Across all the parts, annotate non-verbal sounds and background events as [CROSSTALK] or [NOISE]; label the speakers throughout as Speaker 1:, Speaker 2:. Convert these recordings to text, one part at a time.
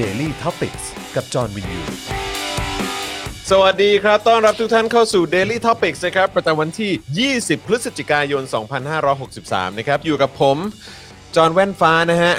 Speaker 1: Daily t o p i c กกับจอห์นวินยู
Speaker 2: สวัสดีครับ ต้อนรับทุกท่านเข้าสู่ Daily Topics นะครับ ประจำวันที่ 20 พฤศจิกายน 2563 นะครับ อยู่กับผม จอห์นแว่นฟ้านะฮะ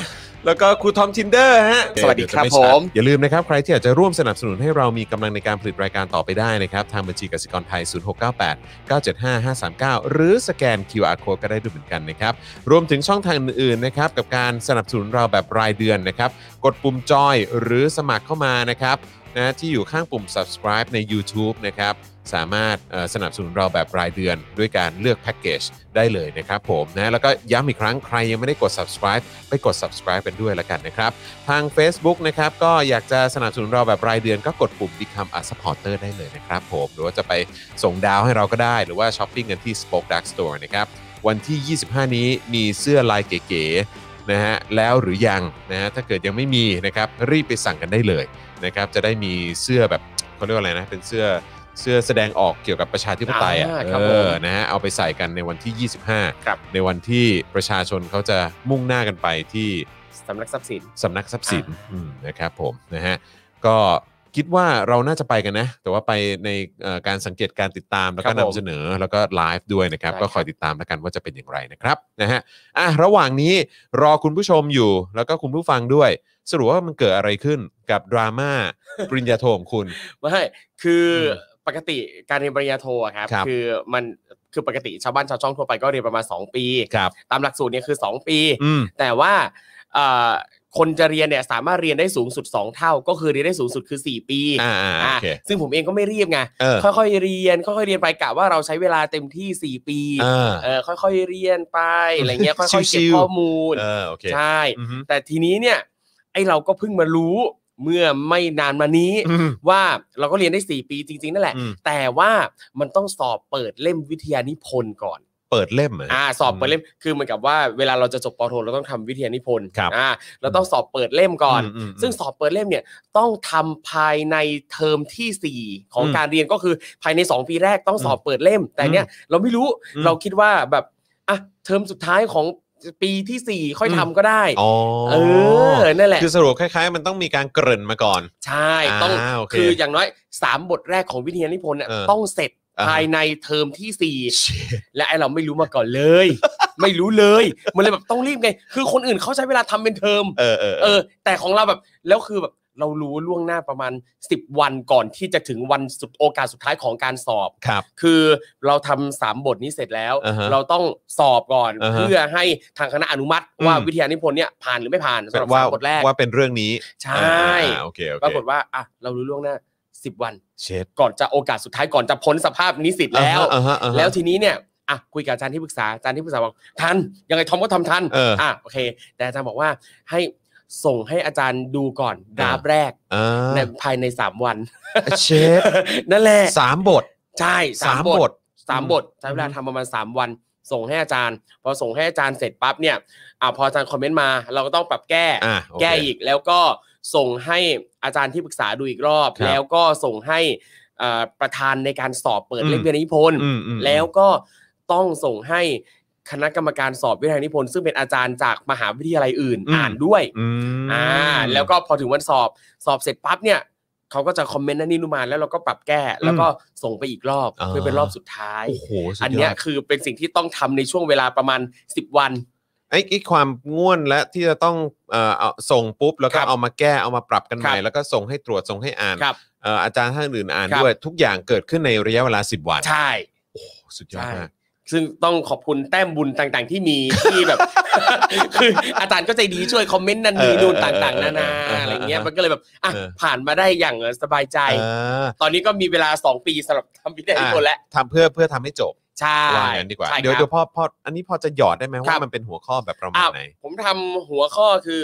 Speaker 2: แล้วก็ครูทอมทินเดอร์ฮะ
Speaker 3: สวัสดีครับ
Speaker 2: เยวจะ
Speaker 3: ผ
Speaker 2: ไชัด
Speaker 3: ม
Speaker 2: อย่าลืมนะครับ ใครที่อยากจะร่วมสนับสนุนให้เรามีกำลังในการผลิตรายการต่อไปได้นะครับ ทางบัญชีกสิกรไทย 0698 975 539 หรือสแกน QR Code ก็ได้ด้วยเหมือนกันนะครับ รวมถึงช่องทางอื่นๆนะครับกับการสนับสนุนเราแบบรายเดือนนะครับ กดปุ่มจอยหรือสมัครเข้ามานะครับนะที่อยู่ข้างปุ่ม subscribe ใน YouTube นะครับ สามารถเอ่อสนับสนุนเราแบบรายเดือน ด้วยการเลือกแพ็กเกจได้เลยนะครับผมนะแล้วก็ย้ำอีกครั้งใครยังไม่ได้กด subscribe ไปกด subscribe กันด้วยละกันนะครับ ทาง Facebook นะครับก็อยากจะสนับสนุนเราแบบรายเดือนก็กดปุ่ม Become a supporter ได้เลยนะครับผมหรือว่าจะไปส่งดาวให้เราก็ได้ หรือว่าช้อปปิ้งกันที่ Spoke Dark Store นะครับ วันที่ 25 นี้มีเสื้อลายเก๋ๆนะฮะแล้วหรือยังนะฮะถ้าเกิดยังไม่มีนะครับรีบไปสั่งกันได้เลยนะครับจะได้มีเสื้อแบบเขาเรียกว่าอะไรนะเป็นเสื้อเสื้อแสดงออกเกี่ยวกับประชาธิปไตยอ่ะ
Speaker 3: อ่าครับ
Speaker 2: เอ
Speaker 3: ผม
Speaker 2: อนะฮะเอาไปใส่กันในวันที่ 25
Speaker 3: ครับ
Speaker 2: ในวันที่ประชาชนเขาจะมุ่งหน้ากันไปที่
Speaker 3: สำนักทรัพย์สิน
Speaker 2: สำนักทรัพย์สินอืมนะครับผมนะฮะก็คิดว่าเราน่าจะไปกันนะ แต่ว่าไปในเอ่อการสังเกตการติดตามแล้วก็
Speaker 3: ครับผม
Speaker 2: นำเสนอแล้วก็ไลฟ์ด้วยนะครับ
Speaker 3: ได้
Speaker 2: ก็คอยติดตามแล้วกันว่าจะเป็นอย่างไรนะครับนะฮะอ่ะระหว่างนี้รอคุณผู้ชมอยู่แล้วก็คุณผู้ฟังด้วย สรุปว่ามันเกิดอะไรขึ้นกับดราม่า ปริญญาโทของคุณ
Speaker 3: ไม่คืออ
Speaker 2: ม
Speaker 3: ปกติการเรียนปริญญาโทอะครับ
Speaker 2: ครับ
Speaker 3: คือมันคือปกติชาวบ้านชาวช่องทั่วไปก็เรียนประมาณ 2 ปี
Speaker 2: ครับ
Speaker 3: ตามหลักสูตรเนี่ยคือ 2 ปี
Speaker 2: อืม
Speaker 3: แต่ว่าเอ่อคนจะเรียนเนี่ยสามารถเรียนได้สูงสุด 2 เท่า ก็คือเรียนได้สูงสุดคือ 4 ปี
Speaker 2: อ่าอ่าโอ
Speaker 3: อ่ะ
Speaker 2: เค
Speaker 3: ซึ่งผมเองก็ไม่รีบไง
Speaker 2: เออ
Speaker 3: ค่อยๆเรียน ค่อยๆเรียนไปกะว่าเราใช้เวลาเต็มที่ 4 ปี
Speaker 2: เออ
Speaker 3: เออค่อยๆเรียนไปอะไรเงี้ยค่อยๆเก็บ
Speaker 2: ชิวๆ
Speaker 3: ข้อมูล
Speaker 2: เออโอเค
Speaker 3: ใช่
Speaker 2: อือฮึ
Speaker 3: แต่ทีนี้เนี่ยไอเราก็เพิ่งมารู้เมื่อไม่นานมานี้
Speaker 2: อืม
Speaker 3: ว่าเราก็เรียนได้ 4 ปีจริง ๆ นั่นแหละ
Speaker 2: อืม
Speaker 3: แต่ว่ามันต้องสอบเปิดเล่มวิทยานิพนธ์ก่อน
Speaker 2: เปิดเล่มเหร
Speaker 3: อ่าสอบเปิดเล่มคือเหมือนกับว่าเวลาเราจะจบปโทเราต้องทำวิทยานิพนธ์
Speaker 2: ครับ
Speaker 3: อ่าเราต้องสอบเปิดเล่มก่อน
Speaker 2: อืมอืมอืม
Speaker 3: ซึ่งสอบเปิดเล่มเนี่ยต้องทำภายในเทอมทีสี่ 4 ของ
Speaker 2: อืม
Speaker 3: การเรียนก็คือภายใน 2 ปีแรกต้องสอบเปิดเล่ม แต่เนี่ยเราไม่รู้
Speaker 2: อืม
Speaker 3: เราคิดว่าแบบอ่ะเทอมสุดท้ายของปีทีสี่4 ค่อย
Speaker 2: อืม
Speaker 3: ทำก็ได้
Speaker 2: อ๋อ
Speaker 3: เออนั่นแหละ
Speaker 2: คือสรุปคล้ายๆ มันต้องมีการเกริ่นมาก่อน
Speaker 3: ใช่ ต้อง
Speaker 2: อ่าโอเค
Speaker 3: คืออย่างน้อย 3 บทแรกของวิทยานิพนธ์เนี่ย
Speaker 2: เออ
Speaker 3: ต้องเสร็จ
Speaker 2: อ่าฮะ
Speaker 3: ภายในเทอมทีสี่ 4 และไอเราไม่รู้มาก่อนเลย ไม่รู้เลย มันเลยแบบต้องรีบไง คือคนอื่นเขาใช้เวลาทำเป็นเทอม
Speaker 2: เออเออเอ
Speaker 3: เอ
Speaker 2: อ
Speaker 3: อ แต่ของเราแบบแล้วคือแบบเรารู้ล่วงหน้าประมาณ 10 วันก่อนที่จะถึงวันสุดโอกาสสุดท้ายของการสอบ
Speaker 2: ครับ
Speaker 3: คือเราทำสามบทนี้เสร็จแล้ว
Speaker 2: อ่าฮะ
Speaker 3: เราต้องสอบก่อน
Speaker 2: อ่าฮะ
Speaker 3: เพื่อให้ทางคณะอนุมัติว่า
Speaker 2: อืม
Speaker 3: วิทยานิพนธ์เนี่ยผ่านหรือไม่ผ่านสำหรับ
Speaker 2: ว่า
Speaker 3: สามบทแรก
Speaker 2: ว่าเป็นเรื่องนี้
Speaker 3: ใช
Speaker 2: อ่า
Speaker 3: ่
Speaker 2: อ่าโอเคโอเค
Speaker 3: ปรากฏว่าอ่ะเรารู้ล่วงหน้าสิบวัน
Speaker 2: เช็ด
Speaker 3: ก่อนจะโอกาสสุดท้ายก่อนจะพ้นสภาพนิสิตแล้ว
Speaker 2: อ่าฮะอ่าฮะ
Speaker 3: แล้วทีนี้เนี่ยอ่ะคุยกับอาจารย์ที่ปรึกษาอาจารย์ที่ปรึกษาบอกทันยังไงทอมก็ทำทัน
Speaker 2: เอออ่
Speaker 3: ะโอเค แต่อาจารย์บอกว่าให้ส่งให้อาจารย์ดูก่อนดราฟ
Speaker 2: อ่า
Speaker 3: แรก
Speaker 2: อ่า
Speaker 3: ในภายใน 3 วัน [LAUGHS]
Speaker 2: เช็ด
Speaker 3: นั่นแหละ
Speaker 2: สามบท
Speaker 3: ใช่
Speaker 2: สามบท
Speaker 3: สามบทใช้เวลาทำประมาณ 3 วัน ส่งให้อาจารย์ พอส่งให้อาจารย์เสร็จปั๊บเนี่ยอ่ะพออาจารย์คอมเมนต์มา เราก็ต้องปรับแก้
Speaker 2: อ่าโอเค
Speaker 3: แก้อีกแล้วก็ส่งให้อาจารย์ที่ปรึกษาดูอีกรอบ
Speaker 2: ครับ
Speaker 3: แล้วก็ส่งให้เอ่อประธานในการสอบเปิด
Speaker 2: อืม
Speaker 3: เล่มวิทยานิพนธ์
Speaker 2: อืมอืม
Speaker 3: แล้วก็ต้องส่งให้คณะกรรมการสอบวิทยานิพนธ์ซึ่งเป็นอาจารย์จากมหาวิทยาลัยอื่น
Speaker 2: อืม
Speaker 3: อ่านด้วย
Speaker 2: อืม
Speaker 3: อ่าแล้วก็พอถึงวันสอบสอบเสร็จปั๊บเนี่ยเขาก็จะคอมเมนต์นั่นนี่นู่นมาแล้วเราก็ปรับแก้แล้วก็ส่งไปอีกรอบเพื่อเป็นรอบสุดท้าย
Speaker 2: โอ้โหสุดย
Speaker 3: อันเนี้ยคือเป็นสิ่งที่ต้องทำในช่วงเวลาประมาณ 10 วัน
Speaker 2: ไอ้ไอ้ความง่วนและที่จะต้องเอ่อเอาส่งปุ๊บแล้วก็
Speaker 3: ครับ
Speaker 2: เอามาแก้เอามาปรับกันใหม่
Speaker 3: ครับ
Speaker 2: แล้วก็ส่งให้ตรวจส่งให้อ่าน
Speaker 3: ครับ
Speaker 2: เอ่ออาจารย์ท่านอื่นอ่าน
Speaker 3: ครับ
Speaker 2: ด้วยทุกอย่างเกิดขึ้นในระยะเวลา 10 วัน
Speaker 3: ใช่
Speaker 2: โอ้โหสุดยอด
Speaker 3: ใช่
Speaker 2: มาก
Speaker 3: ซึ่งต้องขอบคุณแต้มบุญต่างๆ ที่มี ที่แบบ [LAUGHS] คืออาจารย์ก็ใจดีช่วยคอมเมนต์นั่นนี่
Speaker 2: เออ
Speaker 3: นู่นต่างๆ นานา
Speaker 2: เออเออเออ
Speaker 3: อะไรเงี้ยมันก็เลยแบบอ่ะ
Speaker 2: เออ
Speaker 3: ผ่านมาได้อย่างสบายใจ
Speaker 2: เออ
Speaker 3: ตอนนี้ก็มีเวลา 2 ปีสำหรับทำพิธีคนแล้ว
Speaker 2: ทำเพื่อเพื่อทำให้จบ
Speaker 3: ใช่
Speaker 2: วางกันดีกว่า
Speaker 3: ใช่
Speaker 2: เดี๋ยว
Speaker 3: ครับ
Speaker 2: เดี๋ยวพอพออันนี้พอจะหยอดได้ไหม
Speaker 3: ครั
Speaker 2: ว่า
Speaker 3: บ
Speaker 2: มันเป็นหัวข้อแบบประมา
Speaker 3: อ่ะ
Speaker 2: ณไหน
Speaker 3: ผมทำหัวข้อคือ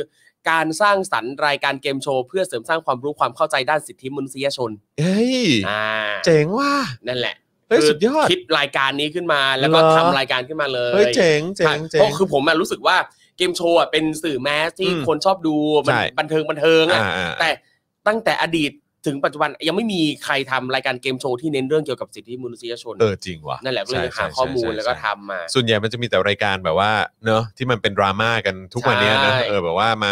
Speaker 3: การสร้างสรรค์รายการเกมโชว์เพื่อเสริมสร้างความรู้ความเข้าใจด้านสิทธิมนุษยชน
Speaker 2: เฮ้ย
Speaker 3: อ่า
Speaker 2: เจ๋งว่ะ
Speaker 3: นั่นแหละ
Speaker 2: เฮ้ย
Speaker 3: คื
Speaker 2: สุดยอด
Speaker 3: คิดรายการนี้ขึ้นมาแล้วก็
Speaker 2: เหรอ
Speaker 3: ทำรายการขึ้นมาเลย
Speaker 2: เฮ้ยเจ๋งเจ๋ง
Speaker 3: ใช่
Speaker 2: เจ๋
Speaker 3: เพ
Speaker 2: ง
Speaker 3: ราะคือผมอะรู้สึกว่าเกมโชว์อะเป็นสื่อแมสที่
Speaker 2: อืม
Speaker 3: คนชอบดูมัน
Speaker 2: ใช่
Speaker 3: บันเทิงบันเทิงอะ
Speaker 2: อ่าอ่า
Speaker 3: แต่ตั้งแต่อดีต ถึงปัจจุบันยังไม่มีใครทำรายการเกมโชว์ที่เน้นเรื่องเกี่ยวกับสิทธิมนุษยชน
Speaker 2: เออจริงว่ะ
Speaker 3: นั่นแหละก็เลย
Speaker 2: ใช่
Speaker 3: หา
Speaker 2: ใช่
Speaker 3: ข้อมูล
Speaker 2: ใช่
Speaker 3: แล้วก็
Speaker 2: ใช่
Speaker 3: ทำมา
Speaker 2: ส่วนใหญ่มันจะมีแต่รายการแบบว่าเนอะที่มันเป็นดราม่ากันทุกวันเนี้ยนะ
Speaker 3: ใช่
Speaker 2: เออแบบว่ามา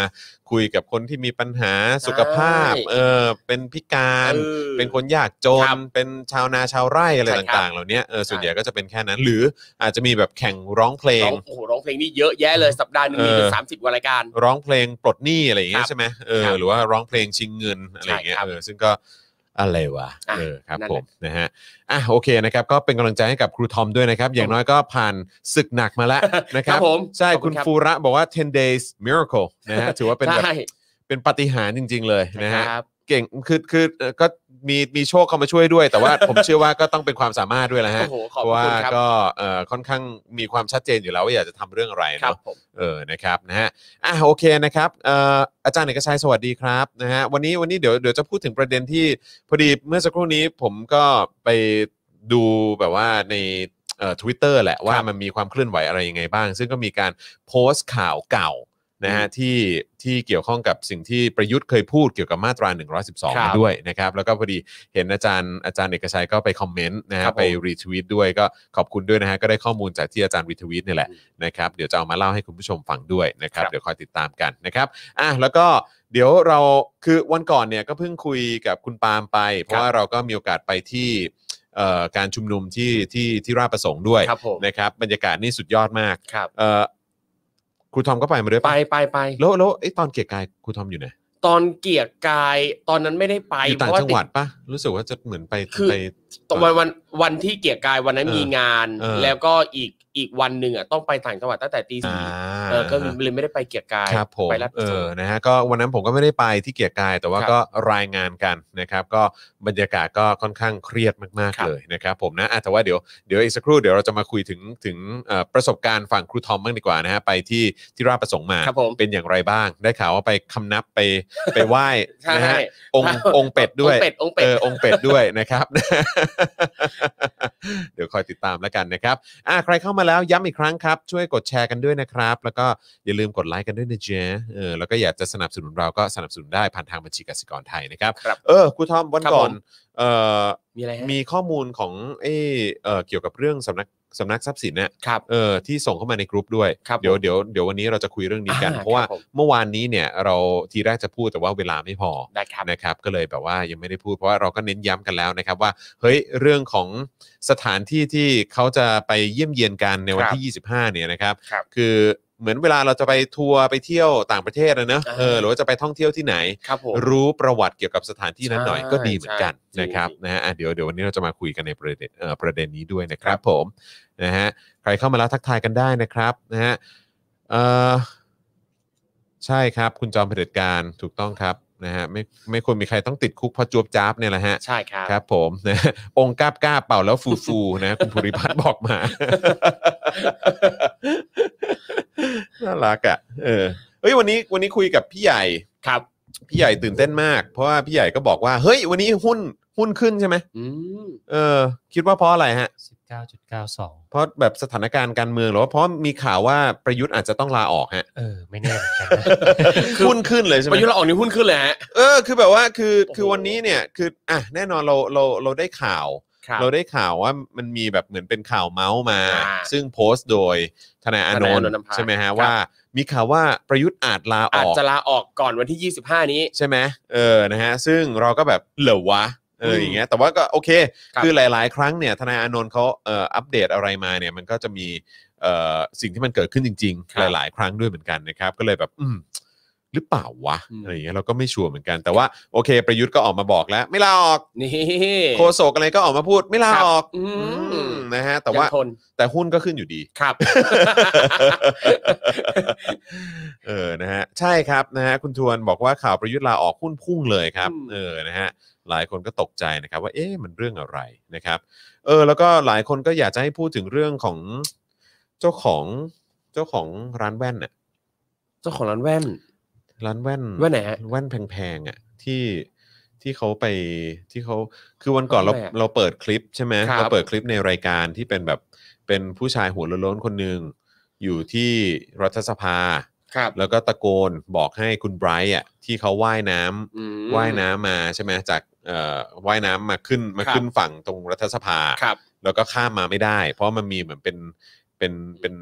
Speaker 2: คุยกับคนที่มีปัญหาสุขภาพ
Speaker 3: ใช่
Speaker 2: เออเป็นพิการ
Speaker 3: ออ
Speaker 2: เป็นคนยากจ
Speaker 3: ค
Speaker 2: น
Speaker 3: รับ
Speaker 2: เป็นชาวนาชาวไร่อะไร
Speaker 3: ใช่ครับ
Speaker 2: ต่างๆ เหล่าเนี้ยเออ
Speaker 3: ใช่
Speaker 2: ส่วนใหญ่ก็จะเป็นแค่นั้น หรืออาจจะมีแบบแข่งร้องเพล
Speaker 3: ร้
Speaker 2: ง
Speaker 3: องโอ้โหร้องเพลงนี่เยอะแยะเลยสัปดาห์หนึงมีเป็น
Speaker 2: เออ
Speaker 3: สามสิบกว่ารายการ
Speaker 2: ร้องเพลงปลดหนี้อะไรอย่างเงี้
Speaker 3: ค
Speaker 2: ย
Speaker 3: รับ
Speaker 2: ใช่ไหมเออ
Speaker 3: ครับ
Speaker 2: หรือว่าร้องเพลงชิงเงินอะไรอย่างเงี้ย
Speaker 3: ใช่ครับ
Speaker 2: เออซึ่งก็อะไรวะ
Speaker 3: อ่ะ
Speaker 2: เออครับ
Speaker 3: นั่น
Speaker 2: ผ
Speaker 3: แหละ
Speaker 2: มนะฮะอ่ะโอเคนะครับก็เป็นกำลังใจให้กับครูทอมด้วยนะครับ อย่างน้อยก็ผ่านศึกหนัก
Speaker 3: [LAUGHS]
Speaker 2: มาแล้วนะครั
Speaker 3: ครับ บผม
Speaker 2: ใช่
Speaker 3: ขอบคุ
Speaker 2: คุณ ณ
Speaker 3: ครับ
Speaker 2: ฟูระบอกว่า 10 days miracle นะฮะถือว่าเป็นแบบ
Speaker 3: ใช่
Speaker 2: เป็นปาฏิหารย์จริง ๆ เลยนะฮะ
Speaker 3: ครับ
Speaker 2: เก่งคือคือเอ่อก็มีมีโชคเข้ามาช่วยด้วย แต่ว่า ผมเชื่อว่าก็ต้องเป็นความสามารถด้วยแหละฮะ
Speaker 3: โอ้โหข
Speaker 2: เพ
Speaker 3: อบพระ
Speaker 2: ราะว่า
Speaker 3: คุณครับ
Speaker 2: ก็เอ่อค่อนข้างมีความชัดเจนอยู่แล้วว่าอยากจะทำเรื่องอะไร
Speaker 3: ครับ
Speaker 2: เนาะ
Speaker 3: ผม
Speaker 2: เออนะครับนะฮะอ่ะโอเคนะครับเอ่ออาจารย์เอกชัยสวัสดีครับนะฮะวันนี้วันนี้เดี๋ยวเดี๋ยวจะพูดถึงประเด็นที่พอดีเมื่อสักครู่นี้ผมก็ไปดูแบบว่าในเอ่อทวิตเตอร์แหละว่ามันมีความเคลื่อนไหวอะไรยังไงบ้าง ซึ่งก็มีการโพสต์ข่าวเก่า นะฮะที่ที่เกี่ยวข้องกับสิ่งที่ประยุทธ์เคยพูดเกี่ยวกับมาตรา 112
Speaker 3: ครับ
Speaker 2: มาด้วยนะครับ แล้วก็พอดีเห็นอาจารย์อาจารย์เอกชัยก็ไปคอมเมนต์นะ
Speaker 3: ค
Speaker 2: ฮะ
Speaker 3: รับผม
Speaker 2: ไปรีทวีตด้วยก็ขอบคุณด้วยนะฮะก็ได้ข้อมูลจากที่อาจารย์รีทวีตเนี่ยแหละ
Speaker 3: อืม
Speaker 2: นะครับเดี๋ยวจะเอามาเล่าให้คุณผู้ชมฟังด้วยนะครับ
Speaker 3: ครับ
Speaker 2: เดี๋ยวคอยติดตามกันนะครับอ่ะแล้วก็เดี๋ยวเราคือวันก่อนเนี่ยก็เพิ่งคุยกับคุณปาล์มไป เพราะว่าเราก็มีโอกาสไปที่เอ่อการชุมนุมที่ที่ที่ราชประสงค์ด้วย
Speaker 3: ครับผม
Speaker 2: นะครับบรรยากาศนี่สุดยอดมาก
Speaker 3: ครับ
Speaker 2: เอ่อครูทอมก็ไปมาด้วยปะ
Speaker 3: ไปไปไป
Speaker 2: แล้วแล้วไอ้ตอนเกียรกายครูทอมอยู่ไหน
Speaker 3: ตอนเกียรกายตอนนั้นไม่ได้ไป
Speaker 2: อยู่ต่าง
Speaker 3: เพระ
Speaker 2: จังหวัดปะรู้สึกว่าจะเหมือนไป
Speaker 3: ติดคือ
Speaker 2: ไป
Speaker 3: ตอนวันวันวันที่เกียรกายวันนั้น
Speaker 2: เออ
Speaker 3: มีงาน
Speaker 2: เออ
Speaker 3: แล้วก็อีกอีกวันหนึ่งอ่ะต้องไปต่างจังหวัดตั้งแต่ตี
Speaker 2: อ่า
Speaker 3: สี่เออก็เลยไม่ได้ไปเกียรกาย
Speaker 2: ครับผม
Speaker 3: ไปรัดป
Speaker 2: เอ
Speaker 3: ระสง
Speaker 2: อ
Speaker 3: ค์
Speaker 2: นะฮะก็วันนั้นผมก็ไม่ได้ไปที่เกียรกาย แต่ว่า
Speaker 3: ครับ
Speaker 2: ก็รายงานกันนะครับ ก็บรรยากาศก็ค่อนข้างเครียดมาก
Speaker 3: ครั
Speaker 2: ๆ
Speaker 3: บ
Speaker 2: เลยนะครับผมนะอ่ะแต่ว่าเดี๋ยวเดี๋ยวอีกสักครู่เดี๋ยวเราจะมาคุยถึงถึงเอ่อประสบการณ์ฝั่งครูทอมบ้างดีกว่านะฮะไปที่ที่ราชประสงค์มา
Speaker 3: ครับผม
Speaker 2: เป็นอย่างไรบ้าง ได้ข่าวว่าไปคำนับไปไปไหว้
Speaker 3: ใช่
Speaker 2: นะฮะองค์องค์เป็ดด้ว
Speaker 3: อ
Speaker 2: ย
Speaker 3: งค์เป็ดองค์เป็
Speaker 2: เอ
Speaker 3: ด
Speaker 2: อองค์เป็ดด้วยนะครับ [LAUGHS] เดี๋ยวคอยติดตามแล้วกันนะครับอ่ะใครเข้ามาแล้วย้ำอีกครั้งครับ ช่วยกดแชร์กันด้วยนะครับ แล้วก็อย่าลืมกดไลค์กันด้วยนะเจ๊เออแล้วก็อยากจะสนับสนุนเราก็สนับสนุนได้ผ่านทางบัญชีกสิกรไทยนะครับ
Speaker 3: ครับ
Speaker 2: เออครูทอมวัน
Speaker 3: ครับ
Speaker 2: ก่อ
Speaker 3: ผ
Speaker 2: น
Speaker 3: ม
Speaker 2: เออ
Speaker 3: มีอะไรฮะ
Speaker 2: มีข้อมูลของเออเออเกี่ยวกับเรื่องสำนักสำนักทรัพย์สินเนี่ย
Speaker 3: ครับ
Speaker 2: เออที่ส่งเข้ามาในกลุ่มด้วย
Speaker 3: ครับ
Speaker 2: เดี๋ยว
Speaker 3: ผม
Speaker 2: เดี๋ยวเดี๋ยววันนี้เราจะคุยเรื่องนี้กัน
Speaker 3: อ่า
Speaker 2: เพราะว่า
Speaker 3: ครับผม
Speaker 2: เมื่อวานนี้เนี่ยเราทีแรกจะพูดแต่ว่าเวลาไม่พอ
Speaker 3: ได้ครับ
Speaker 2: นะครับก็เลยแบบว่ายังไม่ได้พูดเพราะว่าเราก็เน้นย้ำกันแล้วนะครับว่าเฮ้ยเรื่องของสถานที่ที่เขาจะไปเยี่ยมเยียนกันในวัน
Speaker 3: ครับ
Speaker 2: ที่ 25 เนี่ยนะครับ
Speaker 3: ครับ
Speaker 2: คือเหมือนเวลาเราจะไปทัวร์ไปเที่ยวต่างประเทศนะเนอะ
Speaker 3: อ่า
Speaker 2: เออหรือว่าจะไปท่องเที่ยวที่ไหน
Speaker 3: ครับผม
Speaker 2: รู้ประวัติเกี่ยวกับสถานที่นั้นหน่อย
Speaker 3: ใช่
Speaker 2: ก็ดีเหมือนกัน
Speaker 3: ใช่
Speaker 2: นะครับ
Speaker 3: จริง
Speaker 2: นะฮะอ่ะเดี๋ยวเดี๋ยววันนี้เราจะมาคุยกันในประเด็นเอ่อประเด็นนี้ด้วยนะครับผมนะฮะใครเข้ามาแล้วทักทายกันได้นะครับนะฮะเอ่อใช่ครับ คุณจอมเผด็จการถูกต้องครับนะฮะไม่ไม่ควรมีใครต้องติดคุกเพราะจวบจ้าบเนี่ยแหละฮะ
Speaker 3: ใช่ครับ
Speaker 2: ครับผมนะองค์กาบกาบเป่าแล้วฟูฟูนะ คุณภูริพัฒน์บอกมา [LAUGHS] น่ารักอ่ะเออเอ้ยวันนี้วันนี้คุยกับพี่ใหญ่
Speaker 3: ครับ
Speaker 2: พี่ใหญ่ตื่นเต้นมาก เพราะว่าพี่ใหญ่ก็บอกว่า เฮ้ย วันนี้หุ้นหุ้นขึ้นใช่ไหม
Speaker 3: อืม
Speaker 2: เออ คิดว่าเพราะอะไรฮะ
Speaker 4: 19.92
Speaker 2: เพราะแบบสถานการณ์การเมืองหรือว่าเพราะมีข่าวว่าประยุทธ์อาจจะต้องลาออกฮะ
Speaker 4: เออ ไม่แน่เหมือนกันนะ
Speaker 3: คือ
Speaker 2: [LAUGHS] หุ้นขึ้นเลยใช่ไห
Speaker 3: ป
Speaker 2: ม
Speaker 3: ระยุทธ์เราออกนิ้วหุ้นขึ้นเลยฮะ
Speaker 2: เออคือแบบว่าคือ
Speaker 3: โอ้โห
Speaker 2: คือวันนี้เนี่ยคืออ่ะแน่นอนเราเราเราได้ข่าว
Speaker 3: ครับ
Speaker 2: เราได้ข่าวว่ามันมีแบบเหมือนเป็นข่าวเมาส์มา
Speaker 3: อ่า
Speaker 2: ซึ่งโพสต์โดยทนายอา
Speaker 3: ท
Speaker 2: นน
Speaker 3: นายอานนท์
Speaker 2: ท์
Speaker 3: นำพา
Speaker 2: ใช่ไหมฮะ
Speaker 3: ครับ
Speaker 2: ว่ามีข่าวว่าประยุทธ์อาจลาอ
Speaker 3: อาจ
Speaker 2: อก
Speaker 3: จะลาออกก่อนวันที่ 25 นี้
Speaker 2: ใช่ไหมเออนะฮะซึ่งเราก็แบบเหลอวะเอ
Speaker 3: ม
Speaker 2: ออย่างเงี้ยแต่ว่าก็โอเค
Speaker 3: ครับ
Speaker 2: คือหลาย ๆ ครั้งเนี่ยทนายอานนท์เขาเอ่ออัปเดตอะไรมาเนี่ยมันก็จะมีเอ่อสิ่งที่มันเกิดขึ้นจริง
Speaker 3: ครับ
Speaker 2: ๆ หลาย ๆ ครั้งด้วยเหมือนกันนะครับ ก็เลยแบบอืมหรือเปล่าวะ
Speaker 3: อืม
Speaker 2: อะไรอย่างเงี้ยเราก็ไม่ชัวร์เหมือนกันแต่ว่าโอเค ประยุทธ์ก็ออกมาบอกแล้ว ไม่ลาออก
Speaker 3: นี่
Speaker 2: โคศกอะไรก็ออกมาพูด ไม่ลาออก
Speaker 3: อื
Speaker 2: อื
Speaker 3: ม
Speaker 2: มนะฮะแต่ว่า
Speaker 3: ยังทน
Speaker 2: แต่หุ้นก็ขึ้นอยู่ดี
Speaker 3: ครับ
Speaker 2: [LAUGHS] [LAUGHS] เออ นะฮะ ใช่ครับ นะฮะ คุณทวนบอกว่าข่าวประยุทธ์ลาออกหุ้นพุ่งเลยครับ
Speaker 3: อืม
Speaker 2: เออ นะฮะ หลายคนก็ตกใจนะครับว่า เอ๊ะ มันเรื่องอะไรนะครับ เออ แล้วก็หลายคนก็อยากจะให้พูดถึงเรื่องของเจ้าของเจ้าของร้านแว่นน่ะ
Speaker 3: เจ้าของร้านแว่น
Speaker 2: ร้านแว่น
Speaker 3: แว่นไหนฮะ
Speaker 2: แว่นแพงๆอ่ะที่ที่เขาไปที่เขาคือวันก่อนเรา
Speaker 3: แว่นอะไรอะ
Speaker 2: เราเปิดคลิปใช่ไหม
Speaker 3: ครับ
Speaker 2: เราเปิดคลิปในรายการที่เป็นแบบเป็นผู้ชายหัวโล้นๆคนหนึ่งอยู่ที่รัฐสภา
Speaker 3: ครับ
Speaker 2: แล้วก็ตะโกนบอกให้คุณไบรท์อ่ะที่เขาว่ายน้ำ
Speaker 3: อืม
Speaker 2: ว่ายน้ำมาใช่ไหมจากเอ่อว่ายน้ำมาขึ้นมา
Speaker 3: ครับ
Speaker 2: ขึ้นฝั่งตรงรัฐสภา
Speaker 3: ครับ
Speaker 2: แล้วก็ข้ามมาไม่ได้ เพราะมันมีเหมือนเป็นเป็นเป็น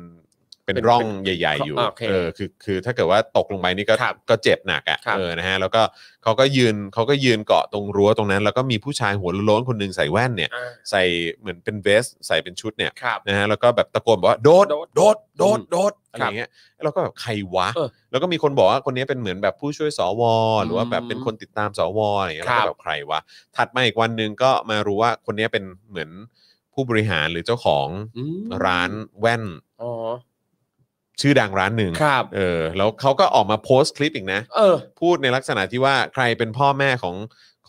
Speaker 2: เป็น
Speaker 3: เป็น
Speaker 2: ร่องใหญ่ ๆ อยู่
Speaker 3: โอเค
Speaker 2: เออคือคือถ้าเกิดว่าตกลงไปนี่ก็
Speaker 3: ครับ
Speaker 2: ก็เจ็บหนักอ่ะ
Speaker 3: ครับ
Speaker 2: เออนะฮะแล้วก็เขาก็ยืนเขาก็ยืนเกาะตรงรั้วตรงนั้น แล้วก็มีผู้ชายหัวโล้นๆคนหนึ่งใส่แว่นเนี่ย
Speaker 3: อ่า
Speaker 2: ใส่เหมือนเป็นเวสใส่เป็นชุดเนี่ย
Speaker 3: ครับ
Speaker 2: นะฮะแล้วก็แบบตะโกนบอกว่าโดด
Speaker 3: โดด
Speaker 2: โดดโดด
Speaker 3: อืม
Speaker 2: โดดอะไรอย่างเงี้ยแล้วเราก็แบบใครวะ
Speaker 3: เออ
Speaker 2: แล้วก็มีคนบอกว่าคนนี้เป็นเหมือนแบบผู้ช่วยสวหรือว่าแบบ
Speaker 3: อืม
Speaker 2: เป็นคนติดตามสวอะไรอย่างเงี้ย
Speaker 3: ค
Speaker 2: แล้
Speaker 3: รั
Speaker 2: ว
Speaker 3: บ
Speaker 2: ก็แบบใครวะถัดมาอีกวันหนึ่งก็มารู้ว่าคนนี้เป็นเหมือนผู้บริหารหรือเจ้าของ
Speaker 3: อืม
Speaker 2: ร้านแว่น
Speaker 3: อ๋อ
Speaker 2: ชื่อดังร้านหนึ่ง
Speaker 3: ครับ
Speaker 2: เออแล้วเขาก็ออกมาโพสต์คลิปอีกนะ
Speaker 3: เออ
Speaker 2: พูดในลักษณะที่ว่าใครเป็นพ่อแม่ของ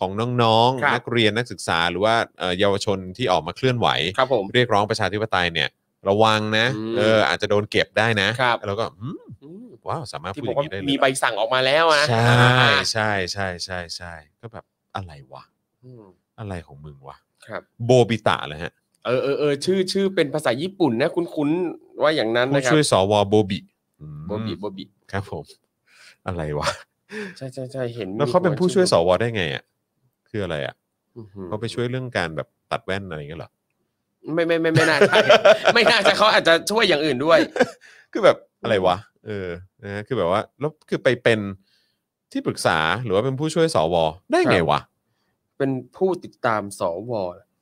Speaker 2: ของน้อง
Speaker 3: ครับ
Speaker 2: ๆนักเรียนนักศึกษา หรือว่าเอ่อเยาวชนที่ออกมาเคลื่อนไหว
Speaker 3: ครับผม
Speaker 2: เรียกร้องประชาธิปไตยเนี่ย ระวังนะ
Speaker 3: อืม
Speaker 2: เอออาจจะโดนเก็บได้นะครับ แล้วก็อืมว้าวสามารถ
Speaker 3: ที่
Speaker 2: พูด
Speaker 3: บ
Speaker 2: อ
Speaker 3: อกว่าง
Speaker 2: ย่านี้ได้เลย
Speaker 3: มีใบสั่งออกมาแล้วอะนะ
Speaker 2: ใช่
Speaker 3: อ่า
Speaker 2: ใช่ใช่ใช่ใช่ก็แบบอะไรวะ
Speaker 3: อืม
Speaker 2: อะไรของมึงวะ
Speaker 3: ครับ
Speaker 2: โบบิตะเลยฮะ
Speaker 3: เออเออเออชื่อชื่อเป็นภาษาญี่ปุ่นนะคุ้นๆว่าอย่างนั้น
Speaker 2: ผู้
Speaker 3: นะครับ
Speaker 2: ช่วยสวโบบิอืม
Speaker 3: โบบิโบบิ
Speaker 2: ครับผม อะไรวะ
Speaker 3: ใช่ใช่ใช่เห็น
Speaker 2: แล้วเขาเป็น
Speaker 3: มี
Speaker 2: ผู้ช่วยส
Speaker 3: อ
Speaker 2: วได้ไงอ่ะคืออะไรอ่ะ
Speaker 3: อหือ
Speaker 2: เขาไปช่วยเรื่องการแบบตัดแว่นอะไรอย่างเงี้ยเหรอ
Speaker 3: ไม่ไม่ไม่ไม่น่า
Speaker 2: [LAUGHS]
Speaker 3: ใช่ ไม่น่าจะเขาอาจจะช่วยอย่างอื่นด้วย
Speaker 2: คือแบบอะไรวะ เออ นะ คือแบบว่า แล้วคือไปเป็นที่ปรึกษาหรือว่าเป็นผู้ช่วยสว ได้ไงวะ
Speaker 3: เป็นผู้ติดตามสว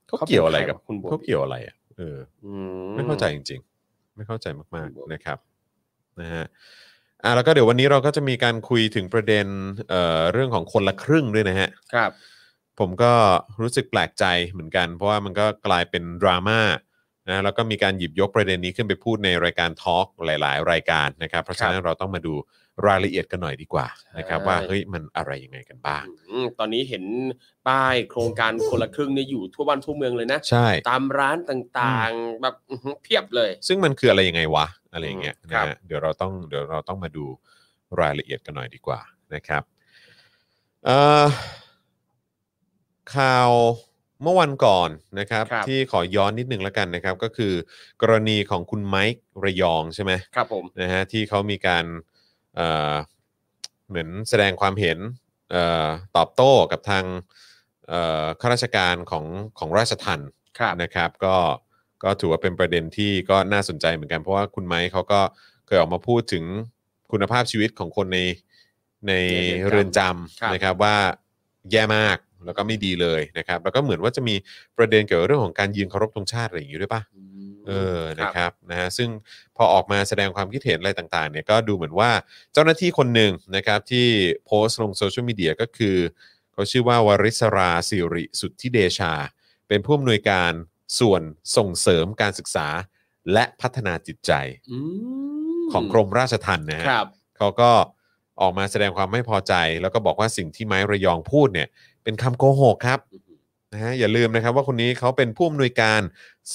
Speaker 2: เขาเกี่ยวอะไรกับ
Speaker 3: คุณโบ
Speaker 2: เขาเกี่ยวอะไรอ่ะ เออ
Speaker 3: อื
Speaker 2: ไม่เข้าใจจริง ๆ ไม่เข้าใจมากๆนะครับ นะฮะ อ่ะแล้วก็เดี๋ยววันนี้เราก็จะมีการคุยถึงประเด็น เอ่อ เรื่องของคนละครึ่งด้วยนะฮะ
Speaker 3: ครับ
Speaker 2: ผมก็รู้สึกแปลกใจเหมือนกัน เพราะว่ามันก็กลายเป็นดราม่านะแล้วก็มีการหยิบยกประเด็นนี้ขึ้นไปพูดในรายการทอล์กหลาย ๆ รายการนะครับ เพราะฉะนั้นเราต้องมาดูรายละเอียดกันหน่อยดีกว่านะครับ
Speaker 3: ใช่
Speaker 2: ว่าเฮ้ยมันอะไรยังไงกันบ้าง
Speaker 3: อืมตอนนี้เห็นป้ายโครงการคนละครึ่งเนี่ยอยู่ทั่วบ้านทั่วเมืองเลยนะ
Speaker 2: ใช่
Speaker 3: ตามร้านต่างๆ แบบอื้อหือเพียบเลย
Speaker 2: ซึ่งมันคืออะไรยังไงวะอะไรอย่างเงี้ย
Speaker 3: อืม
Speaker 2: นะ
Speaker 3: ครับ
Speaker 2: ฮะเดี๋ยวเราต้องเดี๋ยวเราต้องมาดูรายละเอียดกันหน่อยดีกว่านะครับเอ่อข่าวเมื่อวันก่อนนะครับ
Speaker 3: ครับ
Speaker 2: ที่ขอย้อนนิดนึงแล้วกันนะครับ ก็คือกรณีของคุณไมค์ระยองใช่ไหม
Speaker 3: ครับผม
Speaker 2: นะฮะที่เขามีการเอ่อเหมือนแสดงความเห็นเอ่อตอบโต้กับทางเอ่อข้าราชการของของราชทัณฑ
Speaker 3: ครับ
Speaker 2: นะครับก็ก็ถือว่าเป็นประเด็นที่ก็น่าสนใจเหมือนกัน เพราะว่าคุณไม้เขาก็เคยออกมาพูดถึงคุณภาพชีวิตของคนในใน
Speaker 3: ในเรื
Speaker 2: เรือ
Speaker 3: อน น
Speaker 2: จ
Speaker 3: จครับ
Speaker 2: ำนะครับว่าแย่มากแล้วก็ไม่ดีเลยนะครับ แล้วก็เหมือนว่าจะมีประเด็นเกี่ยวกับเรื่องของการยืนเคารพธงชาติอะไรอย่างนี้ด้วยป่ะ เออ นะครับ นะฮะ ซึ่งพอออกมาแสดงความคิดเห็นอะไรต่าง ๆ เนี่ย ก็ดูเหมือนว่าเจ้าหน้าที่คนหนึ่งนะครับที่โพสต์ลงโซเชียลมีเดียก็คือเขาชื่อว่าวริศราสิริสุทธิเดชา เป็นผู้อำนวยการส่วนส่งเสริมการศึกษาและพัฒนาจิตใจ
Speaker 3: อืม
Speaker 2: ของกรมราชทัณฑ์นะฮะ
Speaker 3: ครับ
Speaker 2: เขาก็ออกมาแสดงความไม่พอใจ แล้วก็บอกว่าสิ่งที่ไม้ระยองพูดเนี่ย เป็นคำโกหกครับ
Speaker 3: อือฮึ
Speaker 2: นะฮะอย่าลืมนะครับว่าคนนี้เขาเป็นผู้อำนวยการ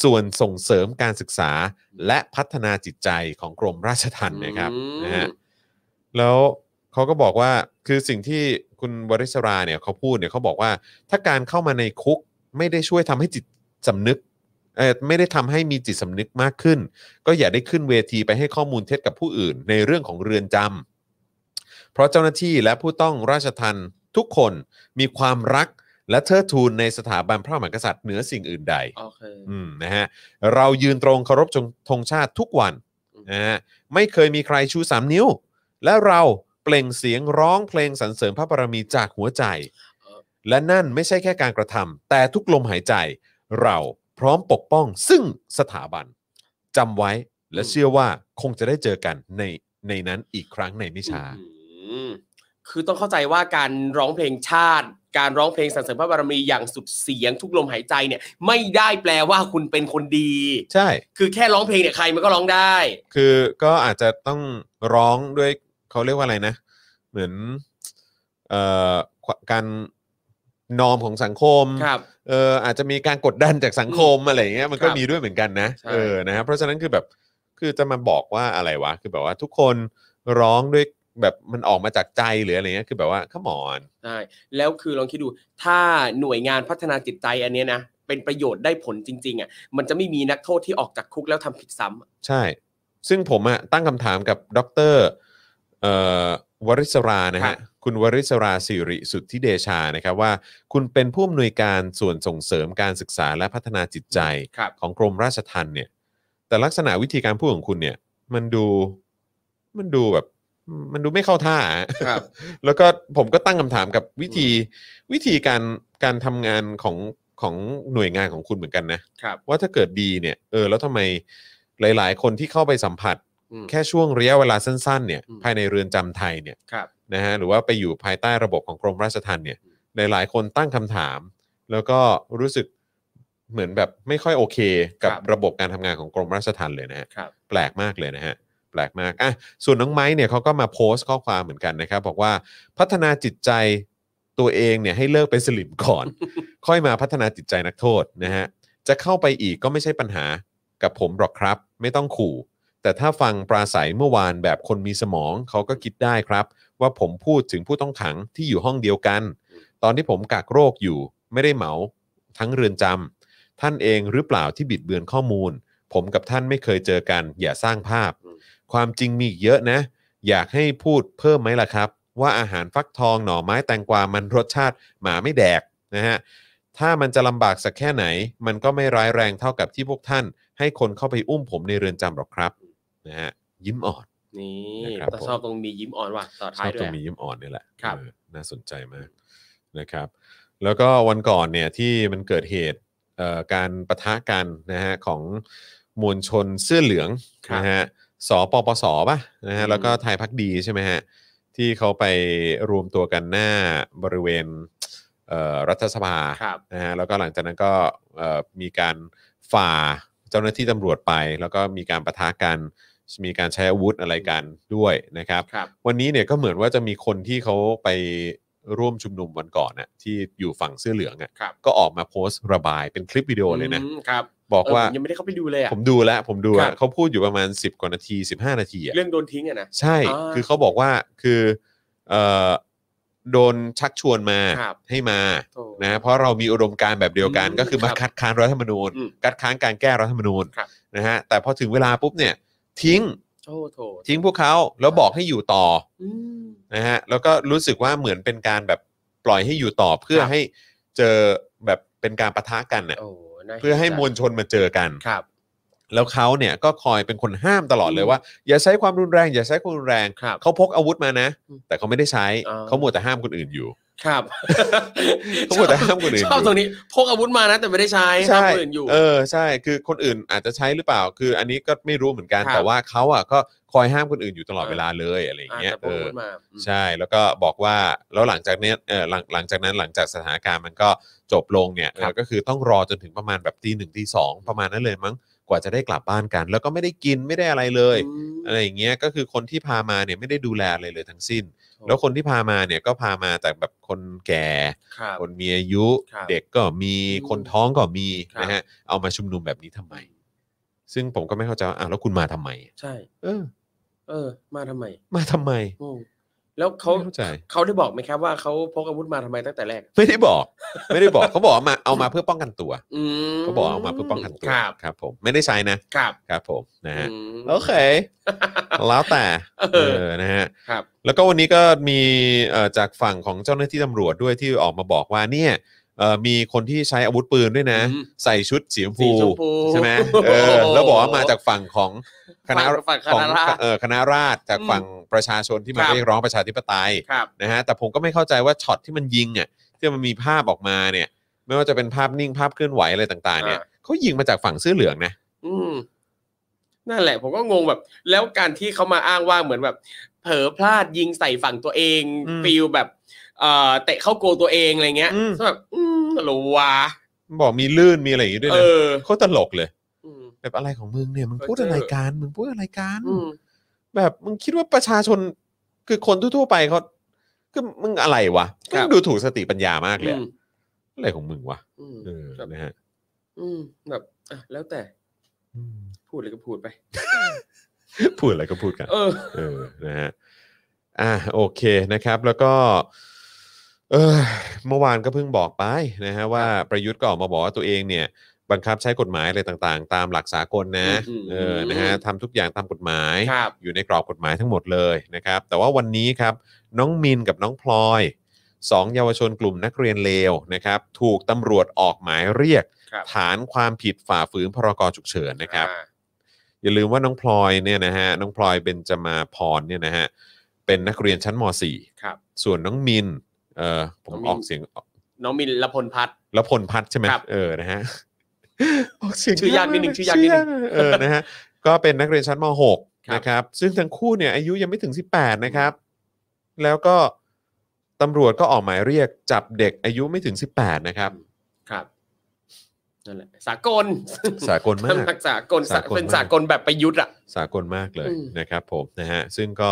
Speaker 2: ส่วนส่งเสริมการศึกษา และพัฒนาจิตใจของกรมราชทัณฑ์นะครับ
Speaker 3: อืม
Speaker 2: นะฮะแล้วเขาก็บอกว่าคือสิ่งที่คุณวริศราเนี่ยเขาพูดเนี่ยเขาบอกว่าถ้าการเข้ามาในคุกไม่ได้ช่วยทำให้จิตสำนึกเออไม่ได้ทำให้มีจิตสำนึกมากขึ้น ก็อย่าได้ขึ้นเวทีไปให้ข้อมูลเท็จกับผู้อื่น ในเรื่องของเรือนจำ เพราะเจ้าหน้าที่และผู้ต้องราชทันทุกคนมีความรักและเทิดทูนในสถาบันพระมหากษัตริย์เหนือสิ่งอื่นใด
Speaker 3: โอเค
Speaker 2: อืมนะฮะเรายืนตรงเคารพธงธงชาติทุกวันนะฮะไม่เคยมีใครชู 3 นิ้ว และเราเปล่งเสียงร้องเพลงสรรเสริมพระบารมีจากหัวใจ และนั่นไม่ใช่แค่การกระทำแต่ทุกลมหายใจ เราพร้อมปกป้องซึ่งสถาบันจำไว้และเชื่อว่าคงจะได้เจอกันในในนั้นอีกครั้งในไม่ช้า
Speaker 3: อืมคือต้องเข้าใจว่าการร้องเพลงชาติ การร้องเพลงสรรเสริมพระบารมีอย่างสุดเสียงทุกลมหายใจเนี่ย ไม่ได้แปลว่าคุณเป็นคนดี
Speaker 2: ใช่
Speaker 3: คือแค่ร้องเพลงเนี่ยใครมันก็ร้องได้
Speaker 2: คือก็อาจจะต้องร้องด้วยเขาเรียกว่าอะไรนะ เหมือนเอ่อควการนอมของสังคม
Speaker 3: ครับ
Speaker 2: เอออาจจะมีการกดดันจากสังคมอะไรอย่างเงี้ยมันก็
Speaker 3: ครับ
Speaker 2: มีด้วยเหมือนกันนะ
Speaker 3: ใช่
Speaker 2: เออนะครับเพราะฉะนั้นคือแบบคือจะมาบอกว่าอะไรวะ คือแบบว่าทุกคนร้องด้วยแบบมันออกมาจากใจหรืออะไรเงี้ยคือแบบว่าขมอน
Speaker 3: ใช่แล้วคือลองคิดดู ถ้าหน่วยงานพัฒนาจิตใจอันเนี้ยนะ เป็นประโยชน์ได้ผลจริง ๆอ่ะ มันจะไม่มีนักโทษที่ออกจากคุกแล้วทำผิดซ้ำ
Speaker 2: ใช่ ซึ่งผมอะตั้งคำถามกับดร เอ่อวริศรานะ
Speaker 3: ครั
Speaker 2: ฮะ
Speaker 3: บ
Speaker 2: คุณวริศราสิริสุทธิเดชานะครับว่า คุณเป็นผู้อำนวยการส่วนส่งเสริมการศึกษาและพัฒนาจิตใจ
Speaker 3: ครับ
Speaker 2: ของกรมราชทัณฑ์เนี่ย แต่ลักษณะวิธีการพูดของคุณเนี่ย มันดูมันดูแบบ มันดูไม่เข้าท่าอะ
Speaker 3: ครับ
Speaker 2: [LAUGHS] แล้วก็ผมก็ตั้งคำถามกับวิธีวิธีการการทำงานของของหน่วยงานของคุณเหมือนกันนะ
Speaker 3: ครับ
Speaker 2: ว่าถ้าเกิดดีเนี่ย เออ แล้วทำไมหลาย ๆ คนที่เข้าไปสัมผัส
Speaker 3: อืม
Speaker 2: แค่ช่วงระยะเวลาสั้น ๆ เนี่ย
Speaker 3: อืม
Speaker 2: ภายในเรือนจำไทยเนี่ย
Speaker 3: ครับ
Speaker 2: นะฮะหรือว่าไปอยู่ภายใต้ระบบของกรมราชทัณฑ์เนี่ยหลายๆคนตั้งคำถาม แล้วก็รู้สึกเหมือนแบบไม่ค่อยโอเคกับ
Speaker 3: ครับ
Speaker 2: ระบบการทำงานของกรมราชทัณฑ์เลยนะฮะ
Speaker 3: ครับ
Speaker 2: แปลกมากเลยนะฮะแปลกมากอ่ะส่วนน้องไม้เนี่ยเขาก็มาโพสต์ข้อความเหมือนกันนะครับ บอกว่าพัฒนาจิตใจตัวเองเนี่ยให้เลิกเป็นสลิมก่อน ค่อยมาพัฒนาจิตใจนักโทษนะฮะจะเข้าไปอีกก็ไม่ใช่ปัญหากับผมหรอกครับ ไม่ต้องขู่ แต่ถ้าฟังปราศัยเมื่อวานแบบคนมีสมองเขาก็คิดได้ครับ ว่าผมพูดถึงผู้ต้องขังที่อยู่ห้องเดียวกัน ตอนที่ผมกักโรคอยู่ ไม่ได้เหมาทั้งเรือนจำท่านเองหรือเปล่าที่บิดเบือนข้อมูล ผมกับท่านไม่เคยเจอกัน อย่าสร้างภาพ
Speaker 3: อืม
Speaker 2: ความจริงมีอีกเยอะนะ อยากให้พูดเพิ่มไหมล่ะครับ ว่าอาหารฟักทองหน่อไม้แตงกวามันรสชาติหมาไม่แดกนะฮะถ้ามันจะลำบากสักแค่ไหน มันก็ไม่ร้ายแรงเท่ากับที่พวกท่าน ให้คนเข้าไปอุ้มผมในเรือนจำหรอกครับนะฮะยิ้มอ่อน
Speaker 3: นี่
Speaker 2: นะครับ
Speaker 3: แต่
Speaker 2: ผม
Speaker 3: ชอบตรงมียิ้มอ่อนว่ะต่อ
Speaker 2: ช
Speaker 3: ท้า
Speaker 2: อย บ
Speaker 3: ด้วย
Speaker 2: ตรง
Speaker 3: อะ
Speaker 2: มียิ้มอ่อนนี่แหละ
Speaker 3: ครับ
Speaker 2: เออน่าสนใจมากนะครับ แล้วก็วันก่อนเนี่ยที่มันเกิดเหตุเอ่อการประทะกันนะฮะของมวลชนเสื้อเหลือง
Speaker 3: ครับ
Speaker 2: นะฮะสปปสป่ะนะฮะ
Speaker 3: อืม
Speaker 2: แล้วก็ไทยพักดีใช่ไหมฮะที่เขาไปรวมตัวกันหน้าบริเวณเอ่อรัฐสภา
Speaker 3: ครับ
Speaker 2: นะฮะแล้วก็หลังจากนั้นก็เอ่อมีการฝ่าเจ้าหน้าที่ตำรวจไป แล้วก็มีการประทะกันมีการใช้อาวุธอะไรกันด้วยนะครับ
Speaker 3: ครับ
Speaker 2: วันนี้เนี่ยก็เหมือนว่าจะมีคนที่เขาไปร่วมชุมนุมวันก่อนน่ะที่อยู่ฝั่งเสื้อเหลืองอ่ะ
Speaker 3: ครับ
Speaker 2: ก็ออกมาโพสต์ระบายเป็นคลิปวิดีโอเลยนะ
Speaker 3: อืมครับ
Speaker 2: บอกว่า
Speaker 3: เผมยังไม่ได้เข้าไปดูเลยอ่ะ
Speaker 2: ผมดูแล้วผมดู
Speaker 3: ค
Speaker 2: แล้
Speaker 3: รั
Speaker 2: ว
Speaker 3: บ
Speaker 2: เขาพูดอยู่ประมาณ 10 กว่านาที 15 นาทีอ่ะ
Speaker 3: เรื่องโดนทิ้งอ่ะนะ
Speaker 2: ใช่
Speaker 3: อ่า
Speaker 2: คือเขาบอกว่าคือเอ่อโดนชักชวนมา
Speaker 3: ครับ
Speaker 2: ให้มา
Speaker 3: โถ่
Speaker 2: นะเพราะเรามีอุดมการณ์แบบเดียวกัน
Speaker 3: อืม
Speaker 2: ก็คือมา
Speaker 3: ครับ
Speaker 2: คัดค้านรัฐธรรมนูญ
Speaker 3: อืม
Speaker 2: คัดค้านการแก้รัฐธรรมนูญ
Speaker 3: ครับ
Speaker 2: นะฮะแต่พอถึงเวลาปุ๊บเนี่ยทิ้ง
Speaker 3: โอ้โถ
Speaker 2: ทิ้งพวกเขาแล้วบอกให้อยู่ต่อ
Speaker 3: อืม
Speaker 2: นะฮะแล้วก็รู้สึกว่าเหมือนเป็นการแบบปล่อยให้อยู่ต่อเพื่อ
Speaker 3: ครับ
Speaker 2: ให้เจอแบบเป็นการประทะกันเน่ะ
Speaker 3: โอ้น่า
Speaker 2: เพื่อให้
Speaker 3: นใจ
Speaker 2: มวลชนมาเจอกัน
Speaker 3: ครับ
Speaker 2: แล้วเขาเนี่ยก็คอยเป็นคนห้ามตลอดเลย
Speaker 3: อืม
Speaker 2: ว่า อย่าใช้ความรุนแรง อย่าใช้ความรุนแรง
Speaker 3: ครับ
Speaker 2: เขาพกอาวุธมานะ
Speaker 3: อืม
Speaker 2: แต่เขาไม่ได้ใช้
Speaker 3: อ่า
Speaker 2: เขาหมดแต่ห้ามคนอื่นอยู่
Speaker 3: ครับ
Speaker 2: เขาหมดแต่ห้ามคนอื่นอยู่
Speaker 3: ชอบตรงนี้พกอาวุธมานะแต่ไม่ได้ใช้ห้ามคนอื่นอยู่
Speaker 2: เออใช่คือคนอื่นอาจจะใช้หรือเปล่า คืออันนี้ก็ไม่รู้เหมือนกัน
Speaker 3: ครับ
Speaker 2: แต่ว่าเขาอ่ะก็คอยห้ามคนอื่นอยู่ตลอด
Speaker 3: อ่า
Speaker 2: เวลาเลยอะไรอย่าง
Speaker 3: อ่า
Speaker 2: เงี้ย
Speaker 3: แต่พ
Speaker 2: เอ
Speaker 3: อา
Speaker 2: กอ
Speaker 3: วุธมาอืม
Speaker 2: ใช่แล้วก็บอกว่าแล้วหลังจากเนี้ยเออหลังหลังจากนั้นหลังจากสถานการณ์มันก็จบลงเนี่ย
Speaker 3: ครับ
Speaker 2: เออก็คือต้องรอจนถึงประมาณแบบตีหนึ่งตีสองประมาณนั้นเลยมั้งกว่าจะได้กลับบ้านกัน แล้วก็ไม่ได้กินไม่ได้อะไรเลย
Speaker 3: อืม
Speaker 2: อะไรอย่างเงี้ยก็คือคนที่พามาเนี่ยไม่ได้ดูแลอะไรเลยทั้งสิ้น แล้วคนที่พามาเนี่ยก็พามาจากแบบคนแก่
Speaker 3: ครับ
Speaker 2: คนมีอายุ
Speaker 3: ครับ
Speaker 2: เด็กก็มี
Speaker 3: อืม
Speaker 2: คนท้องก็มี
Speaker 3: ครับ
Speaker 2: นะฮะเอามาชุมนุมแบบนี้ทำไม ซึ่งผมก็ไม่เข้าใจว่าอ้าวแล้วคุณมาทำไม
Speaker 3: ใช่
Speaker 2: เออ
Speaker 3: เออ มาทำไม
Speaker 2: มาทำไม
Speaker 3: งงแล้วเขา
Speaker 2: ไม่เข้าใจ
Speaker 3: เขาได้บอกไหมครับว่าเขาพกอาวุธมาทำไมตั้งแต่แรก
Speaker 2: ไม่ได้บอก ไม่ได้บอกเขาบอกเอามาเอามาเพื่อป้องกันตัว
Speaker 3: อืม
Speaker 2: เขาบอกเอามาเพื่อป้องกันตัว
Speaker 3: ครับ
Speaker 2: ครับ ผมไม่ได้ใช้นะครับ ครับ ผมนะฮะ
Speaker 3: อืม
Speaker 2: โอเค แล้วแต่
Speaker 3: เออ
Speaker 2: เออนะฮะ
Speaker 3: ครับ
Speaker 2: แล้วก็วันนี้ก็มีเอ่อจากฝั่งของเจ้าหน้าที่ตำรวจด้วยที่ออกมาบอกว่าเนี่ยเอ่อมีคนที่ใช้อาวุธปืนด้วยนะ
Speaker 3: อืม
Speaker 2: ใส่ชุดสีชม
Speaker 3: สี
Speaker 2: พู
Speaker 3: ชมพู
Speaker 2: ใช่ไหมเอ
Speaker 3: โอ้โห
Speaker 2: อแล้วบอกว่ามาจากฝั่งของคณะ
Speaker 3: ฝั่งค
Speaker 2: ขอ
Speaker 3: ณะ
Speaker 2: ง
Speaker 3: ราษฎร
Speaker 2: เอ่อคณะราษฎรจากฝั่งประชาชนที่มา
Speaker 3: ครับ
Speaker 2: เรียกร้องประชาธิปไตย
Speaker 3: ครับ
Speaker 2: นะฮะแต่ผมก็ไม่เข้าใจว่าช็อตที่มันยิงอ่ะที่มันมีภาพออกมาเนี่ยไม่ว่าจะเป็นภาพนิ่งภาพเคลื่อนไหวอะไรต่างๆเนี่ย
Speaker 3: อ่า
Speaker 2: เขายิงมาจากฝั่งเสื้อเหลืองนะ
Speaker 3: อืมนั่นแหละ ผมก็งงแบบ แล้วการที่เขามาอ้างว่าเหมือนแบบ เผลอพลาดยิงใส่ฝั่งตัวเอง
Speaker 2: อืม
Speaker 3: ฟิลแบบ เอ่อเตะเข้าโกลตัวเองอะไรเงี้ย
Speaker 2: อืม
Speaker 3: แบบอืมหรอวะ
Speaker 2: บอกมีลื่นมีอะไรอย่างงี้ด้วย
Speaker 3: เอ
Speaker 2: นะ
Speaker 3: อ
Speaker 2: เขาตลกเลย
Speaker 3: อืม
Speaker 2: แบบอะไรของมึงเนี่ยมึง
Speaker 3: เออ
Speaker 2: พูด
Speaker 3: เจออ
Speaker 2: อะไรกันมึงพูดอะไรกัน
Speaker 3: อืม
Speaker 2: แบบมึงคิดว่าประชาชนคือคนทั่วๆไปเขาคือมึงอะไรวะ
Speaker 3: ครับ
Speaker 2: มึงดูถูกสติปัญญามากเลยอะ
Speaker 3: อืม
Speaker 2: อะไรของมึงวะ
Speaker 3: อืม
Speaker 2: เออ
Speaker 3: แบบ
Speaker 2: นะฮะ
Speaker 3: อืมแบบอ่ะแล้วแต่
Speaker 2: อืม
Speaker 3: พูดเลยก็พูดไป
Speaker 2: พูดอะไรก็พูดกัน
Speaker 3: เออ
Speaker 2: เออนะฮะอ่ะโอเคนะครับ แล้วก็ เออเมื่อวานก็เพิ่งบอกไปนะฮะว่าประยุทธ์ก็ออกมาบอกว่าตัวเองเนี่ย บังคับใช้กฎหมายอะไรต่างๆ ตามหลักสากลนะ
Speaker 3: อืม
Speaker 2: เออนะฮะทำทุกอย่างตามกฎหมาย
Speaker 3: ครับ
Speaker 2: อยู่ในกรอบกฎหมายทั้งหมดเลยนะครับ แต่ว่าวันนี้ครับน้องมินกับน้องพลอยสองเยาวชนกลุ่มนักเรียนเลวนะครับถูกตำรวจออกหมายเรียก
Speaker 3: ครับ
Speaker 2: ฐานความผิดฝ่าฝืนพรกฉุกเฉินนะครับ
Speaker 3: อ่า
Speaker 2: อย่าลืมว่าน้องพลอยเนี่ยนะฮะน้องพลอยเบนจมาพรเนี่ยนะฮะเป็นนักเรียนชั้นม
Speaker 3: ครับ
Speaker 2: .4 ส่วนน้องมินเออผม
Speaker 3: น้องมิน
Speaker 2: ออกเสียง
Speaker 3: น้องมินละพลพัฒน์
Speaker 2: แล้วพลพัฒน์ใช่ไหม
Speaker 3: ครับ
Speaker 2: เออนะฮะออกเสียง
Speaker 3: ชื่อยากนิดนึง
Speaker 2: ม
Speaker 3: ชื่อยากนิดนึง
Speaker 2: ชื่เออนะฮะก็เป็นนักเรียนชั้นม
Speaker 3: ครั
Speaker 2: .6
Speaker 3: บ
Speaker 2: นะครับ ซึ่งทั้งคู่เนี่ยอายุยังไม่ถึง 18 นะครับ แล้วก็ตำรวจก็ออกหมายเรียกจับเด็กอายุไม่ถึง 18 นะครับ
Speaker 3: ครับนั่นแหละสากล
Speaker 2: สากลมาก
Speaker 3: ทำหลักสากล
Speaker 2: สากลมาก
Speaker 3: เป็นสากลแบบประยุทธ์อ่ะ
Speaker 2: สากลมากเลย
Speaker 3: อืม
Speaker 2: นะครับผมนะฮะซึ่งก็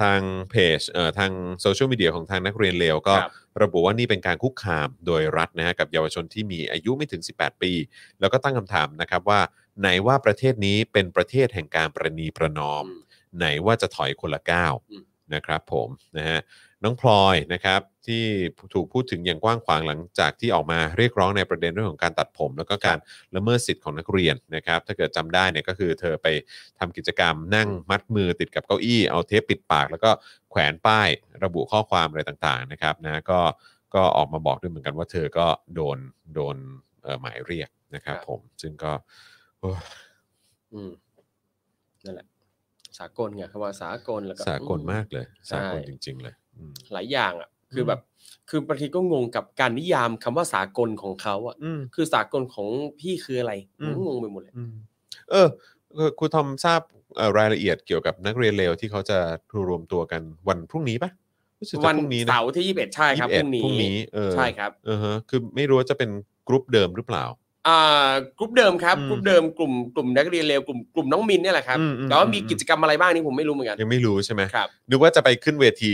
Speaker 2: ทางเพจเอ่อทางโซเชียลมีเดียของทางนักเรียนเลวก็
Speaker 3: ครับ
Speaker 2: ระบุว่านี่เป็นการคุกคามโดยรัฐนะฮะกับเยาวชนที่มีอายุไม่ถึง 18 ปี แล้วก็ตั้งคำถามนะครับว่าไหนว่าประเทศนี้เป็นประเทศแห่งการประนีประนอม
Speaker 3: อืม
Speaker 2: ไหนว่าจะถอยคนละก้าว
Speaker 3: อืม
Speaker 2: นะครับผมนะฮะน้องพลอยนะครับที่ถูกพูดถึงอย่างกว้างขวางหลังจากที่ออกมาเรียกร้องในประเด็นเรื่องของการตัดผม แล้วก็การละเมิดสิทธิ์ของนักเรียนนะครับ ถ้าเกิดจำได้เนี่ยก็คือเธอไปทำกิจกรรมนั่งมัดมือติดกับเก้าอี้เอาเทปปิดปาก แล้วก็แขวนป้ายระบุข้อความอะไรต่างๆนะครับนะก็ก็ออกมาบอกด้วยเหมือนกันว่าเธอก็โดนโดนเอ่อหมายเรียกนะครับ
Speaker 3: ครับ
Speaker 2: ผมซึ่งก็โอ้ย
Speaker 3: อืมนั่นแหละ สากลไงคำว่าสากลแล้วก็
Speaker 2: สากล
Speaker 3: อื
Speaker 2: มากเลยสากล
Speaker 3: ใช่
Speaker 2: จริง ๆ เลยอืม
Speaker 3: หลายอย่างอ่ะ คืออ
Speaker 2: ม
Speaker 3: แบบ คือบางทีก็งงกับการนิยามคำว่าสากลของเขาอ่ะ
Speaker 2: อืม
Speaker 3: คือสากลของพี่คืออะไร
Speaker 2: อืม
Speaker 3: งงไปหมดเลย
Speaker 2: อืมเออเออครูทอมทราบเอ่อรายละเอียดเกี่ยวกับนักเรียนเลวที่เขาจะรวมตัวกันวันพรุ่งนี้ปะรู้สึกจะ
Speaker 3: วัน
Speaker 2: พรุ่งนี้นะ
Speaker 3: เสาร์ที่ 21 ใช่ครับพรุ่ง
Speaker 2: 21
Speaker 3: นี้
Speaker 2: พรุ่งนี้เออ
Speaker 3: ใช่ครับ
Speaker 2: เออฮะคือไม่รู้ว่าจะเป็นกรุ๊ปเดิมหรือเปล่า
Speaker 3: อ่ากลุ่มเดิมครับ
Speaker 2: อืม
Speaker 3: กลุ่มเดิมกลุ่มกลุ่มนักเรียนเลวกลุ่มกลุ่มน้องมินเนี่ยแหละครับ
Speaker 2: อืมอืม
Speaker 3: แต่ว่ามี
Speaker 2: อืม
Speaker 3: กิจกรรมอะไรบ้างนี่ผมไม่รู้เหมือนกัน
Speaker 2: ยังไม่รู้ใช่ไหม
Speaker 3: ครับ
Speaker 2: นึกว่าจะไปขึ้นเว
Speaker 3: [LAUGHS]
Speaker 2: ที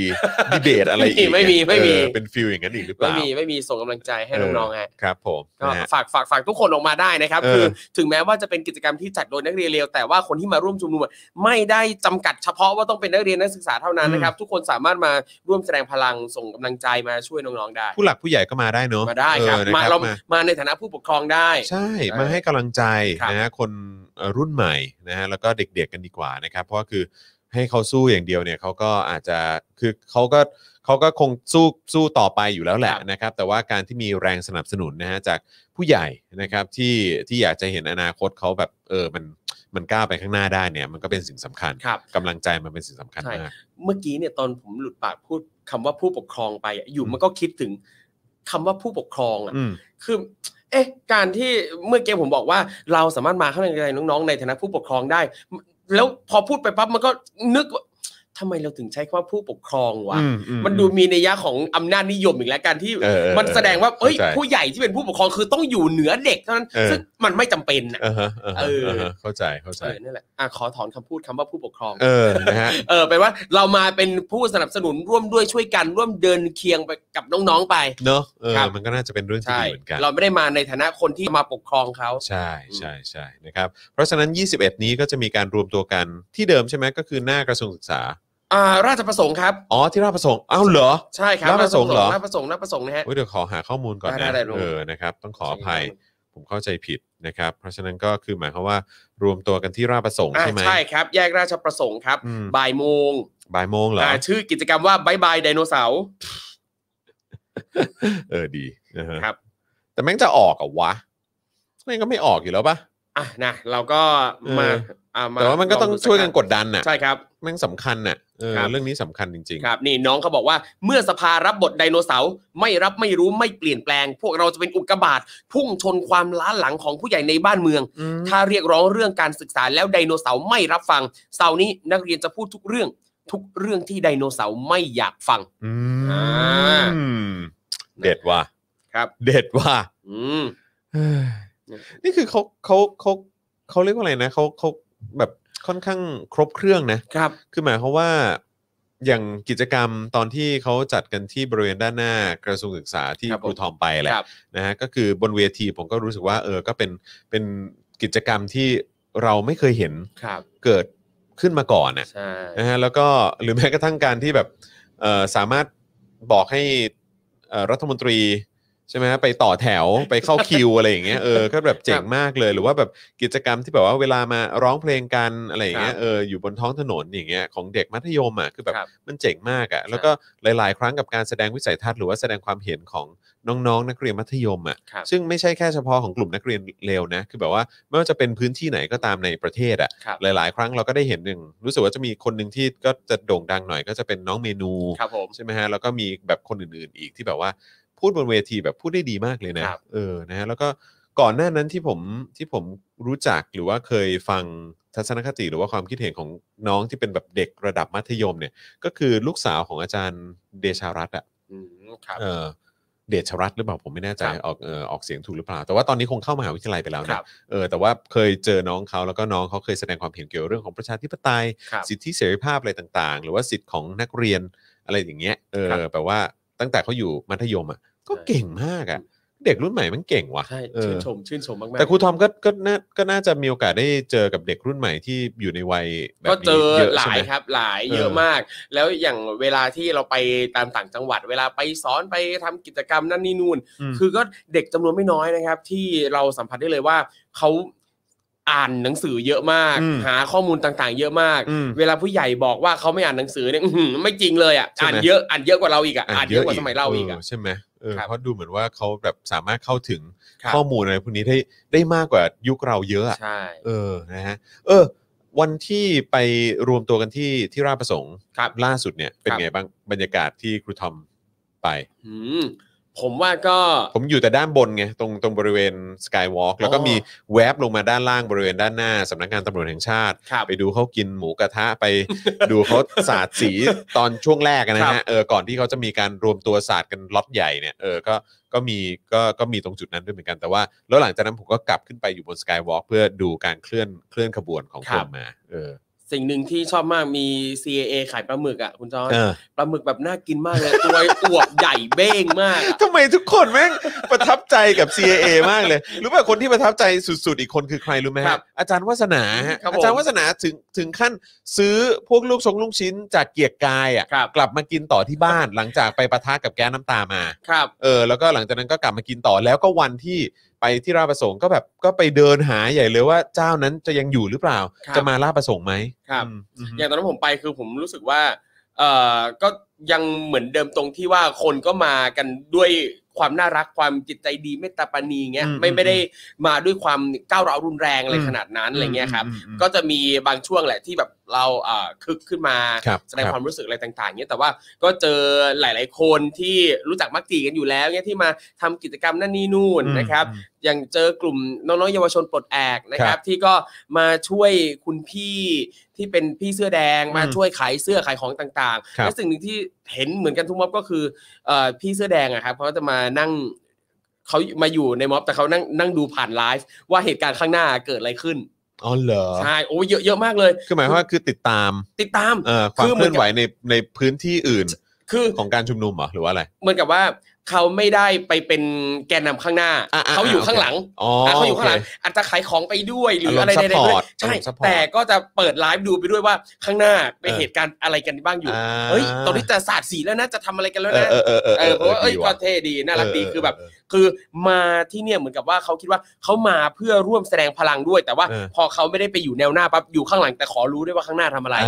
Speaker 2: ดีเบตอะไรอีก
Speaker 3: ไม่มีไม่มี
Speaker 2: เออเป็นฟิลอย่างนั้นอีกหรือเป
Speaker 3: ไม่
Speaker 2: ล่า
Speaker 3: มีไม่มีส่งกำลังใจให้น้องๆฮะ
Speaker 2: ครับผม
Speaker 3: ก็
Speaker 2: นะฮะ
Speaker 3: ฝากฝากฝากทุกคนออกมาได้นะครับ
Speaker 2: เออ
Speaker 3: คือถึงแม้ว่าจะเป็นกิจกรรมที่จัดโดยนักเรียนเลวแต่ว่าคนที่มาร่วมชุมนุมอะไม่ได้จำกัดเฉพาะว่าต้องเป็นนักเรียนนักศึกษาเท่านั้นนะครับ ทุกคนสามารถมาร่วมแสดงพลังส่งกำลังใจมาช่วยน้องๆได้
Speaker 2: ผู้หลักผู้ใหญ่ก็มาได้เนอะ
Speaker 3: มาได้ครับ
Speaker 2: ออนะ
Speaker 3: มาเรา
Speaker 2: มา
Speaker 3: มาในฐานะผู้ปกครองได้
Speaker 2: ใช่
Speaker 3: เออ
Speaker 2: มาให้กำลังใจ
Speaker 3: ครับ
Speaker 2: นะฮะคนเอ่อรุ่นใหม่นะฮะแล้วก็เด็กๆกันดีกว่านะครับ เพราะว่าคือให้เขาสู้อย่างเดียวเนี่ยเขาก็อาจจะคือเขาก็เขาก็คงสู้สู้ต่อไปอยู่แล้วแหละ
Speaker 3: ครับ
Speaker 2: นะครับ แต่ว่าการที่มีแรงสนับสนุนนะฮะจากผู้ใหญ่นะครับที่ที่อยากจะเห็นอนาคตเขาแบบเออมันมันก้าวไปข้างหน้าได้เนี่ยมันก็เป็นสิ่งสำคัญ
Speaker 3: ครับ
Speaker 2: กำลังใจมันเป็นสิ่งสำคัญ
Speaker 3: ใช่
Speaker 2: มาก
Speaker 3: เมื่อกี้เนี่ยตอนผมหลุดปากพูดคำว่าผู้ปกครองไปอะอยู่
Speaker 2: อืม
Speaker 3: มันก็คิดถึงคำว่าผู้ปกครองอะ
Speaker 2: อืม
Speaker 3: คือ เอ๊ะ การที่เมื่อกี้ผมบอกว่า เราสามารถมาเข้าในใจน้องๆ ในฐานะผู้ปกครองได้ แล้วพอพูดไปปั๊บมันก็นึกว่าทำไมเราถึงใช้คำว่าผู้ปกครองวะ
Speaker 2: อืมอื
Speaker 3: มันดูมีในยยะของอำนาจนิยมอีกแล้วการที่
Speaker 2: เออเออ
Speaker 3: มันแสดงว่า
Speaker 2: เข้
Speaker 3: เอ้ย
Speaker 2: ใจ
Speaker 3: ผู้ใหญ่ที่เป็นผู้ปกครองคือต้องอยู่เหนือเด็กเท่านั้น
Speaker 2: เออ
Speaker 3: ซึ่งมันไม่จำเป็นนะ
Speaker 2: เออฮะเออฮะ
Speaker 3: เออ
Speaker 2: เออฮะเข้าใจเข้าใจ
Speaker 3: เออนั่นแหละอ่ะขอถอนคำพูดคำว่าผู้ปกครอง
Speaker 2: เออนะฮะ
Speaker 3: เออแปลว่าเรามาเป็นผู้สนับสนุนร่วมด้วยช่วยกันร่วมเดินเคียงไปกับน้องๆไป
Speaker 2: เนอะเออ
Speaker 3: ครับ
Speaker 2: มันก็น่าจะเป็นเรื่องที่
Speaker 3: ใช่
Speaker 2: ดีเหมือนกัน
Speaker 3: เราไม่ได้มาในฐานะคนที่มาปกครองเขา
Speaker 2: ใช่ใช่ใช่นะครับเพราะฉะนั้น 21 นี้ก็จะมีการรวมตัวกันที่เดิมใช่ไหมก็คือหน้ากระทรวงศึกษา
Speaker 3: อ่าราชประสงค์ครับ
Speaker 2: อ๋อที่ราชประสงค์อ้าวเหรอ
Speaker 3: ใช่ครับ
Speaker 2: ราชประสงค์เหรอ
Speaker 3: ราชประสงค์ราชประสงค์นะฮะ
Speaker 2: เว้ยเดี๋ยวขอหาข้อมูลก่อน
Speaker 3: ได้
Speaker 2: นะ
Speaker 3: ได้ได้
Speaker 2: เออนะครับต้องขออภัยผมเข้าใจผิดนะครับ เพราะฉะนั้นก็คือหมายความว่ารวมตัวกันที่ราชประสงค์
Speaker 3: อ่า
Speaker 2: ใช่ไหม
Speaker 3: ใช่ครับ แยกราชประสงค์ครับ
Speaker 2: อืม
Speaker 3: บ่ายโมง
Speaker 2: บ่ายโมงเหรอ
Speaker 3: อ่าชื่อกิจกรรมว่าบายบายไดโนเสาร์
Speaker 2: เออดีนะฮะ
Speaker 3: ครับ
Speaker 2: แต่แม่งจะออกเหรอ่ะวะแม่งก็ไม่ออกอยู่แล้วปะ
Speaker 3: อ่ะนะเราก็มา
Speaker 2: เออ
Speaker 3: อ่ามา
Speaker 2: แต่ว่ามันก็ต้อง
Speaker 3: ลดูสั
Speaker 2: ช่วยกันกดดันน่ะ
Speaker 3: ใช่ครับ
Speaker 2: แม่งสำคัญน่ะเออ
Speaker 3: ครับ
Speaker 2: เรื่องนี้สำคัญจริง
Speaker 3: ครับ นี่น้องเขาบอกว่าเมื่อสภารับบทไดโนเสาร์ไม่รับไม่รู้ไม่เปลี่ยนแปลง พวกเราจะเป็นอุกกาบาตพุ่งชนความล้าหลังของผู้ใหญ่ในบ้านเมือง
Speaker 2: ๆอืม
Speaker 3: ถ้าเรียกร้องเรื่องการศึกษาแล้วไดโนเสาร์ไม่รับฟังเสาร์นี้นักเรียนจะพูดทุกเรื่อง ทุกเรื่องที่ไดโนเสาร์ไม่อยากฟัง
Speaker 2: อื
Speaker 3: อ่า
Speaker 2: มเด็ดว่ะ
Speaker 3: ครับ
Speaker 2: เด็ดว่ะ
Speaker 3: อืม
Speaker 2: เฮ้ยนี่คือเขาเขาเขาเขาเรียกว่าอะไรนะเขาเขาแบบค่อนข้างครบเครื่องนะ
Speaker 3: ครับ
Speaker 2: คือหมายความว่าอย่างกิจกรรมตอนที่เขาจัดกันที่บริเวณด้านหน้ากระทรวงศึกษาที่
Speaker 3: ครับผม
Speaker 2: ครูทอมไปแหละ
Speaker 3: ครับ
Speaker 2: นะฮะก็คือบนเวทีผมก็รู้สึกว่าเออก็เป็นเป็นกิจกรรมที่เราไม่เคยเห็น
Speaker 3: ครับ
Speaker 2: เกิดขึ้นมาก่อนน่ะ
Speaker 3: ใช่
Speaker 2: นะฮะแล้วก็หรือแม้กระทั่งการที่แบบเอ่อสามารถบอกให้เอ่อรัฐมนตรี ใช่ไหมไปต่อแถ
Speaker 3: [LAUGHS]
Speaker 2: วไปเข้าคิว อะไรอย่างเงี้ยเออก็แบบเจ๋งมากเลยหรือว่าแบบกิจกรรมที่แบบว่าเวลามาร้องเพลงกันอะไรอย่างเงี้
Speaker 3: ค
Speaker 2: ย
Speaker 3: รับ
Speaker 2: เอออยู่บนท้องถนนอย่างเงี้ยของเด็กมัธยมอ่ะคือแบบ
Speaker 3: ครับ
Speaker 2: มันเจ๋งมากอ่ะแล้วก็หลาย ๆ ครั้งกับการแสดงวิสัยทัศน์หรือว่าแสดงความเห็นของน้องๆ นักเรียนมัธยมอ่ะ
Speaker 3: ครับ
Speaker 2: ซึ่งไม่ใช่แค่เฉพาะของกลุ่มนักเรียนเลวนะคือแบบว่าไม่ว่าจะเป็นพื้นที่ไหนก็ตามในประเทศอ่ะ
Speaker 3: ครับ
Speaker 2: หลาย ๆ ครั้งเราก็ได้เห็นหนึ่งรู้สึกว่าจะมีคนหนึ่งที่ก็จะโด่งดังหน่อยก็จะเป็นน้องเมนู
Speaker 3: ครับผม
Speaker 2: ใช่ไหมฮะแล้วก็มีแบบคนอื่นๆอีกที่แบบว่าพูดบนเวทีแบบพูดได้ดีมากเลยนะครับ เออนะฮะแล้วก็ก่อนหน้านั้นที่ผมที่ผมรู้จักหรือว่าเคยฟังทัศนคติหรือว่าความคิดเห็นของน้องที่เป็นแบบเด็กระดับมัธยมเนี่ย ก็คือลูกสาวของอาจารย์เดชารัตน์อะ
Speaker 3: อืมครับ
Speaker 2: เออเดชรัตน์หรือเปล่าผมไม่แน่ใจ
Speaker 3: ครับ
Speaker 2: ออกเออออกเสียงถูกหรือเปล่า แต่ว่าตอนนี้คงเข้ามหาวิทยาลัยไปแล้ว
Speaker 3: ค
Speaker 2: นะ
Speaker 3: รับ
Speaker 2: เออแต่ว่าเคยเจอน้องเขาแล้วก็น้องเขาเคยแสดงความเห็นเกี่ยวกับเรื่องของประชาธิปไตย
Speaker 3: ครับ
Speaker 2: สิทธิเสรีภาพอะไรต่างๆ หรือว่าสิทธิของนักเรียนอะไรอย่างเงี้ยเออ
Speaker 3: ครับ
Speaker 2: แปลว่าตั้งแต่เขาอยู่มัธยมอ่ะก็
Speaker 3: ใช่
Speaker 2: เก่งมากอ่ะ เด็กรุ่นใหม่มันเก่งว่ะ
Speaker 3: ใช่
Speaker 2: เอ
Speaker 3: ชื่น
Speaker 2: อ
Speaker 3: ชมชื่นชมมากๆ
Speaker 2: แต่ครูทอมก็ก็น่าก็น่าจะมีโอกาสได้เจอกับเด็กรุ่นใหม่ที่อยู่ในวัยแบบ
Speaker 3: ก็
Speaker 2: นี้
Speaker 3: เจอ
Speaker 2: เยอะ
Speaker 3: ห
Speaker 2: ใช่
Speaker 3: ลา
Speaker 2: ไห
Speaker 3: ย
Speaker 2: ม
Speaker 3: ครับหลาย
Speaker 2: เออ
Speaker 3: เยอะมาก แล้วอย่างเวลาที่เราไปตามต่างจังหวัด เวลาไปสอนไปทำกิจกรรมนั่นนี่นู่น
Speaker 2: อืม
Speaker 3: คือก็เด็กจำนวนไม่น้อยนะครับ ที่เราสัมผัสได้เลยว่าเขาอ่านหนังสือเยอะมาก
Speaker 2: อืม
Speaker 3: หาข้อมูลต่างๆ เยอะมาก
Speaker 2: อืม
Speaker 3: เวลาผู้ใหญ่บอกว่าเขาไม่อ่านหนังสือเนี่ยอื้อหือไม่จริงเลยอ่ะ
Speaker 2: ใช่ไหม
Speaker 3: อ่านเยอะอ่านเยอะกว่าเราอีกอ่ะอ่านเยอะกว่าสมัยเราอีกอ่ะ
Speaker 2: ใช่ไหมเออ
Speaker 3: ครับ
Speaker 2: เพราะดูเหมือนว่าเขาแบบสามารถเข้าถึง
Speaker 3: ครับ
Speaker 2: ข้อมูลอะไรพวกนี้ได้ได้มากกว่ายุคเราเยอะอะ
Speaker 3: ใช่
Speaker 2: เออ นะฮะ เออ วันที่ไปรวมตัวกันที่ที่ราชประสงค์
Speaker 3: ครับ
Speaker 2: ล่าสุดเนี่ย เป็นไงบ้าง บรรยากาศที่ครูทอมไป
Speaker 3: อืมผมว่าก็
Speaker 2: ผมอยู่แต่ด้านบนไง ตรงตรงบริเวณสกายวอล์กแล้วก็
Speaker 3: อ๋อ
Speaker 2: มีแวบลงมาด้านล่างบริเวณด้านหน้าสำนักงานตำรวจแห่งชาติ
Speaker 3: ครับ
Speaker 2: ไปดูเขากินหมูกระทะ ไป ดูเขาสาดสีตอนช่วงแรกอะนะ
Speaker 3: ครั
Speaker 2: ฮะ
Speaker 3: บ
Speaker 2: เออก่อนที่เขาจะมีการรวมตัวสาดกันล็อตใหญ่เนี่ยเออก็ก็มีก็ก็มีตรงจุดนั้นด้วยเหมือนกันแต่ว่า แล้วหลังจากนั้นผมก็กลับขึ้นไปอยู่บนสกายวอล์กเพื่อดูการเคลื่อนเคลื่อนขบวนของกรมมาเออ
Speaker 3: สิ่งหนึ่งที่ชอบมากมี CAA ขายปลาหมึกอ่ะคุณจอน
Speaker 2: เออ
Speaker 3: ปลาหมึกแบบน่ากินมากเลย ตัว [LAUGHS] อวบใหญ่เบ้งมากอะ
Speaker 2: ทำไมทุกคนแม่งประทับใจกับ CAA มากเลยรู้ป่ะคนที่ประทับใจสุดๆ อีกคนคือใครรู้ไหมฮะอาจารย์วัฒนาฮะอาจารย์วัฒนาถึงถึงขั้นซื้อพวกลูกชงลูกชิ้นจากเกียรติกายอ่ะ
Speaker 3: ครับ
Speaker 2: กลับมากินต่อที่บ้าน หลังจากไปปะทะกับแก๊สน้ำตามา
Speaker 3: ครับ
Speaker 2: เออ แล้วก็หลังจากนั้นก็กลับมากินต่อแล้วก็วันที่ไปที่ราชประสงค์ก็แบบก็ไปเดินหาใหญ่เลยว่าเจ้านั้นจะยังอยู่หรือเปล่า
Speaker 3: ครับ
Speaker 2: จะมาราชประสงค์ไหม
Speaker 3: ครับ
Speaker 2: อืมม
Speaker 3: อย่างตอนนั้นผมไปคือผมรู้สึกว่าเอ่อก็ยังเหมือนเดิมตรงที่ว่าคนก็มากันด้วยความน่ารักความจิตใจดีเมตตาปรานีเงี้ยไม่ไม่ได้มาด้วยความก้าวร้าวรุนแรงอะไรขนาดนั้นอะไรเงี้ยครับ
Speaker 2: อืมอืม
Speaker 3: ก็จะมีบางช่วงแหละที่แบบเราเอ่อคึกขึ้นมา
Speaker 2: ครับ
Speaker 3: แสดง
Speaker 2: ครับ
Speaker 3: ความรู้สึกอะไรต่างๆเนี่ยแต่ว่าก็เจอหลาย ๆ คนที่รู้จักมักจีกันอยู่แล้วเนี่ยที่มาทำกิจกรรมนั่นนี่นู่นนะครับ อย่างเจอกลุ่มน้องๆเยาวชนปลดแอกนะค
Speaker 2: ครั
Speaker 3: รั
Speaker 2: บบ
Speaker 3: ที่ก็มาช่วยคุณพี่ที่เป็นพี่เสื้อแดง
Speaker 2: อืม
Speaker 3: มาช่วยขายเสื้อขายของต่าง
Speaker 2: ค
Speaker 3: ๆ
Speaker 2: รับ
Speaker 3: และสิ่งหนึ่งที่เห็นเหมือนกันทุกม็อบก็คือเอ่อพี่เสื้อแดงอะครับเขาจะมานั่งเขามาอยู่ในม็อบแต่เขานั่งนั่งดูผ่านไลฟ์ว่าเหตุการณ์ข้างหน้าเกิดอะไรขึ้น
Speaker 2: อ๋อเหรอ
Speaker 3: ใช่โอ้ยเยอะเยอะมากเลย
Speaker 2: คือหมายความว่าคือติดตาม
Speaker 3: ติดตาม
Speaker 2: เอ่อความ
Speaker 3: คือ
Speaker 2: เค
Speaker 3: เหมื
Speaker 2: ลื่
Speaker 3: อ
Speaker 2: อนน
Speaker 3: กับ
Speaker 2: ไหวในในพื้นที่อื่น
Speaker 3: คือ
Speaker 2: ของการชุมนุมเหรอหรือว่าอะไร
Speaker 3: เหมือนกับว่าเขาไม่ได้ไปเป็นแกนนำข้างหน้า
Speaker 2: อ่ะอ่ะ
Speaker 3: เขาอยู่
Speaker 2: อ่ะ
Speaker 3: ข้างหลัง
Speaker 2: อ๋อ
Speaker 3: อ่ะเขาอยู่
Speaker 2: โ
Speaker 3: ข้างหลังอาจจะขายของไปด้วยหรือ
Speaker 2: ารมณ์
Speaker 3: อะไรใดๆด้วย
Speaker 2: support
Speaker 3: ใช่
Speaker 2: อารมณ์ support
Speaker 3: แต่ก็จะเปิดไลฟ์ดูไปด้วยว่าข้างหน้าเป็น
Speaker 2: เออ
Speaker 3: เหตุการณ์อะไรกันบ้างอยู่
Speaker 2: อ่า
Speaker 3: เฮ้ยตอนนี้จะสาดสีแล้วนะจะทำอะไรกันแล้ว
Speaker 2: เออ
Speaker 3: นะ
Speaker 2: เออเออเออ
Speaker 3: เออเพราะว่าเอ้ย
Speaker 2: ดี
Speaker 3: ก็
Speaker 2: ว่ะ
Speaker 3: เท่ดีน่ารักดี
Speaker 2: เ
Speaker 3: คือแบบ
Speaker 2: เ
Speaker 3: คือมาที่เนี่ยเหมือนกับว่าเขาคิดว่าเขามาเพื่อร่วมแสดงพลังด้วย แต่ว่า
Speaker 2: เออ
Speaker 3: พอเขาไม่ได้ไปอยู่แนวหน้าปั๊บอยู่ข้างหลังแต่ขอรู้ด้วยว่าข้างหน้าทำอะไร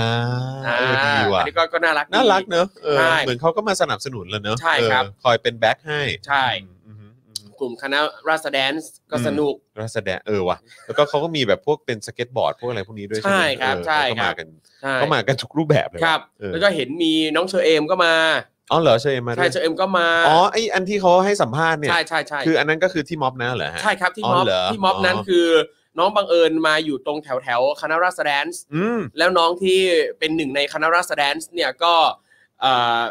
Speaker 2: อ่าเออดีว่ะ
Speaker 3: อันนี้ก็ก็น่ารักดี
Speaker 2: น่ารักเนอะเออ
Speaker 3: ใช่
Speaker 2: เหมือนเขาก็มาสนับสนุนแล้วเนอะ
Speaker 3: ใช่ครับ
Speaker 2: เออคอยเป็นแบ็คให้
Speaker 3: ใช่
Speaker 2: อืมอืมอืม
Speaker 3: กลุ่มคณะราษฎรก็
Speaker 2: อืม
Speaker 3: สนุก
Speaker 2: รัสแดเออว่ะแล้วก็เขาก็มีแบบพวกเป็นสเก็ตบอร์ดพวกอะไรพวกนี้ด้วยใช่ไหม
Speaker 3: ใช่ครับ
Speaker 2: เออ
Speaker 3: ใช่ค
Speaker 2: เขาก็
Speaker 3: รับ
Speaker 2: มากัน
Speaker 3: ใช่
Speaker 2: เขามากันทุกรูปแบบเลยว่ะ
Speaker 3: ครับ
Speaker 2: เออ
Speaker 3: แล้วก็เห็นมีน้องเชอเอมก็มา
Speaker 2: อ๋อเหรอเชยมาด้
Speaker 3: ใช่
Speaker 2: วย
Speaker 3: เชอเอมก็มา
Speaker 2: อ๋อไออันที่เขาให้สัมภาษณ์เนี่ย
Speaker 3: ใช่ใช่ใช่
Speaker 2: คืออันนั้นก็คือที่ม็อบนะเหรอฮะ
Speaker 3: ใช่ครับที่ม็อบ
Speaker 2: อ๋อเหรอ
Speaker 3: ที่ม็อบนั้น
Speaker 2: อ๋อ
Speaker 3: คือ น้องบังเอิญมาอยู่ตรงแถวแถวๆคณะราษฎร
Speaker 2: อืม
Speaker 3: แล้วน้องที่เป็นหนึ่งในคณะราษฎรเนี่ยก็เอ่อ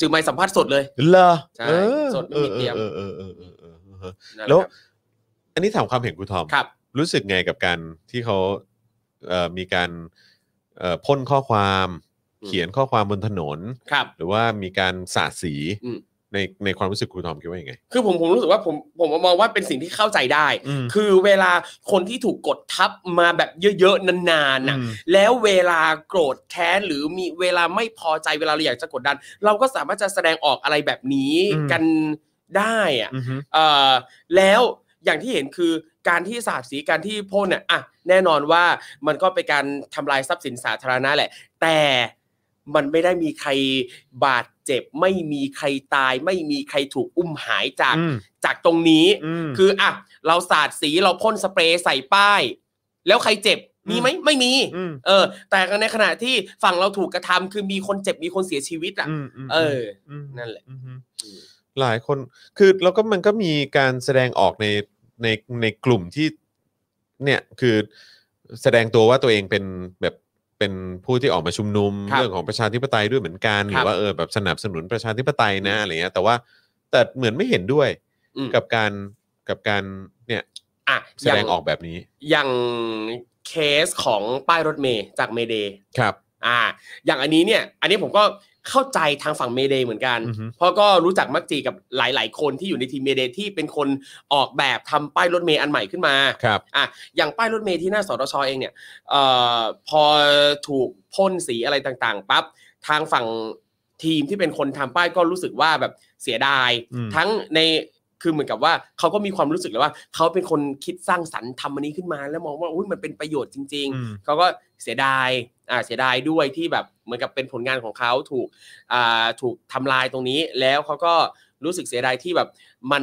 Speaker 3: จือไม่สัมภาษณ์สดเลย
Speaker 2: เหรอ
Speaker 3: ใช่
Speaker 2: เออ
Speaker 3: สดไม่มีเตรียม
Speaker 2: เออเออเออเออเออเออเออ
Speaker 3: นั่นหะ
Speaker 2: แล้ว อันนี้ถามความเห็นครูทอม
Speaker 3: ครับ
Speaker 2: รู้สึกไงกับการที่เขาเอ่อมีการเอ่อพ่นข้อความ
Speaker 3: อืม
Speaker 2: เขียนข้อความบนถนน
Speaker 3: ครับ
Speaker 2: หรือว่ามีการสาดสี
Speaker 3: อืม
Speaker 2: ในในความรู้สึกครูทอมคิดว่ายังไง
Speaker 3: คือผมผมรู้สึกว่าผมผมมองว่าเป็นสิ่งที่เข้าใจได้
Speaker 2: อืม
Speaker 3: คือเวลาคนที่ถูกกดทับมาแบบเยอะๆนานๆน่ะ
Speaker 2: อืม
Speaker 3: แล้วเวลาโกรธแค้นหรือมีเวลาไม่พอใจเวลาเราอยากจะกดดัน เราก็สามารถจะแสดงออกอะไรแบบนี้
Speaker 2: อืม
Speaker 3: กัน ได้อ่ะ
Speaker 2: อือฮึ
Speaker 3: เอ่อแล้วอย่างที่เห็นคือการที่สาดสีการที่พ่นเนี่ยอ่ะแน่นอนว่ามันก็เป็นการทำลายทรัพย์สินสาธารณะแหละ แต่มันไม่ได้มีใครบาดเจ็บ ไม่มีใครตาย ไม่มีใครถูกอุ้มหายจาก
Speaker 2: อืม
Speaker 3: จากตรงนี้
Speaker 2: ม
Speaker 3: คืออ่ะเราสาดสีเราพ่นสเปรย์ใส่ป้าย แล้วใครเจ็บ
Speaker 2: อืม
Speaker 3: มีไหมไม่มี
Speaker 2: ม
Speaker 3: เออ แต่ในขณะที่ฝั่งเราถูกกระทำคือมีคนเจ็บมีคนเสียชีวิตอ่ะ
Speaker 2: มม
Speaker 3: เออ
Speaker 2: ม
Speaker 3: นั่นแหละ
Speaker 2: อือฮึหลายคนคือแล้วก็มันก็มีการแสดงออกในในในกลุ่มที่เนี่ยคือแสดงตัวว่าตัวเองเป็นแบบเป็นผู้ที่ออกมาชุมนุม
Speaker 3: ครับ
Speaker 2: เรื่องของประชาธิปไตยด้วยเหมือนกันห
Speaker 3: ครั
Speaker 2: รื
Speaker 3: บ
Speaker 2: อว่าเออแบบสนับสนุนประชาธิปไตยนะอะไรเงี้ยแต่ว่าแต่เหมือนไม่เห็นด้วย
Speaker 3: อืม
Speaker 2: กับการกับการเนี่ย
Speaker 3: อ่ะ
Speaker 2: แสดงออกแบบนี้
Speaker 3: อย่างเคสของป้ายรถเมย์จากเมเดย์
Speaker 2: ครับ
Speaker 3: อ่า อย่างอันนี้เนี่ย อันนี้ผมก็เข้าใจทางฝั่งเมเดย์เหมือนกัน
Speaker 2: อือฮึ
Speaker 3: เพราะก็รู้จักมักจีกับหลาย ๆ คนที่อยู่ในทีมเมเดย์ที่เป็นคนออกแบบทำป้ายรถเมย์อันใหม่ขึ้นมา
Speaker 2: ครับ
Speaker 3: อ่ะอย่างป้ายรถเมย์ที่หน้าสตชเองเนี่ยเอ่อพอถูกพ่นสีอะไรต่างๆปั๊บทางฝั่งทีมที่เป็นคนทำป้ายก็รู้สึกว่าแบบเสียดาย
Speaker 2: อืม
Speaker 3: ทั้งในคือเหมือนกับว่าเขาก็มีความรู้สึกเลยว่า เขาเป็นคนคิดสร้างสรรค์ทำอันนี้ขึ้นมาแล้วมองว่าอุยมันเป็นประโยชน์จริง
Speaker 2: อืม
Speaker 3: ๆ เขาก็เสียดายอ่าเสียดายด้วยที่แบบเหมือนกับเป็นผลงานของเขาถูกอ่าถูกทำลายตรงนี้ แล้วเขาก็รู้สึกเสียดายที่แบบมัน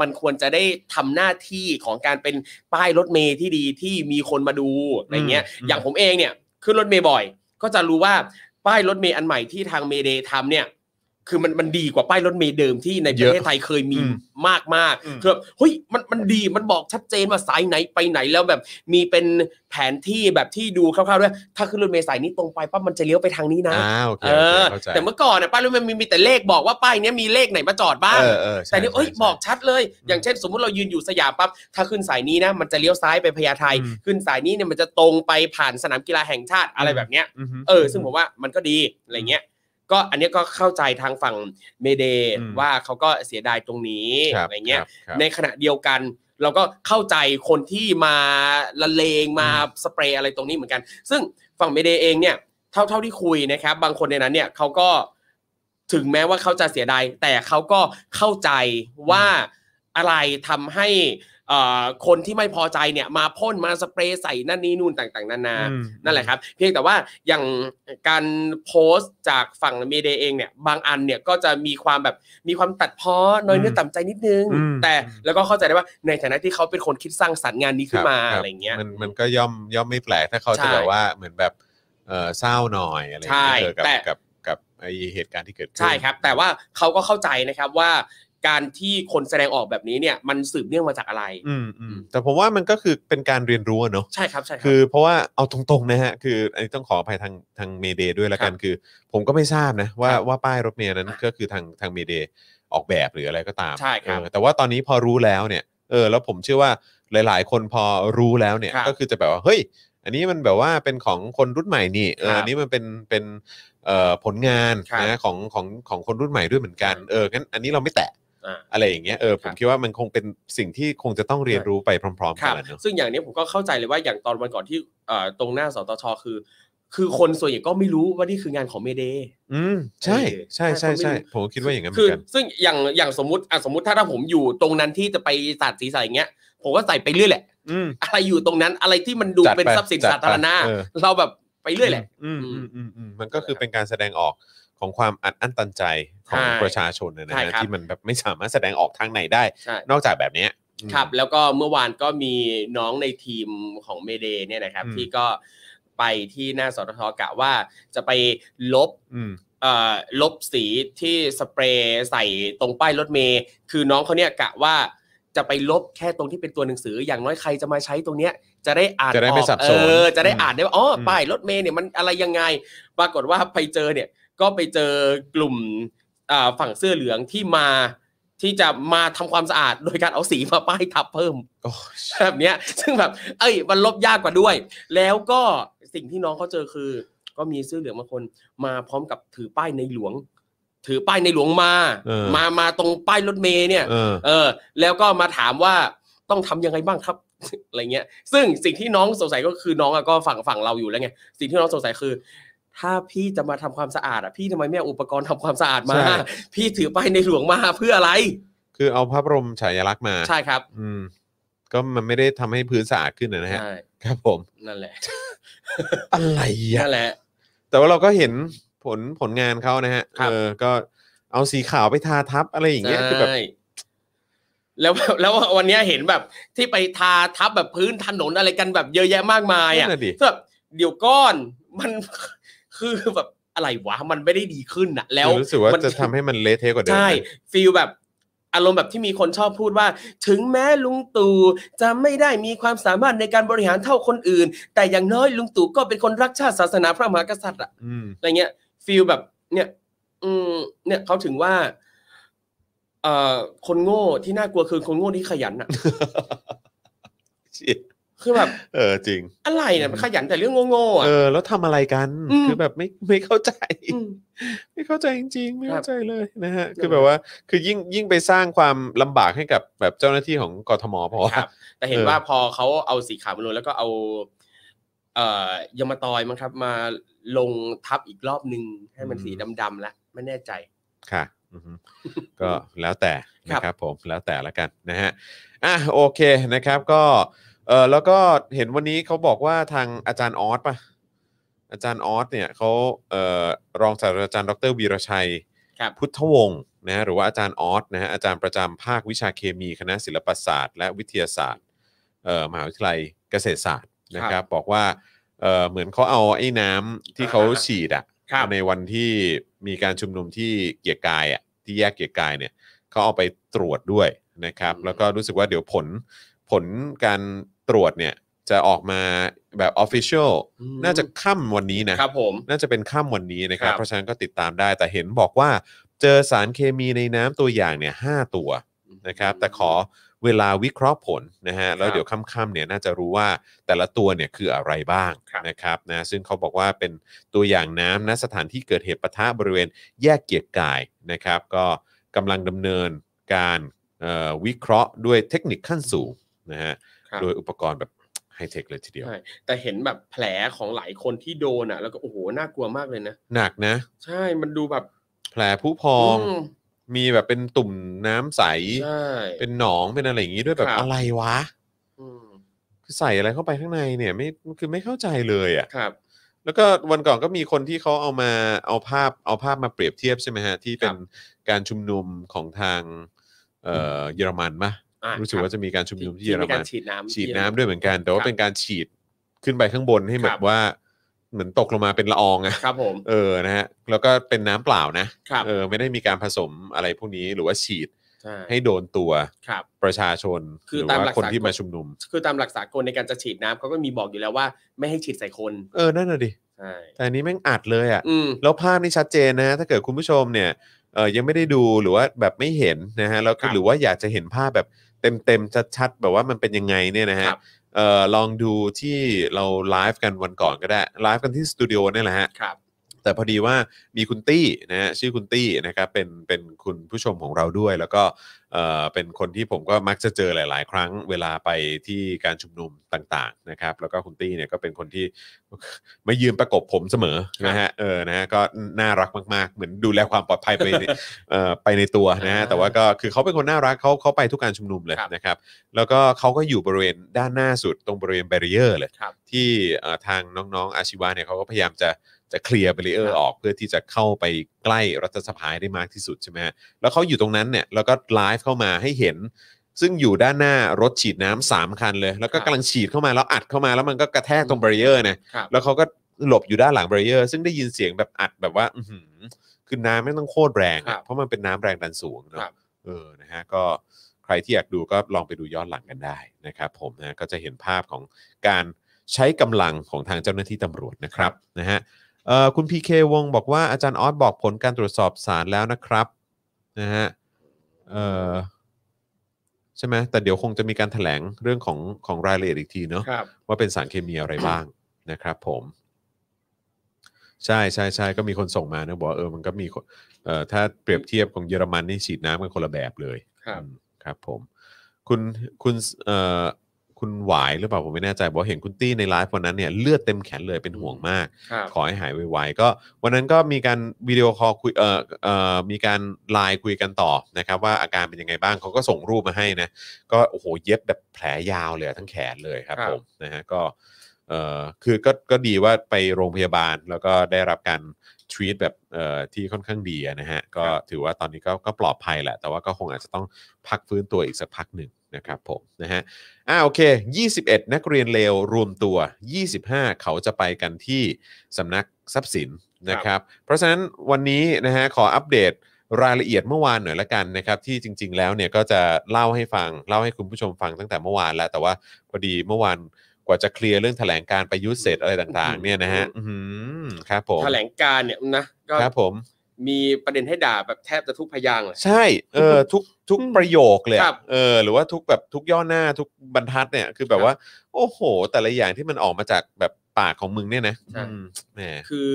Speaker 3: มันควรจะได้ทำหน้าที่ของการเป็นป้ายรถเมย์ที่ดีที่มีคนมาดูอะไรเงี้ย
Speaker 2: อืม
Speaker 3: อย่างผมเองเนี่ยขึ้นรถเมย์บ่อย ก็จะรู้ว่าป้ายรถเมย์อันใหม่ที่ทางเมเดย์ทำเนี่ย คือมันมันดีกว่าป้ายรถเมย์เดิมที่ในป
Speaker 2: เย
Speaker 3: ระ
Speaker 2: อะ
Speaker 3: เทศไทยเคยมี
Speaker 2: อืม
Speaker 3: มากมากๆ
Speaker 2: อืม
Speaker 3: คือแบบเฮ้ยมันมันดีมันบอกชัดเจนว่าสายไหนไปไหนแล้วแบบมีเป็นแผนที่แบบที่ดูคร่าวๆด้วยถ้าขึ้นรถเมย์สายนี้ตรงไปปั๊บมันจะเลี้ยวไปทางนี้นะ
Speaker 2: อ้าวโอเค
Speaker 3: เออ
Speaker 2: โอเคเข้าใจ
Speaker 3: แต่เมื่อก่อนน่ะป้ายรถเมย์มีมีแต่เลขบอกว่าป้ายเนี้ยมีเลขไหนมาจอดบ้าง
Speaker 2: เออเออใช่
Speaker 3: แต่นี่เอ้ย
Speaker 2: ใช่ใช่
Speaker 3: บอกชัดเลย อย่างเช่น สมมุติเรายืนอยู่สยามปั๊บถ้าขึ้นสายนี้นะ มันจะเลี้ยวซ้ายไปพญาไท
Speaker 2: อืม
Speaker 3: ขึ้นสายนี้เนี่ยมันจะตรงไปผ่านสนามกีฬาแห่งชาติอะไรแบบเนี้ย
Speaker 2: อือฮึ
Speaker 3: เออซึ่งผมว่ามันก็ดีอะไรเงี้ยก็อันเนี้ยก็เข้าใจทางฝั่งเมเดย์
Speaker 2: อืม
Speaker 3: ว่าเขาก็เสียดายตรงนี้
Speaker 2: ครับ
Speaker 3: อะไรเงี้ย
Speaker 2: ครับครับ
Speaker 3: ในขณะเดียวกัน เราก็เข้าใจคนที่มาละเลงมา
Speaker 2: อืม
Speaker 3: สเปรย์อะไรตรงนี้เหมือนกัน ซึ่งฝั่งเมเดย์เองเนี่ยเท่าเท่าที่คุยนะครับ บางคนในนั้นเนี่ยเขาก็ถึงแม้ว่าเขาจะเสียดายแต่เขาก็เข้าใจว่าอะไรทำให้เอ่อคนที่ไม่พอใจเนี่ยมาพ่นมาสเปรย์ใส่นั่นนี่นู่นต่างๆนานา
Speaker 2: อืม
Speaker 3: นั่นแหละครับ เพียงแต่ว่าอย่างการโพสต์จากฝั่งเมเดเองเนี่ยบางอันเนี่ยก็จะมีความแบบมีความตัดพ้อน้อยเนื้อต่ำใจนิดนึง
Speaker 2: อืม
Speaker 3: แต่แล้วก็เข้าใจได้ว่าในฐานะที่เขาเป็นคนคิดสร้างสรรค์งานนี้ขึ้นมา
Speaker 2: คบ
Speaker 3: อะไรเงี้ย
Speaker 2: มันมันก็ย่อมย่อมไม่แปลกถ้าเขา
Speaker 3: ใช่
Speaker 2: จะแบบว่าเหมือนแบบเออเศร้าหน่อยอะไรอย่างเงี้ย
Speaker 3: ใช่
Speaker 2: เออกับ
Speaker 3: แต่
Speaker 2: กับกับไอเหตุการณ์ที่เกิดขึ้น
Speaker 3: ใช่ครับ แต่ว่าเขาก็เข้าใจนะครับว่าการที่คนแสดงออกแบบนี้เนี่ยมันสืบเนื่องมาจากอะไร
Speaker 2: อืมอืมแต่ผมว่ามันก็คือเป็นการเรียนรู้อะเนาะ
Speaker 3: ใช่ครับใช่ครับ
Speaker 2: คือเพราะว่าเอาตรงๆนะฮะคืออันนี้ต้องขออภัยทางทางเมเดด้วยละกันคือ ผมก็ไม่ทราบนะว่าว่าป้ายรถเมล์นั้นก็คือทางทางเมเดออกแบบหรืออะไรก็ตาม
Speaker 3: ใช่ครับ
Speaker 2: เออแต่ว่าตอนนี้พอรู้แล้วเนี่ยเออแล้วผมเชื่อว่าหลาย ๆ คนพอรู้แล้วเนี่ย
Speaker 3: ครับ
Speaker 2: ก็คือจะแบบว่าเฮ้ย อันนี้มันแบบว่าเป็นของคนรุ่นใหม่นี่เออ
Speaker 3: ครับ
Speaker 2: อันนี้มันเป็นเป็นเอ่อผลงาน
Speaker 3: ครับ
Speaker 2: นะของของของคนรุ่นใหม่ด้วยเหมือนกันเอองั้นอันนี้เราไม่แตะ
Speaker 3: อ่า
Speaker 2: อะไรอย่างเงี้ยเออผ
Speaker 3: ครั
Speaker 2: ม
Speaker 3: บ
Speaker 2: คิดว่ามันคงเป็นสิ่งที่คงจะต้องเรียนรู้ไปพร้อม ๆ
Speaker 3: ค
Speaker 2: กั
Speaker 3: รั
Speaker 2: น
Speaker 3: บ
Speaker 2: แหละเนอะ
Speaker 3: ซึ่งอย่างเนี้ยผมก็เข้าใจเลยว่าอย่างตอนวันก่อนที่เอ่อตรงหน้าสตชคือ คือคนส่วนใหญ่ก็ไม่รู้ว่านี่คืองานของเมเด
Speaker 2: อืมใช่ใช่ใช่ใช่
Speaker 3: ใช่
Speaker 2: ผมก็คิดว่าอย่างนั้นเหมื
Speaker 3: คืออน
Speaker 2: กัน
Speaker 3: ซึ่งอย่างอย่างสมมติอ่ะสมมติถ้าถ้าผมอยู่ตรงนั้นที่จะไปสาดสีใสอย่างเงี้ย ผมก็ใส่ไปเรื่อยแหละ
Speaker 2: อืม
Speaker 3: อะไรอยู่ตรงนั้นอะไรที่มันดู
Speaker 2: จัดไป
Speaker 3: เป็นทรัพย์สิน
Speaker 2: จัด
Speaker 3: สา
Speaker 2: ไป
Speaker 3: ธารณะ
Speaker 2: เออ
Speaker 3: เราแบบไปเรื่อยแหละ
Speaker 2: อืมอืมอืมอืมมันก็คือ
Speaker 3: นั่นแหละครับ
Speaker 2: เป็นการแสดงออกของความอัดอั้นตันใจของ
Speaker 3: ใช่
Speaker 2: ประชาชนนะ
Speaker 3: ใช่
Speaker 2: นะครับ ที่มันแบบไม่สามารถแสดงออกทางไหนได้
Speaker 3: ใช่
Speaker 2: นอกจากแบบเนี้ยอืม
Speaker 3: ครับ แล้วก็เมื่อวานก็มีน้องในทีมของเมเดย์เนี่ยนะครับ
Speaker 2: อืม
Speaker 3: ที่ก็ไปที่หน้าสทชกะว่าจะไปลบ
Speaker 2: อืม
Speaker 3: เอ่อลบสีที่สเปรย์ใส่ตรงป้ายรถเมย์คือน้องเขาเนี่ยกะว่าจะไปลบแค่ตรงที่เป็นตัวหนังสือ อย่างน้อยใครจะมาใช้ตรงเนี้ยจะได้อ่าน
Speaker 2: จะได้
Speaker 3: อ
Speaker 2: ไม่
Speaker 3: อก
Speaker 2: สับสน
Speaker 3: เออจะได้
Speaker 2: อืม
Speaker 3: อ่านได้ว่าอ๋ออป้ายรถเมย์เนี่ยมันอะไรยังไง ปรากฏว่าไปเจอเนี่ยก็ไปเจอกลุ่มอ่าฝั่งเสื้อเหลืองที่มาที่จะมาทำความสะอาด โดยการเอาสีมาป้ายทับเพิ่ม
Speaker 2: โอ้
Speaker 3: [LAUGHS] แบบเนี้ย ซึ่งแบบ เอ้ยมันลบยากกว่าด้วย แล้วก็สิ่งที่น้องเขาเจอคือ ก็มีเสื้อเหลืองบางคน มาพร้อมกับถือป้ายในหลวง ถือป้ายในหลวงมา
Speaker 2: เออ
Speaker 3: มามาตรงป้ายรถเมย์เนี่ย
Speaker 2: เออ
Speaker 3: เออแล้วก็มาถามว่าต้องทำยังไงบ้างครับ [LAUGHS] อะไรเงี้ย ซึ่งสิ่งที่น้องสงสัยก็คือน้องอะก็ฝั่งฝั่งเราอยู่แล้วไงสิ่งที่น้องสงสัยคือ ถ้าพี่จะมาทำความสะอาดอะพี่ทำไมไม่เอาอุปกรณ์ทำความสะอาดมา
Speaker 2: ใช่
Speaker 3: พี่ถือป้ายในหลวงมาเพื่ออะไร
Speaker 2: คือเอาพระบรมฉายาลักษณ์มา
Speaker 3: ใช่ครับ
Speaker 2: อืม ก็มันไม่ได้ทำให้พื้นสะอาดขึ้นนะนะฮะ
Speaker 3: ใช่
Speaker 2: ครับผม
Speaker 3: นั่นแหละ
Speaker 2: อะไร
Speaker 3: นั่นแหละ
Speaker 2: แต่ว่าเราก็เห็นผลผลงานเขานะฮะ
Speaker 3: ครับ
Speaker 2: เออก็เอาสีขาวไปทาทับอะไรอย่างเงี้ยคือแบบ
Speaker 3: ใช่แล้ว [LAUGHS] แล้ววันเนี้ยเห็นแบบที่ไปทาทับแบบพื้นถนนอะไรกันแบบเยอะแยะมากมายอ่ะ
Speaker 2: นั่นน่ะดิ
Speaker 3: แบบเดี๋ยวก้อนมัน [LAUGHS] คือแบบอะไรวะมันไม่ได้ดีขึ้นอ่ะ แล้ว
Speaker 2: รู้สึกว่าน จะทำให้มันเละเทะกว่าเดิม
Speaker 3: ใช่
Speaker 2: นะ
Speaker 3: [LAUGHS] ฟีลแบบอารมณ์แบบที่มีคนชอบพูดว่า ถึงแม้ลุงตู่จะไม่ได้มีความสามารถในการบริหารเท่าคนอื่น แต่อย่างน้อยลุงตู่ก็เป็นคนรักชาติศาสนาพระมหากษัตริย์อะ
Speaker 2: อืม
Speaker 3: อะไรเงี้ยฟีลแบบเนี่ย อืม เนี่ยเขาถึงว่า เอ่อคนโง่ที่น่ากลัวคือคนโง่ที่ขยัน
Speaker 2: [LAUGHS]
Speaker 3: อะ คือแบบ
Speaker 2: เออจริง
Speaker 3: อะไรเนี่ยมันขยันแต่เรื่องโง่ๆอะ
Speaker 2: เออ แล้วทำอะไรกัน
Speaker 3: อืม
Speaker 2: คือแบบไม่ไม่เข้าใจ [LAUGHS]
Speaker 3: ม
Speaker 2: ไม่เข้าใจจริงๆ ไม่
Speaker 3: ครั
Speaker 2: เข้า
Speaker 3: บ
Speaker 2: ใจเลยนะฮะ
Speaker 3: นั่นแหละ
Speaker 2: คือแบบว่า คือยิ่งยิ่งไปสร้างความลำบากให้กับแบบเจ้าหน้าที่ของกทมเพราะว่า
Speaker 3: ครับ แต่เห็น
Speaker 2: เออ
Speaker 3: ว่าพอเขาเอาสีขาวมาลงแล้วก็เอา เอ่อยมตอยมั้งครับ มาลงทับอีกรอบนึง ให้มันสีดำๆแล้วไม่แน่ใจ
Speaker 2: ค่ะอือฮึ [LAUGHS] ก็แล้วแต่
Speaker 3: ครับ
Speaker 2: นะครับผมแล้วแต่ละกันนะฮะอ่ะโอเคนะครับก็เออแล้วก็เห็นวันนี้เขาบอกว่าทางอาจารย์ออสป่ะอาจารย์ออสเนี่ยเขาเอ่อรองศาสตราจารย์ดรวีรชัย
Speaker 3: ครับ
Speaker 2: พุทธวงศ์นะฮะหรือว่าอาจารย์ออสนะฮะอาจารย์ประจำภาควิชาเคมีคณะศิลปศาสตร์ และวิทยาศาสตร์เอ่อมหาวิทยาลัยเกษตรศาสตร์นะค
Speaker 3: ครั
Speaker 2: รับบ บอกว่าเอ่อเหมือนเขาเอาไอ้น้ำที่เขาฉีดอะ
Speaker 3: ครับ
Speaker 2: ในวันที่มีการชุมนุมที่เกียรติกายอะที่แยกเกียรติกายเนี่ยเขาเอาไปตรวจด้วยนะครับแล้วก็รู้สึกว่าเดี๋ยวผลผลการตรวจเนี่ยจะออกมาแบบ Official น่าจะค่ำวันนี้นะ
Speaker 3: ครับผม
Speaker 2: น่าจะเป็นข้ามวันนี้นะครั
Speaker 3: ค
Speaker 2: บ
Speaker 3: รับ
Speaker 2: เพราะฉะนั้นก็ติดตามได้ แต่เห็นบอกว่าเจอสารเคมีในน้ำตัวอย่างเนี่ยหตัวนะครับ แต่ขอเวลาวิเคราะห์ผลนะฮะ แล้วเดี๋ยวค่ำๆเนี่ยน่าจะรู้ว่าแต่ละตัวเนี่ยคืออะไรบ้างนะครับนะ ซึ่งเขาบอกว่าเป็นตัวอย่างน้ำณสถานที่เกิดเหตุปะทะบริเวณแยกเกียรติกายนะครับ ก็กำลังดำเนินการเอ่อวิเคราะห์ด้วยเทคนิคขั้นสูงนะฮะ
Speaker 3: ครับ
Speaker 2: โดยอุปกรณ์แบบไฮเทคเลยทีเดียว
Speaker 3: ใช่แต่เห็นแบบแผลของหลายคนที่โดนอ่ะ แล้วก็โอ้โหน่ากลัวมากเลยนะ
Speaker 2: หนักนะ
Speaker 3: ใช่มันดูแบบ
Speaker 2: แผลผู้พอง
Speaker 3: อืม
Speaker 2: มีแบบเป็นตุ่มน้ำใส
Speaker 3: ใช่
Speaker 2: เป็นหนองเป็นอะไรอย่างนี้ด้วยแบบ
Speaker 3: ครับ
Speaker 2: อะไรวะ
Speaker 3: อืม
Speaker 2: คือใส่อะไรเข้าไปข้างในเนี่ยไม่คือไม่เข้าใจเลยอะ่ะ
Speaker 3: ครับ
Speaker 2: แล้วก็วันก่อนก็มีคนที่เขาเอามาเอาภาพเอาภาพมาเปรียบเทียบใช่ไหมฮะ ที่เป็นการชุมนุมของทางเอ่อเยอรมันมะ
Speaker 3: อ่ารู้
Speaker 2: รู้สึกว่าจะมีการชุมนุมที่เยอร
Speaker 3: กา
Speaker 2: มัน
Speaker 3: รฉีดน้ำ
Speaker 2: ฉีดน้ำด้วยเหมือนกัน แต่
Speaker 3: ค
Speaker 2: ว่า
Speaker 3: รับ
Speaker 2: เป็นการฉีดขึ้นไปข้างบนให้แบ
Speaker 3: ครับ บ
Speaker 2: ว่าเหมือนตกลงมาเป็นละอองอะ [LAUGHS]
Speaker 3: ครับผม
Speaker 2: เออนะฮะแล้วก็เป็นน้ำเปล่านะครับ เออไม่ได้มีการผสมอะไรพวกนี้หรือว่าฉีด
Speaker 3: ใช่
Speaker 2: ให้โดนตัว
Speaker 3: ครับ
Speaker 2: ประชาชน
Speaker 3: คือ
Speaker 2: หรื
Speaker 3: ตาม
Speaker 2: ว่า
Speaker 3: หลัก
Speaker 2: คน
Speaker 3: สากล
Speaker 2: ที่มาชุมนุม
Speaker 3: คือตามหลักสากลในการจะฉีดน้ำเขาก็มีบอกอยู่แล้วว่า ไม่ให้ฉีดใส่คน
Speaker 2: เออ นั่นน่ะดิ
Speaker 3: ใช่
Speaker 2: แต่อันนี้แม่งอัดเลยอะ่ะ
Speaker 3: อืม
Speaker 2: แล้วภาพนี่ชัดเจนนะฮะถ้าเกิดคุณผู้ชมเนี่ยเออยังไม่ได้ดูหรือว่าแบบไม่เห็นนะฮะแล้วก็
Speaker 3: ครับ
Speaker 2: หรือว่าอยากจะเห็นภาพแบบเต็มๆชัดๆแบบว่ามันเป็นยังไงเนี่ยนะฮะ
Speaker 3: ครับ
Speaker 2: เออลองดูที่เราไลฟ์กันวันก่อนก็ได้ไลฟ์กันที่สตูดิโอเนี่ยแหละฮะ
Speaker 3: ครับ
Speaker 2: แต่พอดีว่ามีคุณตี้นะฮะชื่อคุณตี้นะครับเป็นเป็นคุณผู้ชมของเราด้วย แล้วก็เอ่อเป็นคนที่ผมก็มักจะเจอหลาย ๆ ครั้งเวลาไปที่การชุมนุมต่าง ๆ นะครับ แล้วก็คุณตี้เนี่ยก็เป็นคนที่ มายืนประกบผมเสมอนะฮะเออนะฮะก็น่ารักมาก ๆ เหมือนดูแลความปลอดภัยไปใน [LAUGHS] เอ่อไปในตัวนะฮะ
Speaker 3: อ่า
Speaker 2: แต่ว่าก็คือเขาเป็นคนน่ารักเขาเขาไปทุกการชุมนุมเลย
Speaker 3: ครับ
Speaker 2: นะครับ แล้วก็เขาก็อยู่บริเวณด้านหน้าสุดตรงบริเวณแบรีเออร์เลย
Speaker 3: ครับ
Speaker 2: ที่เอ่อทางน้องๆ อาชีวะเนี่ยเขาก็พยายามจะจะเคลียร์เบรีเออ
Speaker 3: ครั
Speaker 2: ร์
Speaker 3: บ
Speaker 2: ออกเพื่อที่จะเข้าไปใกล้รัฐสภาให้ได้มากที่สุดใช่ไหมฮะแล้วเขาอยู่ตรงนั้นเนี่ยแล้วก็ไลฟ์เข้ามาให้เห็น ซึ่งอยู่ด้านหน้ารถฉีดน้ำสามคันเลย แล้วก็กำลังฉีดเข้ามาแล้วอัดเข้ามาแล้วมันก็กระแทกตรงเบรีเออร์นะครับ แล้วเขาก็หลบอยู่ด้านหลังเบรีเออร์ซึ่งได้ยินเสียงแบบอัดแบบว่า อื้อหือคือน้ำไม่งต้องโคตรแรง
Speaker 3: ครั
Speaker 2: อะ
Speaker 3: บ
Speaker 2: เพราะมันเป็นน้ำแรงดันสูงเนาะ
Speaker 3: ครับ
Speaker 2: เออ นะฮะ ก็ใครที่อยากดูก็ลองไปดูย้อนหลังกันได้นะครับผมนะ ก็จะเห็นภาพของการใช้กำลังของทางเจ้าหน้าที่ตำรวจนะครับ นะฮะเอ่อคุณพีเควงบอกว่าอาจารย์ออสบอกผลการตรวจสอบสารแล้วนะครับ นะฮะ เอ่อ ใช่ไหม แต่เดี๋ยวคงจะมีการแถลงเรื่องของของรายละเอียดอีกทีเนาะ
Speaker 3: ครับ
Speaker 2: ว่าเป็นสารเคมีอะไรบ้าง นะครับผม ใช่ใช่ใช่ก็มีคนส่งมานะบอกว่าเออมันก็มีคนเอ่อถ้าเปรียบเทียบของเยอรมันนี่ฉีดน้ำกันคนละแบบเลย
Speaker 3: ครับ
Speaker 2: อืมครับผม คุณคุณเอ่อ คุณหวายหรือเปล่าผมไม่แน่ใจบอกว่าเห็นคุณตี้ในไลฟ์วันนั้นเนี่ยเลือดเต็มแขนเลยเป็นห่วงมาก
Speaker 3: ครับ
Speaker 2: ขอให้หายไวๆก็วันนั้นก็มีการวิดีโอคอลคุยเอ่อเอ่อมีการไลน์คุยกันต่อนะครับ ว่าอาการเป็นยังไงบ้างเขาก็ส่งรูปมาให้นะ ก็โอ้โหเย็บแบบแผลยาวเลยอะทั้งแขนเลยครับ
Speaker 3: ครับ
Speaker 2: ผมนะฮะก็เอ่อคือก็ก็ดีว่าไปโรงพยาบาลแล้วก็ได้รับการทรีตแบบเอ่อที่ค่อนข้างดีอะนะฮะก็ถือว่าตอนนี้ก็ก็ปลอดภัยแหละ แต่ว่าก็คงอาจจะต้องพักฟื้นตัวอีกสักพักหนึ่งนะครับผมนะฮะ อ่าโอเค 21 นักเรียนเลวรวมตัว 25 เขาจะไปกันที่สำนักทรัพย์สินนะครับ เพราะฉะนั้นวันนี้นะฮะขออัปเดตรายละเอียดเมื่อวานหน่อยละกันนะครับ ที่จริง ๆ แล้วเนี่ยก็จะเล่าให้ฟัง เล่าให้คุณผู้ชมฟังตั้งแต่เมื่อวานแล้ว แต่ว่าพอดีเมื่อวานกว่าจะเคลียร์เรื่องแถลงการประยุทธ์เสร็จอะไรต่างๆ เนี่ยนะฮะอื้อหือครับผม
Speaker 3: แถลงการเนี่ยนะก็
Speaker 2: ครับผม
Speaker 3: มีประเด็นให้ด่าแบบแทบจะทุกพยางค์เลย
Speaker 2: ใช่ เออ ทุก ทุกประโยคเลยอะ
Speaker 3: ครับ
Speaker 2: เออ หรือว่าทุกแบบทุกย่อหน้าทุกบรรทัดเนี่ย คือแบบว่า โอ้โห แต่ละอย่างที่มันออกมาจากแบบปากของมึงเนี่ยนะ
Speaker 3: ใช่
Speaker 2: อืมแหม
Speaker 3: คือ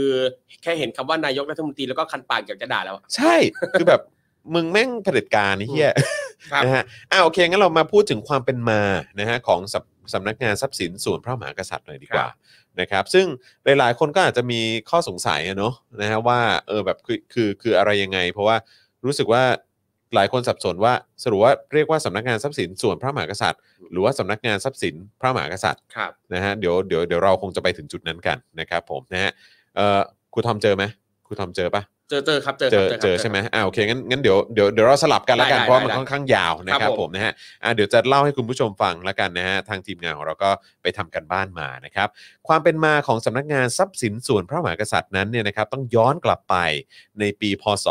Speaker 3: แค่เห็นคำว่านายกรัฐมนตรีแล้วก็คันปากอยากจะด่าแล้วอะ
Speaker 2: ใช่ คือแบบ มึงแม่งเผด็จการนี่เฮีย
Speaker 3: ครับ
Speaker 2: นะฮะ อ่าโอเค งั้นเรามาพูดถึงความเป็นมานะฮะของสำสำนักงานทรัพย์สินส่วนพระมหากษัตริย์หน่อยดีกว่านะครับ ซึ่งหลายๆ คนก็อาจจะมีข้อสงสัยอะเนาะนะฮะว่าเออแบบคือคือคืออะไรยังไง เพราะว่ารู้สึกว่าหลายคนสับสนว่าสรุปว่าเรียกว่าสำนักงานทรัพย์สินส่วนพระมหากษัตริย์ หรือว่าสำนักงานทรัพย์สินพระมหากษัตริย์
Speaker 3: ครับ
Speaker 2: นะฮะเดี๋ยวเดี๋ยวเดี๋ยวเราคงจะไปถึงจุดนั้นกันนะครับ ผมนะฮะเอ่อครูทอมเจอไหมครูทอมเจอปะ
Speaker 3: เจอเจอครับเจอ
Speaker 2: เจ
Speaker 3: ครับ
Speaker 2: อ
Speaker 3: ครับ
Speaker 2: เจอใช่ไหมอ่าโอเคงั้นงั้นเดี๋ยวเดี๋ยวเดี๋ยวเราสลับกันละกัน
Speaker 3: ได้ได้
Speaker 2: เพราะว่ามัน
Speaker 3: ได้
Speaker 2: ค่อนข้างยาวนะค
Speaker 3: ครั
Speaker 2: รับบ
Speaker 3: ผม
Speaker 2: ผมนะฮะอ่าเดี๋ยวจะเล่าให้คุณผู้ชมฟังละกันนะฮะทางทีมงานของเราก็ไปทำกันบ้านมานะครับ ความเป็นมาของสำนักงานทรัพย์สินส่วนพระมหากษัตริย์นั้นเนี่ยนะครับต้องย้อนกลับไปในปีพศ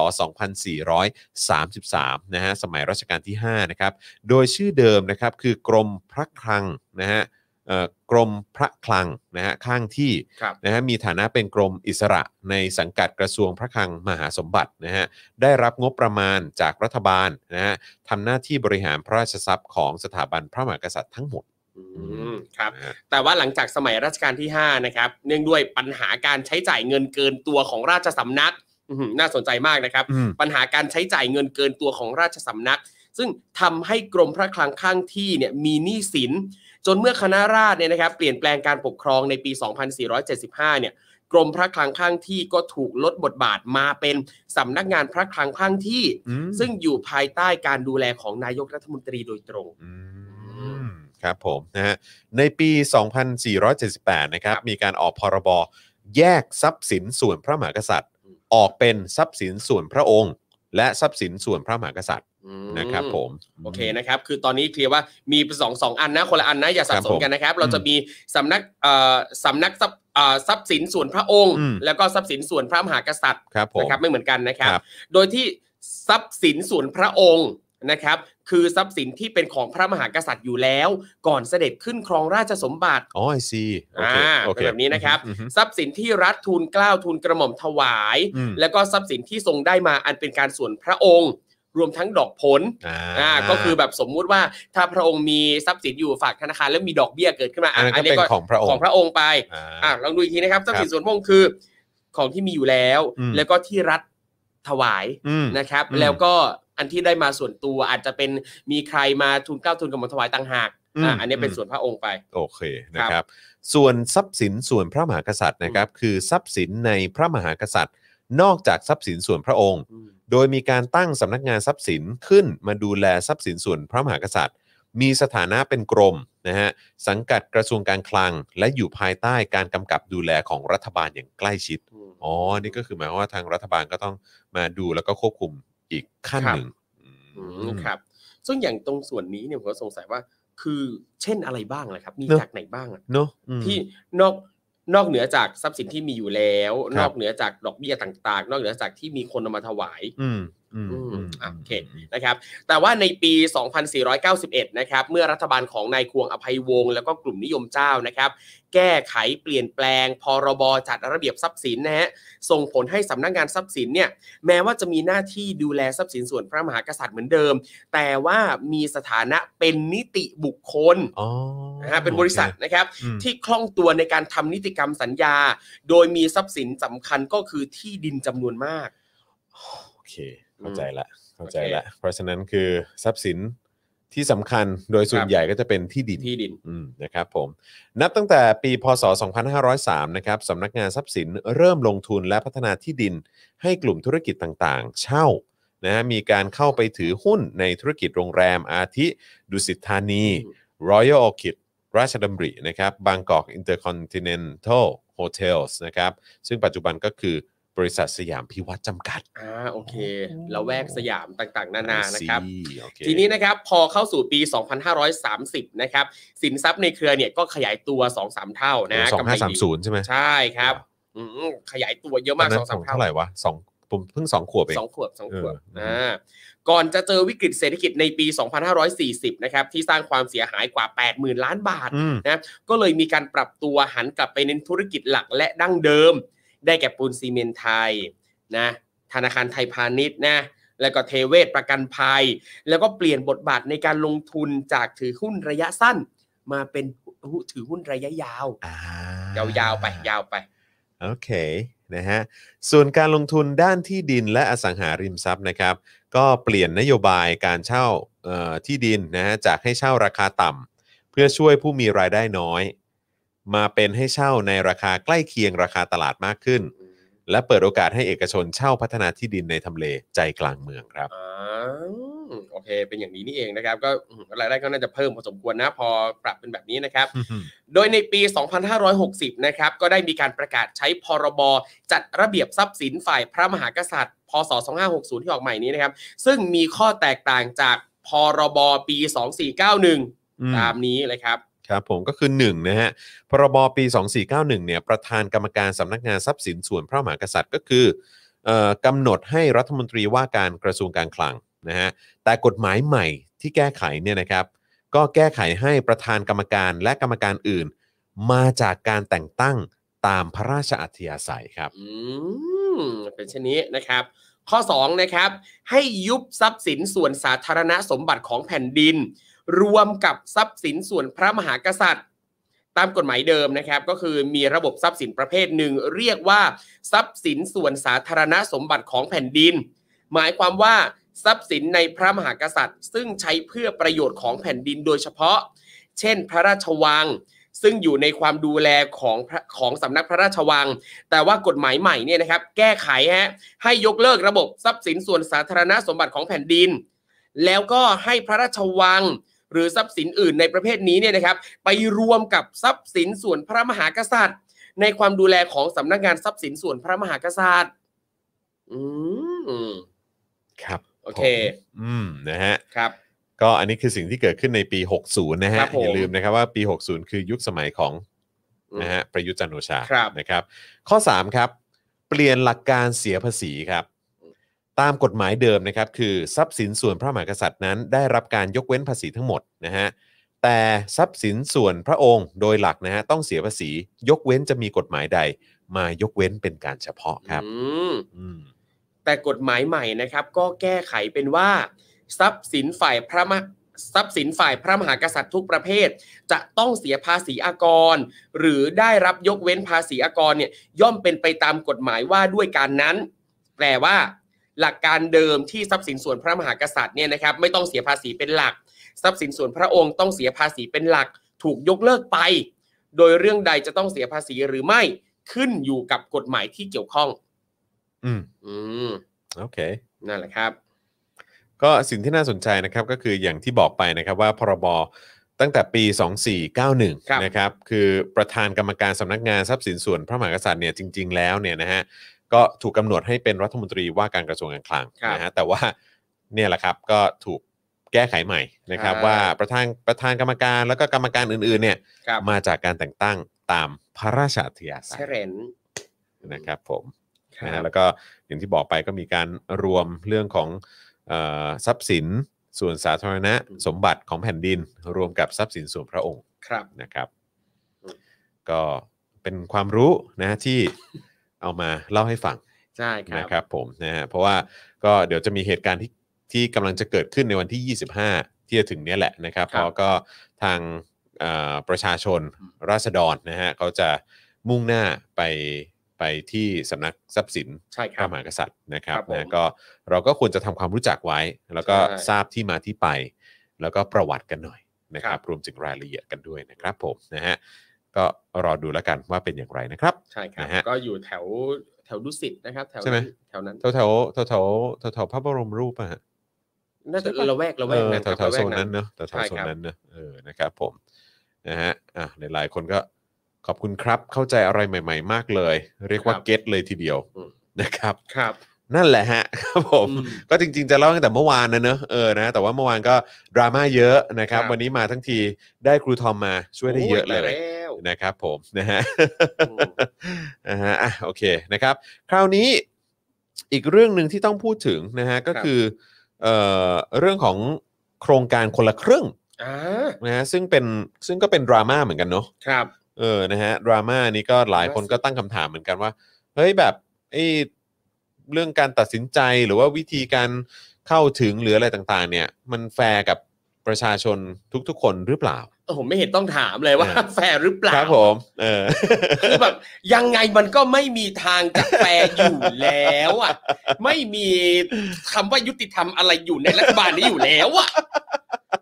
Speaker 2: 2433 นะฮะสมัยรัชกาลที่ 5 นะครับ โดยชื่อเดิมนะครับคือกรมพระคลังนะฮะเอ่อกรมพระคลังนะฮะข้างที่
Speaker 3: ครับ
Speaker 2: นะฮะมีฐานะเป็นกรมอิสระในสังกัดกระทรวงพระคลังมหาสมบัตินะฮะได้รับงบประมาณจากรัฐบาลนะฮะทำหน้าที่บริหารพระราชทรัพย์ของสถาบันพระมหากษัตริย์ทั้งหมด
Speaker 3: อืมครับ
Speaker 2: นะฮะ
Speaker 3: แต่ว่าหลังจากสมัยรัชกาลที่ 5 นะครับ เนื่องด้วยปัญหาการใช้จ่ายเงินเกินตัวของราชสำนักอื้อหือน่าสนใจมากนะครับ
Speaker 2: อืม
Speaker 3: ปัญหาการใช้จ่ายเงินเกินตัวของราชสำนัก ซึ่งทำให้กรมพระคลังข้างที่เนี่ยมีหนี้สิน จนเมื่อคณะราษฎรเนี่ยนะครับ เปลี่ยนแปลงการปกครองในปี 2475 เนี่ย กรมพระคลังข้างที่ก็ถูกลดบทบาทมาเป็นสำนักงานพระคลังข้างที่
Speaker 2: อืม
Speaker 3: ซึ่งอยู่ภายใต้การดูแลของนายกรัฐมนตรีโดยตรง
Speaker 2: อืมครับผมนะฮะในปี 2478 นะครับมีการออกพรบแยกทรัพย์สินส่วนพระมหากษัตริย์ ออกเป็นทรัพย์สินส่วนพระองค์ และทรัพย์สินส่วนพระมหากษัตริย์นะครับผม
Speaker 3: โอเคนะครับ คือตอนนี้เคลียร์ว่ามีสองสองอันนะ คนละอันนะ อย่าสับสนกันนะครับ
Speaker 2: ครับผม
Speaker 3: เราจะมีสำนักเอ่อสำนักทรัพย์เอ่อทรัพย์สินส่วนพระองค์
Speaker 2: อืม
Speaker 3: แล้วก็ทรัพย์สินส่วนพระมหากษัตริย์
Speaker 2: ครับผม
Speaker 3: นะครับไม่เหมือนกันนะครับ
Speaker 2: ครับ
Speaker 3: โดยที่ทรัพย์สินส่วนพระองค์นะครับ คือทรัพย์สินที่เป็นของพระมหากษัตริย์อยู่แล้ว ก่อนเสด็จขึ้นครองราชสมบัติ
Speaker 2: อ๋อไอซีโอเค
Speaker 3: อ่า
Speaker 2: โอเค
Speaker 3: เป็นแบบนี้นะครับ
Speaker 2: อือฮึ
Speaker 3: ทรัพย์สินที่รัฐทูลเกล้าทูลกระหม่อมถวาย
Speaker 2: อืม
Speaker 3: แล้วก็ทรัพย์สินที่ทรงได้มาอันเป็นการส่วนพระองค์ รวมทั้งดอกผล
Speaker 2: อ่า
Speaker 3: อ่าก็คือแบบสมมุติว่าถ้าพระองค์มีทรัพย์สินอยู่ฝากธนาคารแล้วมีดอกเบี้ยเกิดขึ้นมา
Speaker 2: อัน
Speaker 3: อ่ะอั
Speaker 2: นั้นก็
Speaker 3: นนี้
Speaker 2: เป็น
Speaker 3: ก็
Speaker 2: ของพระองค์
Speaker 3: ของพระองค์ไป
Speaker 2: อ่า
Speaker 3: อ่าลองดูอีกทีนะครับทรัพย์สินส่วนพระองค์คือของที่มีอยู่แล้ว
Speaker 2: อืม
Speaker 3: แล้วก็ที่รัฐถวาย
Speaker 2: อืม
Speaker 3: นะครับ
Speaker 2: อืม
Speaker 3: แล้วก็อันที่ได้มาส่วนตัวอาจจะเป็นมีใครมาทุนเกล้าทุนกระหม่อมถวายต่างหากอ่าอันนี้เป็นส่วนพระองค์ไป
Speaker 2: โอเคนะครับ ส่วนทรัพย์สินส่วนพระมหากษัตริย์นะครับ คือทรัพย์สินในพระมหากษัตริย์ นอกจากทรัพย์สินส่วนพระองค์ โดยมีการตั้งสำนักงานทรัพย์สินขึ้นมาดูแลทรัพย์สินส่วนพระมหากษัตริย์ มีสถานะเป็นกรมนะฮะสังกัดกระทรวงการคลัง และอยู่ภายใต้การกำกับดูแลของรัฐบาลอย่างใกล้ชิด อ๋อ นี่ก็คือหมายความว่าทางรัฐบาลก็ต้องมาดูแล้วก็ควบคุมอีกขั้น
Speaker 3: ครับ
Speaker 2: หนึ่ง
Speaker 3: อื
Speaker 2: อื
Speaker 3: ม
Speaker 2: ม
Speaker 3: ครับ ซึ่งอย่างตรงส่วนนี้เนี่ยผมก็สงสัยว่าคือเช่นอะไรบ้างล่ะครับ มี
Speaker 2: เนอะ
Speaker 3: จากไหนบ้างอะ
Speaker 2: เนอะอืม
Speaker 3: ที่นอกนอกเหนือจากทรัพย์สินที่มีอยู่แล้ว
Speaker 2: ค
Speaker 3: น
Speaker 2: รับ
Speaker 3: อกเหนือจากดอกเบี้ยต่าง ๆ นอกเหนือจากที่มีคนเอามาถวาย
Speaker 2: อืมอืม
Speaker 3: อืม
Speaker 2: อืม
Speaker 3: อ่ะโอเคนะครับ แต่ว่าในปี 2491 นะครับ เมื่อรัฐบาลของนายควงอภัยวงศ์แล้วก็กลุ่มนิยมเจ้านะครับ แก้ไขเปลี่ยนแปลง พรบจัดระเบียบทรัพย์สินนะฮะส่งผลให้สำนักงานทรัพย์สินเนี่ยแม้ว่าจะมีหน้าที่ดูแลทรัพย์สินส่วนพระมหากษัตริย์เหมือนเดิม แต่ว่ามีสถานะเป็นนิติบุคคล
Speaker 2: อ๋อ
Speaker 3: นะฮะเป็นบริษัท
Speaker 2: โอเค
Speaker 3: นะครับ
Speaker 2: อืม
Speaker 3: ที่คล่องตัวในการทำนิติกรรมสัญญา โดยมีทรัพย์สินสำคัญก็คือที่ดินจำนวนมาก
Speaker 2: โอเค เข้าใจละ เข้าใจละ เพราะฉะนั้นคือทรัพย์สิน ที่สำคัญโดยส่ว
Speaker 3: คน รับ
Speaker 2: ใหญ่ก็จะเป็นที่ดิน
Speaker 3: ที่ดิน
Speaker 2: อืมนะครับผมนับตั้งแต่ปีพศ 2503 นะครับสำนักงานทรัพย์สินเริ่มลงทุนและพัฒนาที่ดิน ให้กลุ่มธุรกิจต่างๆ เช่านะฮะมีการเข้าไปถือหุ้นในธุรกิจโรงแรมอาทิ ดุสิตธานี
Speaker 3: อืม
Speaker 2: Royal Orchid ราชดำรินะครับบางกอก Intercontinental Hotels นะครับซึ่งปัจจุบันก็คือบริษัทสยามพิวัตรจำกัด
Speaker 3: อ่าโอเคละแวกสยามต่างๆ นานานะครับ
Speaker 2: ซีโอเค
Speaker 3: ทีนี้นะครับพอเข้าสู่ปี 2530 นะครับ สินทรัพย์ในเครือเนี่ยก็ขยายตัว 2-3 เท่านะ
Speaker 2: โอ้
Speaker 3: กำไรดี
Speaker 2: 2530ใช่ไหม
Speaker 3: ใช่ครับอืมขยายตัวเยอะมาก
Speaker 2: ต
Speaker 3: สอ
Speaker 2: อนนั้
Speaker 3: ง
Speaker 2: น
Speaker 3: สาม
Speaker 2: เท่า
Speaker 3: เท่า
Speaker 2: ไหร่วะสองผมเพิ่งสองขวบเอง
Speaker 3: สองขวบสองขวบ
Speaker 2: เออ
Speaker 3: อ่าก่อนจะเจอวิกฤตเศรษฐกิจในปี 2540 นะครับ ที่สร้างความเสียหายกว่า 80,000 ล้านบาท
Speaker 2: อืม
Speaker 3: ก็เลยมีการปรับตัวหันกลับไปเน้นธุรกิจหลักและดั้งเดิม ได้แก่ปูนซีเมนต์ไทยนะธนาคารไทยพาณิชย์นะแล้วก็เทเวศประกันภัย แล้วก็เปลี่ยนบทบาทในการลงทุนจากถือหุ้นระยะสั้น มาเป็นถือหุ้นระยะยาว
Speaker 2: อ่าย
Speaker 3: าวๆไปยาวไป
Speaker 2: โอเคนะฮะส่วนการลงทุนด้านที่ดินและอสังหาริมทรัพย์นะครับ ก็เปลี่ยนนโยบายการเช่าเอ่อที่ดินนะฮะจากให้เช่าราคาต่ำเพื่อช่วยผู้มีรายได้น้อย มาเป็นให้เช่าในราคาใกล้เคียงราคาตลาดมากขึ้น และเปิดโอกาสให้เอกชนเช่าพัฒนาที่ดินในทำเลใจกลางเมืองครับ
Speaker 3: อ่าโอเค เป็นอย่างนี้นี่เองนะครับ ก็อืมรายได้ก็น่าจะเพิ่มพอสมควรนะ พอปรับเป็นแบบนี้นะครับ โดยในปี 2560 นะครับ ก็ได้มีการประกาศใช้พรบ จัดระเบียบทรัพย์สินฝ่ายพระมหากษัตริย์ พศ 2560 ที่ออกใหม่นี้นะครับ ซึ่งมีข้อแตกต่างจากพรบ ปี
Speaker 2: อืม
Speaker 3: 2491 ตามนี้เลยครับ
Speaker 2: ครับผมก็คือ1นะฮะพรบปี 2491เนี่ยประธานกรรมการสำนักงานทรัพย์สินส่วนพระมหากษัตริย์ก็คือเอ่อกำหนดให้รัฐมนตรีว่าการกระทรวงการคลังนะฮะแต่กฎหมายใหม่ที่แก้ไขเนี่ยนะครับ ก็แก้ไขให้ประธานกรรมการและกรรมการอื่น มาจากการแต่งตั้งตามพระราชอัธยาศัยครับ
Speaker 3: อืม เป็นเช่นนี้นะครับ ข้อ 2 นะครับ ให้ยุบทรัพย์สินส่วนสาธารณสมบัติของแผ่นดิน รวมกับทรัพย์สินส่วนพระมหากษัตริย์ ตามกฎหมายเดิมนะครับ ก็คือมีระบบทรัพย์สินประเภทหนึ่ง เรียกว่า ทรัพย์สินส่วนสาธารณสมบัติของแผ่นดิน หมายความว่าทรัพย์สินในพระมหากษัตริย์ ซึ่งใช้เพื่อประโยชน์ของแผ่นดินโดยเฉพาะ เช่น พระราชวัง ซึ่งอยู่ในความดูแลของพระของสำนักพระราชวัง แต่ว่ากฎหมายใหม่เนี่ยนะครับแก้ไขฮะให้ยกเลิกระบบทรัพย์สินส่วนสาธารณสมบัติของแผ่นดิน แล้วก็ให้พระราชวัง หรือทรัพย์สินอื่นในประเภทนี้เนี่ยนะครับ ไปรวมกับทรัพย์สินส่วนพระมหากษัตริย์ ในความดูแลของสำนักงานทรัพย์สินส่วนพระมหากษัตริย์ อืม
Speaker 2: ครับ
Speaker 3: โอเค
Speaker 2: ผมอืมนะฮะ
Speaker 3: ครับ
Speaker 2: ก็อันนี้คือสิ่งที่เกิดขึ้นในปี 60 นะฮะ
Speaker 3: ครับผม
Speaker 2: อย่าลืมนะครับว่าปี 60 คือยุคสมัยของ
Speaker 3: อืม
Speaker 2: นะฮะประยุทธ์จันทร์โอชา
Speaker 3: ครับ
Speaker 2: นะครับ ข้อ 3 ครับ เปลี่ยนหลักการเสียภาษีครับ ตามกฎหมายเดิมนะครับคือทรัพย์สินส่วนพระมหากษัตริย์นั้น ได้รับการยกเว้นภาษีทั้งหมดนะฮะแต่ทรัพย์สินส่วนพระองค์โดยหลักนะฮะต้องเสียภาษี ยกเว้นจะมีกฎหมายใด มายกเว้นเป็นการเฉพาะครับ
Speaker 3: อืม
Speaker 2: อืม
Speaker 3: แต่กฎหมายใหม่นะครับ ก็แก้ไขเป็นว่า ทรัพย์สินฝ่ายพระมหทรัพย์สินฝ่ายพระมหากษัตริย์ทุกประเภท จะต้องเสียภาษีอากร หรือได้รับยกเว้นภาษีอากรเนี่ยย่อมเป็นไปตามกฎหมายว่าด้วยการนั้น แปลว่า หลักการเดิมที่ทรัพย์สินส่วนพระมหากษัตริย์เนี่ยนะครับ ไม่ต้องเสียภาษีเป็นหลัก ทรัพย์สินส่วนพระองค์ต้องเสียภาษีเป็นหลัก ถูกยกเลิกไป โดยเรื่องใดจะต้องเสียภาษีหรือไม่ขึ้นอยู่กับกฎหมายที่เกี่ยวข้อง
Speaker 2: อืม
Speaker 3: อืม
Speaker 2: โอเค
Speaker 3: นั่นแหละครับ
Speaker 2: ก็สิ่งที่น่าสนใจนะครับก็คืออย่างที่บอกไปนะครับว่าพรบตั้งแต่ปี
Speaker 3: ครับ
Speaker 2: 2491 นะครับ คือประธานกรรมการสำนักงานทรัพย์สินส่วนพระมหากษัตริย์เนี่ยจริง ๆ แล้วเนี่ยนะฮะก็ถูกกำหนดให้เป็นรัฐมนตรีว่าการกระทรวงการคลังนะฮะแต่ว่าเนี่ยแหละครับก็ถูกแก้ไขใหม่นะครับ ว่าประธานประธานกรรมการแล้วก็กรรมการอื่นๆเนี่ย
Speaker 3: ครับ
Speaker 2: มาจากการแต่งตั้งตามพระราชอัธยาศั
Speaker 3: ใช่
Speaker 2: ย
Speaker 3: เหรน
Speaker 2: นะครับผม
Speaker 3: ครั
Speaker 2: นะฮะ
Speaker 3: บ
Speaker 2: แล้วก็อย่างที่บอกไปก็มีการรวมเรื่องของเออทรัพย์สิน ส่วนสาธารณะ
Speaker 3: อืม
Speaker 2: สมบัติของแผ่นดิน รวมกับทรัพย์สินส่วนพระองค์
Speaker 3: ครับ
Speaker 2: นะครับ
Speaker 3: อืม
Speaker 2: ก็เป็นความรู้นะที่เอามาเล่าให้ฟัง
Speaker 3: ใช่ครับ
Speaker 2: นะครับผมนะฮะเพราะว่าก็เดี๋ยวจะมีเหตุการณ์ที่ที่กำลังจะเกิดขึ้นในวันที่ 25 ที่จะถึงเนี้ยแหละนะครับ
Speaker 3: ครับ
Speaker 2: เพราะก็ทางเอ่อประชาชน
Speaker 3: อืม
Speaker 2: ราษฎรนะฮะเขาจะมุ่งหน้าไปไปที่สำนักทรัพย์สิน
Speaker 3: ใช่ค
Speaker 2: พระ
Speaker 3: รับ
Speaker 2: มหากษัตริย์นะครับ
Speaker 3: ครับผม
Speaker 2: นะก็เราก็ควรจะทำความรู้จักไว้ แล้วก็
Speaker 3: ใช่
Speaker 2: ทราบที่มาที่ไป แล้วก็ประวัติกันหน่อยนะครับ รวมถึงรายละเอียดกันด้วยนะครับผมนะฮะก็รอดูแล้วกันว่าเป็นอย่างไรนะครับ
Speaker 3: ใช่ครับ
Speaker 2: นะฮะ
Speaker 3: ก็อยู่แถวแถวดุสิตนะครับ แถว
Speaker 2: ใช่ไหม
Speaker 3: แถวนั้น
Speaker 2: แถวแถวแถวแถวแถวแถวพระบรมรูปอะฮะ
Speaker 3: น่าจะ
Speaker 2: ใช่ปะ
Speaker 3: ละแวกละแวกนั้น
Speaker 2: เออแถ
Speaker 3: ครับ
Speaker 2: วๆ
Speaker 3: ละแว
Speaker 2: โซ
Speaker 3: ก
Speaker 2: นนั้นเนอะแถว
Speaker 3: ใช่
Speaker 2: ๆโซ
Speaker 3: คน รับ
Speaker 2: นั้นเนอะเออนะครับผมนะฮะอ่ะหลายๆคนก็ขอบคุณครับเข้าใจอะไรใหม่ ๆ มากเลย เรียกว่าเก็ตเลยทีเดียวนะครับ
Speaker 3: ครับ
Speaker 2: นั่นแหละฮะ [LAUGHS] ครับผม
Speaker 3: อืม
Speaker 2: ก็จริงๆจะเล่าตั้งแต่เมื่อวานนะเนอะเออนะแต่ว่าเมื่อวานก็ดราม่าเยอะนะครับ
Speaker 3: ครับ
Speaker 2: วันนี้มาทั้งทีได้ครูทอมมาช่วยได้เยอะเลย
Speaker 3: โตาแล้ว
Speaker 2: นะครับผมนะฮ [LAUGHS] ะ
Speaker 3: อืม
Speaker 2: นะฮะอ่ะโอเคนะครับ คราวนี้อีกเรื่องหนึ่งที่ต้องพูดถึงนะฮะก็คือเอ่อเรื่องของโครงการคนละครึ่ง
Speaker 3: อ่า
Speaker 2: นะฮะซึ่งเป็นซึ่งก็เป็นดราม่าเหมือนกันเนาะ
Speaker 3: ครับ
Speaker 2: เออนะฮะดราม่านี้ก็หลายคนก็ตั้งคำถามเหมือนกันว่าเฮ้ยแบบไอ้เรื่องการตัดสินใจหรือว่าวิธีการเข้าถึงหรืออะไรต่างๆ เนี่ย มันแฟร์กับประชาชนทุกๆ คนหรือเปล่า
Speaker 3: ผมไม่เห็นต้องถามเลยว่า
Speaker 2: อ่า
Speaker 3: แฟร์หรือเปล่า
Speaker 2: ครับผมเออ
Speaker 3: คือแบบยังไงมันก็ไม่มีทางจะแฟร์อยู่แล้วอ่ะ ไม่มีคำว่ายุติธรรมอะไรอยู่ในรัฐบาลนี้อยู่แล้วอ่ะ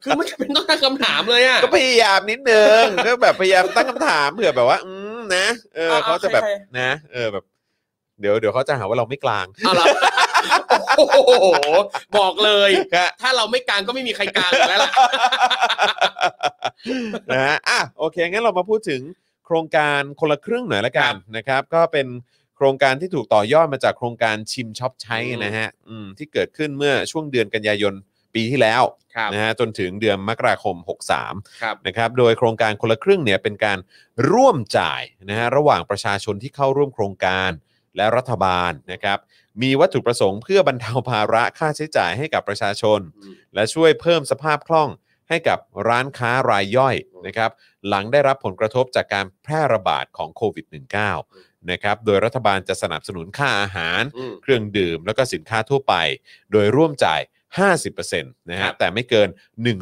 Speaker 3: คือมันเป็นต้องตั้งคำถามเลยอ่ะ
Speaker 2: ก็พยายามนิดนึง ก็แบบพยายามตั้งคำถามเผื่อแบบว่า อืมนะเออ
Speaker 3: เอาเอา
Speaker 2: เขาจะแบบ
Speaker 3: ใคร
Speaker 2: นะ เออแบบ เดี๋ยวเดี๋ยวเขาจะหาว่าเราไม่กลาง
Speaker 3: เอาล่ะ [LAUGHS] โอ้โหบอกเลย
Speaker 2: ครับ
Speaker 3: ถ้าเราไม่กลางก็ไม่มีใครกลางอยู่แล้วล่ะ
Speaker 2: นะฮะอ่ะโอเคงั้นเรามาพูดถึงโครงการคนละครึ่งหน่อยละกันนะครับ ก็เป็นโครงการที่ถูกต่อยอดมาจากโครงการชิมช็อปใช้นะฮะอืมที่เกิดขึ้นเมื่อช่วงเดือนกันยายนปีที่แล้ว
Speaker 3: ครับ
Speaker 2: นะฮะจนถึงเดือนมกราคม 63
Speaker 3: ครับ
Speaker 2: นะครับโดยโครงการคนละครึ่งเนี่ยเป็นการร่วมจ่ายนะฮะระหว่างประชาชนที่เข้าร่วมโครงการและรัฐบาลนะครับมีวัตถุประสงค์เพื่อบรรเทาภาระค่าใช้จ่ายให้กับประชาชน และช่วยเพิ่มสภาพคล่องให้กับร้านค้ารายย่อยนะครับหลังได้รับผลกระทบจากการแพร่ระบาดของโควิด -19 นะครับโดยรัฐบาลจะสนับสนุนค่าอาหาร
Speaker 3: อืม
Speaker 2: เครื่องดื่มแล้วก็สินค้าทั่วไป โดยร่วมจ่าย 50%นะ
Speaker 3: ครั
Speaker 2: ฮะ
Speaker 3: บ
Speaker 2: แต่ไม่เกิน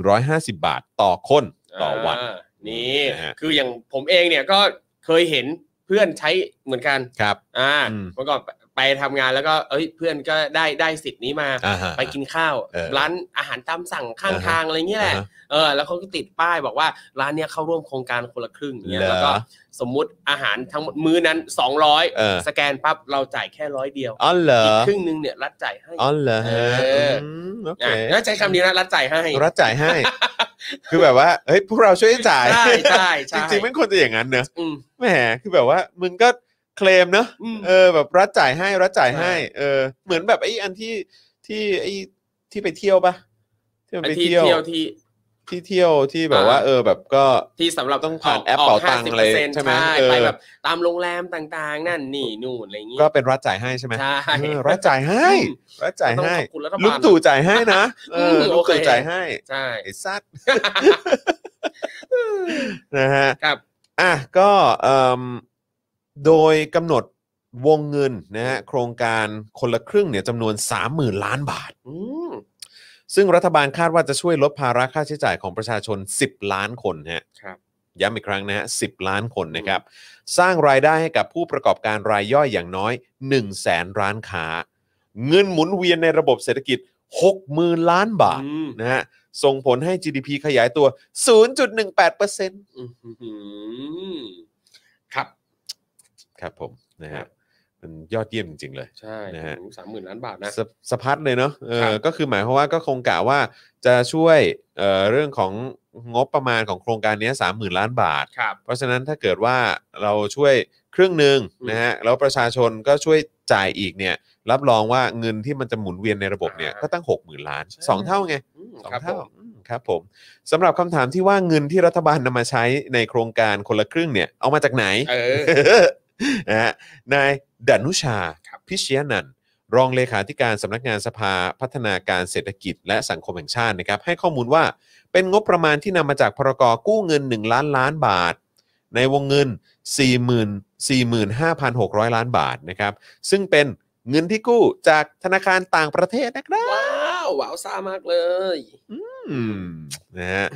Speaker 2: 150 บาทต่อคนต่อวัน
Speaker 3: านี่
Speaker 2: นะฮะ
Speaker 3: คืออย่างผมเองเนี่ยก็เคยเห็นเพื่อนใช้เหมือนกัน
Speaker 2: ครับ
Speaker 3: อ่า
Speaker 2: อืม
Speaker 3: เมื่อก่อนไปทำงานแล้วก็เอ้ยเพื่อนก็ได้ได้สิทธิ์นี้มา
Speaker 2: อ่าฮะ
Speaker 3: ไปกินข้าว
Speaker 2: เออ
Speaker 3: ร้านอาหารตามสั่งข้าง
Speaker 2: อ่าฮะ
Speaker 3: ทางอะไรเงี้ยแหละ
Speaker 2: อ่าฮะ
Speaker 3: เออแล้วเขาก็ติดป้ายบอกว่าร้านเนี้ยเข้าร่วมโครงการคนละครึ่งเนี่ย
Speaker 2: เหรอ
Speaker 3: แล้วก็สมมุติอาหารทั้งหมดมื้อนั้น
Speaker 2: เออ
Speaker 3: 200 สแกนปั๊บเราจ่ายแค่ร้อยเดียว
Speaker 2: อ๋อเหรอ
Speaker 3: อีกค
Speaker 2: อ
Speaker 3: รึ่งนึงเนี่ยรัฐจ่ายให้
Speaker 2: อ๋อเหรอฮะ
Speaker 3: เอออื
Speaker 2: มโอเค
Speaker 3: อ่ะงั้นใช้คำนี้นะรัฐจ่ายให้
Speaker 2: รัฐจ่ายให้ คือแบบว่าเฮ้ยพวกเราช่วยจ่าย
Speaker 3: ใช่ใช่
Speaker 2: จ
Speaker 3: ใช่
Speaker 2: ริงๆมันควรจะอย่างนั้นเนอะ
Speaker 3: อืม
Speaker 2: แหมคือแบบว่ามึงก็เคลมเนอะ
Speaker 3: อืม
Speaker 2: เออแบบรัฐจ่ายให้รัฐจ่ายให้
Speaker 3: ใช่
Speaker 2: เออ เหมือนแบบไอ้อันที่ที่ไอ้ที่ไปเที่ยวปะที่มัน
Speaker 3: ไอ้
Speaker 2: ไป
Speaker 3: ที่
Speaker 2: เที่ยว
Speaker 3: เที่ยวที่
Speaker 2: ที่เที่ยวที่แบบว่า
Speaker 3: อ่า
Speaker 2: เออแบบก็
Speaker 3: ที่สำหรับ
Speaker 2: ต้องผ่าน
Speaker 3: ก
Speaker 2: แอปเป๋าก ตังค์อะไร
Speaker 3: 50%
Speaker 2: ใช่ไหม
Speaker 3: ใช่
Speaker 2: เออ
Speaker 3: ไปแบบตามโรงแรมต่างๆ นั่นนี่นู่นอะไรอย่างงี้
Speaker 2: ก็เป็นรัฐจ่ายให้ใช่ไหม
Speaker 3: ใช่
Speaker 2: เออรัฐจ่ายให้ รัฐจ่าย
Speaker 3: ต้อง
Speaker 2: ให้
Speaker 3: ขอบคุณรัฐบาล
Speaker 2: ลุงตู่จ่ายให้นะเออ
Speaker 3: ม
Speaker 2: ลุงตู่
Speaker 3: โอเค
Speaker 2: จ่ายให้
Speaker 3: ใช่
Speaker 2: ไอ้สัตว์ [LAUGHS] นะฮะ
Speaker 3: ครับ
Speaker 2: อ่ะก็เอิ่มโดยกำหนดวงเงินนะฮะโครงการคนละครึ่งเนี่ยจำนวน 30,000 ล้านบาท
Speaker 3: อืม
Speaker 2: ซึ่งรัฐบาลคาดว่าจะช่วยลดภาระค่าใช้จ่ายของประชาชน 10 ล้านคนฮะ
Speaker 3: ครับ
Speaker 2: ย้ำอีกครั้งนะฮะ10 ล้านคนนะครับ สร้างรายได้ให้กับผู้ประกอบการรายย่อยอย่างน้อย 1 0 0 0 0แสนร้านค้า เงินหมุนเวียนในระบบเศรษฐกิจ 60,000 ล้านบาท
Speaker 3: อืม
Speaker 2: นะฮะส่งผลให้ GDP ขยายตัว 0.18%
Speaker 3: อื้อหือครับ
Speaker 2: ครับผมนะ
Speaker 3: ครั
Speaker 2: ฮะ
Speaker 3: บ
Speaker 2: มันยอดเยี่ยมจริง ๆ เลย
Speaker 3: ใช่
Speaker 2: นะฮะ
Speaker 3: สามหมื่นล้านบาทนะ
Speaker 2: สะสะพัดเลยเนาะเอ
Speaker 3: ครั
Speaker 2: อบ ก็คือหมายความว่าก็คงกะว่าจะช่วยเอ่อเรื่องของงบประมาณของโครงการเนี้สามหมื่นล้านบาท
Speaker 3: ครับ
Speaker 2: เพราะฉะนั้นถ้าเกิดว่าเราช่วยครึ่งหนึ่ง
Speaker 3: อืม
Speaker 2: นะฮะแล้วประชาชนก็ช่วยจ่ายอีกเนี่ยรับรองว่าเงินที่มันจะหมุนเวียนในระบบเนี่ยก็ตั้ง 6 0,000 ล้าน 2 เท่าไง
Speaker 3: อืม
Speaker 2: สอง
Speaker 3: ครับผ
Speaker 2: เท่าม อืมครับผมสำหรับคำถามที่ว่าเงินที่รัฐบาลนำมาใช้ในโครงการคนละครึ่งเนี่ย เอามาจากไหน
Speaker 3: เออ
Speaker 2: [LAUGHS] นะฮะนายดนุชา
Speaker 3: ครับ
Speaker 2: พิชยนันท์รองเลขาธิการสำนักงานสภาพัฒนาการเศรษฐกิจและสังคมแห่งชาตินะครับ ให้ข้อมูลว่าเป็นงบประมาณที่นำมาจากพรกกู้เงิน 1 ล้านล้านบาท ในวงเงิน 40,000 45,600 ล้านบาทนะครับ ซึ่งเป็นเงินที่กู้จากธนาคารต่างประเทศนะครับ
Speaker 3: ว้าวว้าวซ่ามากเลย
Speaker 2: อืมนะฮะ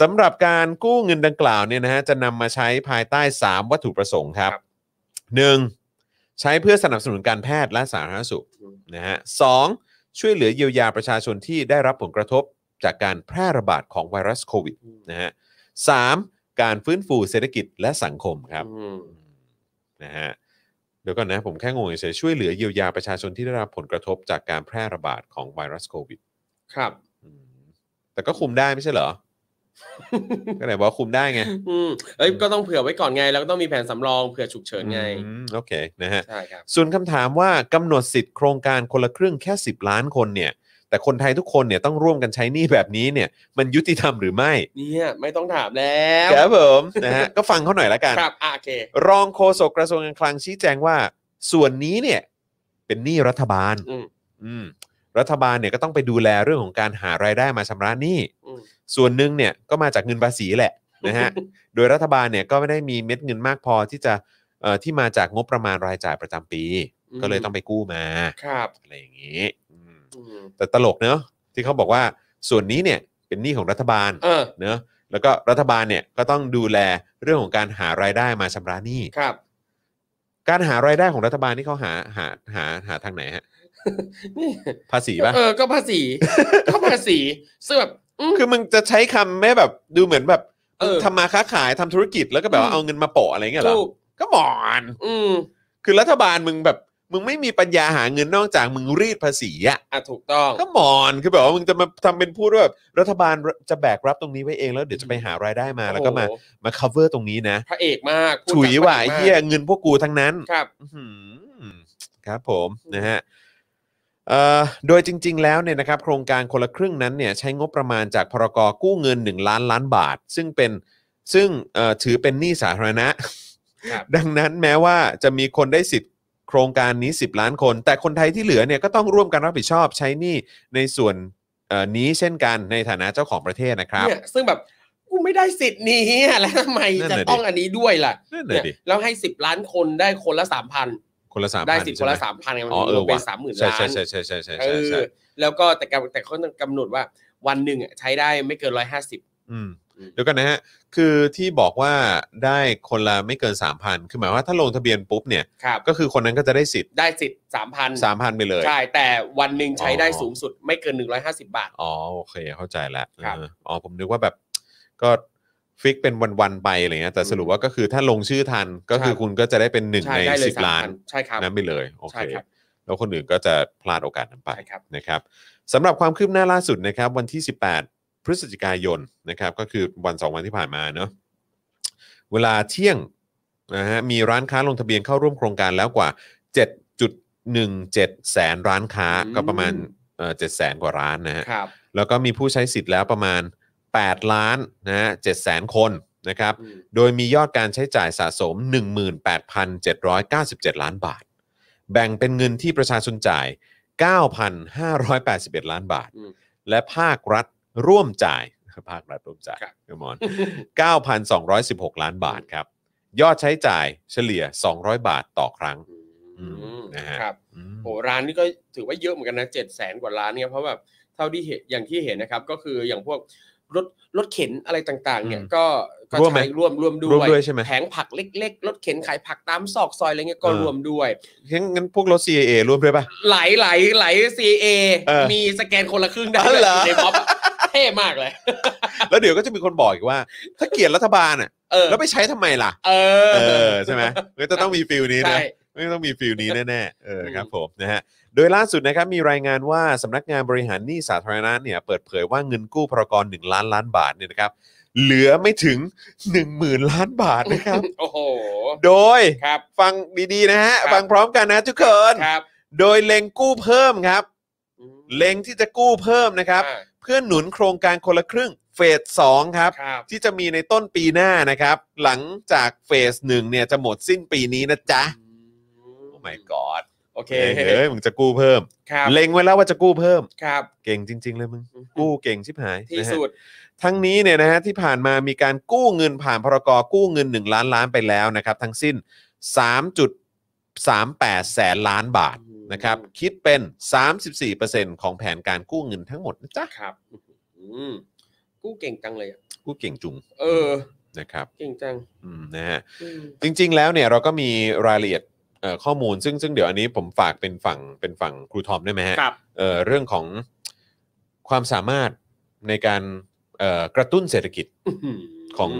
Speaker 2: สำหรับการกู้เงินดังกล่าวเนี่ยนะฮะจะนำมาใช้ภายใต้ 3 วัตถุประสงค์ครับ
Speaker 3: ครับ
Speaker 2: 1. ใช้เพื่อสนับสนุนการแพทย์และสาธารณสุขนะฮะสองช่วยเหลือเยียวยาประชาชนที่ได้รับผลกระทบ จากการแพร่ระบาดของไวรัสโควิดนะฮะสามการฟื้นฟูเศรษฐกิจและสังคมครับ
Speaker 3: อืม
Speaker 2: นะฮะเดี๋ยวก่อนนะ ผมแค่งงเฉยๆช่วยเหลือเยียวยาประชาชนที่ได้รับผลกระทบจากการแพร่ระบาดของไวรัสโควิด
Speaker 3: ครับ
Speaker 2: อืมแต่ก็คุมได้ไม่ใช่เหร
Speaker 3: [LAUGHS]
Speaker 2: อ ก็ไหนบอกว่าคุมได้ไง
Speaker 3: อืมเอ้ยก็ต้องเผื่อไว้ก่อนไง แล้วก็ต้องมีแผนสำรองเผื่อฉุกเฉินไง
Speaker 2: อืมโอเคนะฮะ
Speaker 3: ใช่ครับ
Speaker 2: ส่วนคำถามว่ากำหนดสิทธิ์โครงการคนละครึ่งแค่ 10 ล้านคนเนี่ย แต่คนไทยทุกคนเนี่ยต้องร่วมกันใช้หนี้แบบนี้เนี่ย มันยุติธรรมหรือไม่
Speaker 3: เนี่ยไม่ต้องถามแล้ว
Speaker 2: ครับผมนะ
Speaker 3: [LAUGHS]
Speaker 2: ฮะก็ฟังเขาหน่อยละกัน
Speaker 3: ครับอ่ะโอเค
Speaker 2: รองโฆษกกระทรวงการคลังชี้แจงว่า ส่วนนี้เนี่ย เป็นหนี้รัฐบาล
Speaker 3: อืม
Speaker 2: อืมรัฐบาลเนี่ยก็ต้องไปดูแลเรื่องของการหารายได้มาชำระหนี้
Speaker 3: อืม
Speaker 2: ส่วนหนึ่งเนี่ยก็มาจากเงินภาษีแหละ
Speaker 3: [LAUGHS]
Speaker 2: นะฮะ โดยรัฐบาลเนี่ยก็ไม่ได้มีเม็ดเงินมากพอที่จะเอ่อที่มาจากงบประมาณรายจ่ายประจำปี ก็เลยต้องไปกู้มา
Speaker 3: ครับ
Speaker 2: อะไรอย่างนี้อืม
Speaker 3: อืม
Speaker 2: แต่ตลกเนอะที่เขาบอกว่าส่วนนี้เนี่ยเป็นหนี้ของรัฐบาล
Speaker 3: เออ
Speaker 2: เนอะแล้วก็รัฐบาลเนี่ยก็ต้องดูแลเรื่องของการหารายได้มาชำระหนี้
Speaker 3: ครับ
Speaker 2: การหารายได้ของรัฐบาลนี่เขาหาหาหาหาทางไหนฮะ
Speaker 3: นี่
Speaker 2: ภาษีปะ
Speaker 3: เออก็ภาษี ก็ภาษีซึ่งแบบอืม
Speaker 2: คือมึงจะใช้คำไม่แบบดูเหมือนแบบ
Speaker 3: เออ
Speaker 2: ทำมาค้าขายทำธุรกิจแล้วก็แบบว่า
Speaker 3: อืม
Speaker 2: เอาเงินมาโปะอะไรเงี้ยเหรอ
Speaker 3: ถูก
Speaker 2: ก็หมอน
Speaker 3: อืม
Speaker 2: คือรัฐบาลมึงแบบ มึงไม่มีปัญญาหาเงินนอกจากมึงรีดภาษีอ่ะ
Speaker 3: อ่ะถูกต้อง
Speaker 2: ก็หมอนคือแบบว่ามึงจะมาทำเป็นพูดว่าแบบรัฐบาลจะแบกรับตรงนี้ไว้เองแล้วเดี๋ยวจะไปหารายได้มาแล้วก็มา
Speaker 3: โอ้โห
Speaker 2: มา cover ตรงนี้นะ
Speaker 3: พระเอกมากพูด
Speaker 2: ถุย
Speaker 3: จก
Speaker 2: ว่า
Speaker 3: พ
Speaker 2: ไอ้
Speaker 3: ระอกมก
Speaker 2: เหี้ยเงินพวกกูทั้งนั้น
Speaker 3: ครับ
Speaker 2: อื้อหือครับผมนะฮะเอ่อโดยจริง ๆ แล้วเนี่ยนะครับ โครงการคนละครึ่งนั้นเนี่ยใช้งบประมาณจากพรกกู้เงิน 1 ล้านล้านบาท ซึ่งเป็นซึ่งเอ่อถือเป็นหนี้สาธารณะ
Speaker 3: ครับ
Speaker 2: ดังนั้นแม้ว่าจะมีคนได้สิทธิ์โครงการนี้ 10 ล้านคน แต่คนไทยที่เหลือเนี่ยก็ต้องร่วมกันรับผิดชอบใช้หนี้ในส่วนเอ่อนี้เช่นกันในฐานะเจ้าของประเทศนะครับ
Speaker 3: เนี่ยซึ่งแบบกูไม่ได้สิทธิ์นี้อะแล้วทำไม
Speaker 2: นั่น
Speaker 3: จะ
Speaker 2: น่ะดิ
Speaker 3: ต้องอันนี้ด้วยล่ะ
Speaker 2: นั่นเล
Speaker 3: เนี่ย
Speaker 2: ดิ
Speaker 3: แล้วให้สิบล้านคนได้คนละสามพัน
Speaker 2: คนละสาม
Speaker 3: ได้
Speaker 2: พัน
Speaker 3: สิทธิ์ค
Speaker 2: ใช่
Speaker 3: น
Speaker 2: ไหม
Speaker 3: ละสามพันไงมัน
Speaker 2: อ๋อเออ
Speaker 3: รวมเป็น
Speaker 2: ว่ะ
Speaker 3: สามหมื่น
Speaker 2: ใช่
Speaker 3: ล้าน
Speaker 2: ใช่ใช่ใช่ใช่
Speaker 3: เอ
Speaker 2: ใช่ใช่
Speaker 3: อ
Speaker 2: ใช่
Speaker 3: แล้วก็แต่กำแต่เขากำหนดว่าวันหนึ่งอะใช้ได้ไม่เกินร้อยห้าสิบ
Speaker 2: อืม
Speaker 3: อืม
Speaker 2: เดี๋ยวกันนะฮะ คือที่บอกว่าได้คนละไม่เกิน 3,000 คือหมายว่าถ้าลงทะเบียนปุ๊บเนี่ย
Speaker 3: ครับ
Speaker 2: ก็คือคนนั้นก็จะได้สิทธิ์
Speaker 3: ได้สิทธิ์สามพัน
Speaker 2: 3,000 ไปเลย
Speaker 3: ใช่ แต่วันหนึ่งใช้ได้
Speaker 2: อ๋อ
Speaker 3: สูงสุดไม่เกินหนึ่งร้อยห้าสิบาท
Speaker 2: อ๋อ โอเค เข้าใจแล้ว
Speaker 3: ครับ
Speaker 2: เอออ๋อ ผมนึกว่าแบบ ก็ฟิกเป็นวัน ๆ ไปอะไรเงี้ย แต่สรุปว่าก็คือถ้าลงชื่อทัน ก็คือ
Speaker 3: ใช่
Speaker 2: คุณก็จะได้เป็นหนึ่ง
Speaker 3: ใช่
Speaker 2: ใน
Speaker 3: ได้เลย
Speaker 2: 10 ล้าน
Speaker 3: 3,000ใช่ครับ
Speaker 2: นั้นไปเลย โอเค
Speaker 3: ใช่ครับ
Speaker 2: แล้วคนอื่นก็จะพลาดโอกาสนั้นไป
Speaker 3: ใช่ครับ
Speaker 2: นะครับสำหรับความคืบหน้าล่าสุดนะครับวันที่ 18 พฤศจิกายนนะครับก็คือวัน 2 วันที่ผ่านมาเนาะเวลาเที่ยงนะฮะมีร้านค้าลงทะเบียนเข้าร่วมโครงการแล้วกว่า 7.17 แสนร้านค้า
Speaker 3: อืม
Speaker 2: ก็ประมาณเอ่อ7แสนกว่าร้านนะฮะ
Speaker 3: ครับ
Speaker 2: แล้วก็มีผู้ใช้สิทธิ์แล้วประมาณ 8 ล้านนะฮะ7แสนคนนะครับ
Speaker 3: อืม
Speaker 2: โดยมียอดการใช้จ่ายสะสม 18,797 ล้านบาท แบ่งเป็นเงินที่ประชาชนจ่าย 9,581 ล้านบาท
Speaker 3: อืม
Speaker 2: และภาครัฐร่วมจ่าย [LAUGHS] ภาครัฐร่วมจ่าย
Speaker 3: ครับ
Speaker 2: กมอน9,216 ล้านบาทครับ ยอดใช้จ่ายเฉลี่ย 200 บาทต่อครั้ง
Speaker 3: อืม
Speaker 2: นะฮะ
Speaker 3: ครับ
Speaker 2: อืม
Speaker 3: โหร้านนี่ก็ถือว่าเยอะเหมือนกันนะเจ็ดแสนกว่าร้านเนี่ยเพราะแบบเท่าที่เห็นอย่างที่เห็นนะครับ ก็คืออย่างพวกรถรถเข็นอะไรต่างๆ เนี่ยก็ก็ใช้ร่วมร่วมด้
Speaker 2: ร่วมด้
Speaker 3: ว
Speaker 2: วย ยใช่ไหม
Speaker 3: แผงผักเล็ก ๆ รถเข็นขายผักตามซอกซอยอะไรเงี้ยก็
Speaker 2: เออ
Speaker 3: รวมด้วย
Speaker 2: งั้นพวกรถ CAA ร่วมด้วยป่ะ
Speaker 3: ไหลไหลไหล CA
Speaker 2: เออ
Speaker 3: มีสแกนคนละครึ่งได้
Speaker 2: อ๋อเหรอ
Speaker 3: ในม็อบอะเท่มากเลย
Speaker 2: แล้วเดี๋ยวก็จะมีคนบอกอีกว่า ถ้าเกลียดรัฐบาลอ่ะ
Speaker 3: เออ
Speaker 2: แล้วไปใช้ทำไมล่ะ
Speaker 3: เอ
Speaker 2: เอ
Speaker 3: อ
Speaker 2: อใช่ไหมก็จะต้องมีฟิลนี้
Speaker 3: ใช่
Speaker 2: นะ ไม่ต้องมีฟิลนี้แน่ๆ เออ
Speaker 3: อืม
Speaker 2: ครับผมนะฮะ โดยล่าสุดนะครับมีรายงานว่าสำนักงานบริหารหนี้สาธารณะเนี่ยเปิดเผยว่าเงินกู้พรกร1ล้านล้านบาทเนี่ยนะครับเหลือไม่ถึง 1 0,000 ล้านบาทนะครับ
Speaker 3: โอ้โห
Speaker 2: โดย
Speaker 3: ครับ
Speaker 2: ฟังดีๆนะฮะ
Speaker 3: ครับ
Speaker 2: ฟังพร้อมกันนะทุกคน
Speaker 3: ครับ
Speaker 2: โดยเล็งกู้เพิ่มครับ เล็งที่จะกู้เพิ่มนะครับ
Speaker 3: อ่า
Speaker 2: เพื่อหนุนโครงการคนละครึ่งเฟส2ครับ
Speaker 3: ครับ
Speaker 2: ที่จะมีในต้นปีหน้านะครับ หลังจากเฟสหนึ่งเนี่ยจะหมดสิ้นปีนี้นะจ๊ะโอ้ my god
Speaker 3: โอเค
Speaker 2: เอ้ยเฮ้ยมึงจะกู้เพิ่ม
Speaker 3: ครับ
Speaker 2: เล็งไว้แล้วว่าจะกู้เพิ่ม
Speaker 3: ครับ
Speaker 2: เก่งจริง ๆ เลยมึง
Speaker 3: อืม
Speaker 2: กู้เก่งชิบหาย
Speaker 3: ที่
Speaker 2: นะฮะ
Speaker 3: สุด
Speaker 2: ทั้งนี้เนี่ยนะฮะที่ผ่านมามีการกู้เงินผ่านพรกกู้เงิน 1 ล้านล้านไปแล้วนะครับ ทั้งสิ้น 3.38 แสนล้านบาท
Speaker 3: อืม
Speaker 2: นะครับ คิดเป็น 34%ของแผนการกู้เงินทั้งหมดนะจ๊ะ
Speaker 3: ครับอืมกูเก่งจังเลยอะ
Speaker 2: กู้เก่งจุง
Speaker 3: เออ
Speaker 2: นะครับ
Speaker 3: เก่งจัง
Speaker 2: อืมนะฮะ
Speaker 3: อืม
Speaker 2: จริงๆ แล้วเนี่ยเราก็มีรายละเอียดเอ่อข้อมูลซึ่งซึ่งเดี๋ยวอันนี้ผมฝากเป็นฝั่งเป็นฝั่งครูทอมได้ไหมฮะ
Speaker 3: ครับ
Speaker 2: เอ่อเรื่องของความสามารถ ในการเอ่อกระตุ้นเศรษฐกิจของ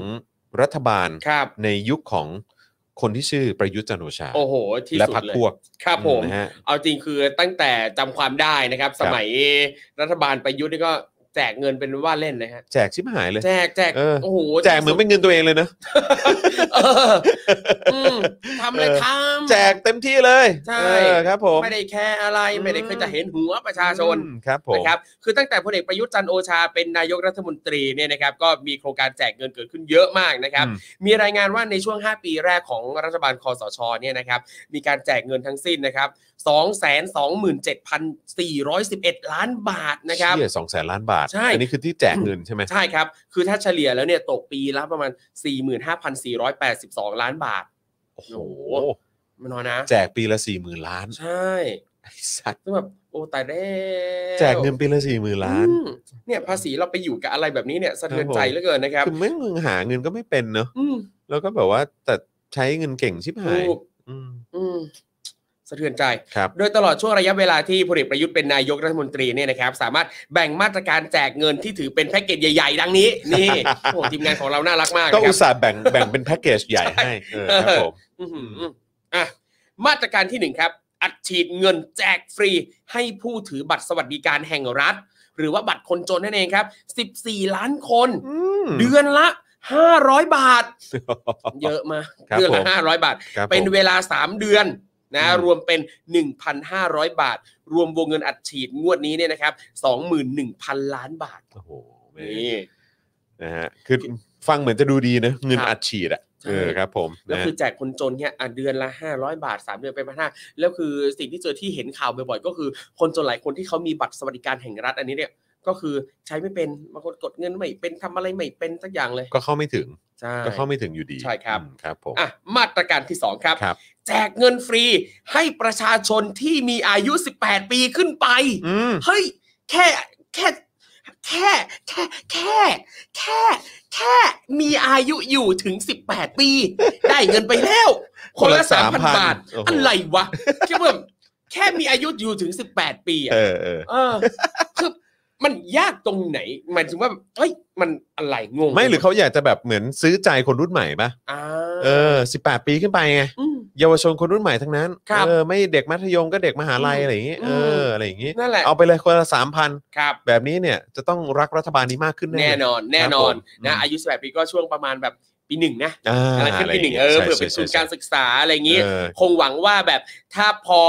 Speaker 2: รัฐบาล
Speaker 3: ครับ
Speaker 2: ในยุคของคนที่ชื่อประยุทธ์จันทร์โอชา
Speaker 3: โอ้โห ที่
Speaker 2: และ
Speaker 3: สุด
Speaker 2: พรรค
Speaker 3: เลย
Speaker 2: พวก
Speaker 3: ครับผม
Speaker 2: นะฮะ
Speaker 3: เอาจริงคือตั้งแต่จำความได้นะครับ สมัยรัฐบาลประยุทธ์นี่ก็แจกเงินเป็นว่าเล่นเลยฮะ
Speaker 2: แจกชิบหายเลย
Speaker 3: แจกแจก
Speaker 2: เออ
Speaker 3: โอ้โห
Speaker 2: แจกเหมือนเป็นเงินตัวเองเลยนะ
Speaker 3: เอออืมทำเลยทำ
Speaker 2: แจกเต็มที่เลย
Speaker 3: ใช่
Speaker 2: เออครับผม
Speaker 3: ไม่ได้แคร์อะไรไม่ได้เคยจะเห็นหัวประชาชน
Speaker 2: อืมครับผม
Speaker 3: นะครับ คือตั้งแต่พลเอกประยุทธ์จันทร์โอชาเป็นนายกรัฐมนตรีเนี่ยนะครับ ก็มีโครงการแจกเงินเกิดขึ้นเยอะมากนะครับ
Speaker 2: อืม
Speaker 3: มีรายงานว่าในช่วง 5 ปีแรกของรัฐบาลคอสชเนี่ยนะครับ มีการแจกเงินทั้งสิ้นนะครับ 227,411 ล้านบาทนะครับ
Speaker 2: เชี่ยสองแสนล้านบาท
Speaker 3: ใช่
Speaker 2: อันี้คือที่แจกเงินใช่ไหม
Speaker 3: ใช่ครับ คือถ้าเฉลี่ยแล้วเนี่ยตกปีละประมาณ 45,482 ล้านบาท
Speaker 2: โอ้โห
Speaker 3: มันน้อยนะ
Speaker 2: แจกปีละสี่หมื่นล้าน
Speaker 3: ใช่
Speaker 2: ไอ้สัตว์
Speaker 3: ซึ่งแบบโอ้ตายแล้ว
Speaker 2: แจกเงินปีละสี่หมื่นล้าน
Speaker 3: อืมเนี่ยภาษีเราไปอยู่กับอะไรแบบนี้เนี่ยสะเทือนใจเห
Speaker 2: ครับผม
Speaker 3: ลือเกินนะครับ
Speaker 2: คือไม่มึงหาเงินก็ไม่เป็นเนอะ
Speaker 3: อืม
Speaker 2: แล้วก็แบบว่าแต่ใช้เงินเก่งชิบหาย
Speaker 3: ถูก
Speaker 2: อืม
Speaker 3: อืมสะเทือนใจ
Speaker 2: ครับ
Speaker 3: โดยตลอดช่วงระยะเวลาที่พลเอกประยุทธ์เป็นนายกรัฐมนตรีเนี่ยนะครับ สามารถแบ่งมาตรการแจกเงินที่ถือเป็นแพ็กเกจใหญ่ๆ ดังนี้ นี่ โอ้โหทีมงานของเราน่ารักมาก
Speaker 2: ก็
Speaker 3: นะค
Speaker 2: อุ
Speaker 3: รับ
Speaker 2: ตส่าห์แบ่ง [LAUGHS] แบ่งเป็นแพ็กเกจใหญ่ให้เออครับผม
Speaker 3: อื้อหืออ่ะมาตรการที่หนึ่งครับ อัดฉีดเงินแจกฟรีให้ผู้ถือบัตรสวัสดิการแห่งรัฐ หรือว่าบัตรคนจนนั่นเองครับ 14 ล้านคน
Speaker 2: อืม
Speaker 3: เดือนละ 500 บาท เยอะมาก
Speaker 2: ครับ
Speaker 3: เดือน
Speaker 2: ผ
Speaker 3: ละ
Speaker 2: ม
Speaker 3: 500 บาท
Speaker 2: ครับผม
Speaker 3: เป็นเวลา 3 เดือนนะ
Speaker 2: อืม
Speaker 3: รวมเป็น 1,500 บาท รวมวงเงินอัดฉีดงวดนี้เนี่ยนะครับ 21,000 ล้านบาท
Speaker 2: โอ้โหแม่
Speaker 3: นี่
Speaker 2: นะฮะคือฟังเหมือนจะดูดีนะ เงิน
Speaker 3: ครับ
Speaker 2: อัดฉีดอ่ะ
Speaker 3: ใช่
Speaker 2: เออครับผม
Speaker 3: แล้ว
Speaker 2: นะ
Speaker 3: คือแจกคนจนเนี่ยอ่ะเดือนละ 500 บาท 3 เดือนเป็นพันห้าแล้วคือสิ่งที่เจอที่เห็นข่าวบ่อยๆ ก็คือคนจนหลายคนที่เขามีบัตรสวัสดิการแห่งรัฐอันนี้เนี่ยก็คือใช้ไม่เป็นบางคนกดเงินไม่เป็นทำอะไรไม่เป็นสักอย่างเลย
Speaker 2: ก็เข้าไม่ถึง
Speaker 3: ใช่
Speaker 2: ก็เข้าไม่ถึงอยู่ดี
Speaker 3: ใช่ครับ
Speaker 2: อืมครับผม
Speaker 3: อ่ะมาตรการที่สองครับ
Speaker 2: ครับ
Speaker 3: แจกเงินฟรีให้ประชาชนที่มีอายุ 18 ปีขึ้นไป
Speaker 2: อืม
Speaker 3: เฮ้ยแค่แค่แค่แค่แค่แค่แค่มีอายุอยู่ถึง 18 ปี ได้เงินไปแล้ว คนละสามพัน
Speaker 2: 3,000
Speaker 3: บาท
Speaker 2: โโห
Speaker 3: อะไรวะแค่แบบแค่มีอายุอยู่ถึง 18 ปี
Speaker 2: เอ
Speaker 3: อ่ะ
Speaker 2: อเออ
Speaker 3: เออคือมันยากตรงไหนหมายถึงว่าเฮ้ยมันอะไรงง
Speaker 2: ไม่หรือเขาอยากจะแบบเหมือนซื้อใจคนรุ่นใหม่ปะ
Speaker 3: อ่า
Speaker 2: เออสิบแปดปีขึ้นไปไง
Speaker 3: ม
Speaker 2: เยาวชนคนรุ่นใหม่ทั้งนั้น
Speaker 3: ครับ
Speaker 2: เออไม่เด็กมัธยมก็เด็กมหาลัย
Speaker 3: อืม
Speaker 2: อะไรอย่างงี้
Speaker 3: อืม
Speaker 2: เอออะไรอย่างงี้
Speaker 3: นั่นแหละ
Speaker 2: เอาไปเลยคนละสามพัน
Speaker 3: ครับ
Speaker 2: แบบนี้เนี่ยจะต้องรักรัฐบาลนี้มากขึ้นแน่
Speaker 3: แน่
Speaker 2: เลย
Speaker 3: นอนแน่นอน
Speaker 2: ผม
Speaker 3: นะ
Speaker 2: อืม
Speaker 3: อายุ 18 ปีก็ช่วงประมาณแบบปีหนึ่งนะ
Speaker 2: อ่าก
Speaker 3: ำลังขึ้นปีหนึ่งเออเผื่อเป็นทุนการศึกษาอะไรอย่าง
Speaker 2: นี้
Speaker 3: งี้
Speaker 2: ยใช่ใช่ใช่เออ
Speaker 3: คงหวังว่าแบบถ้าพอ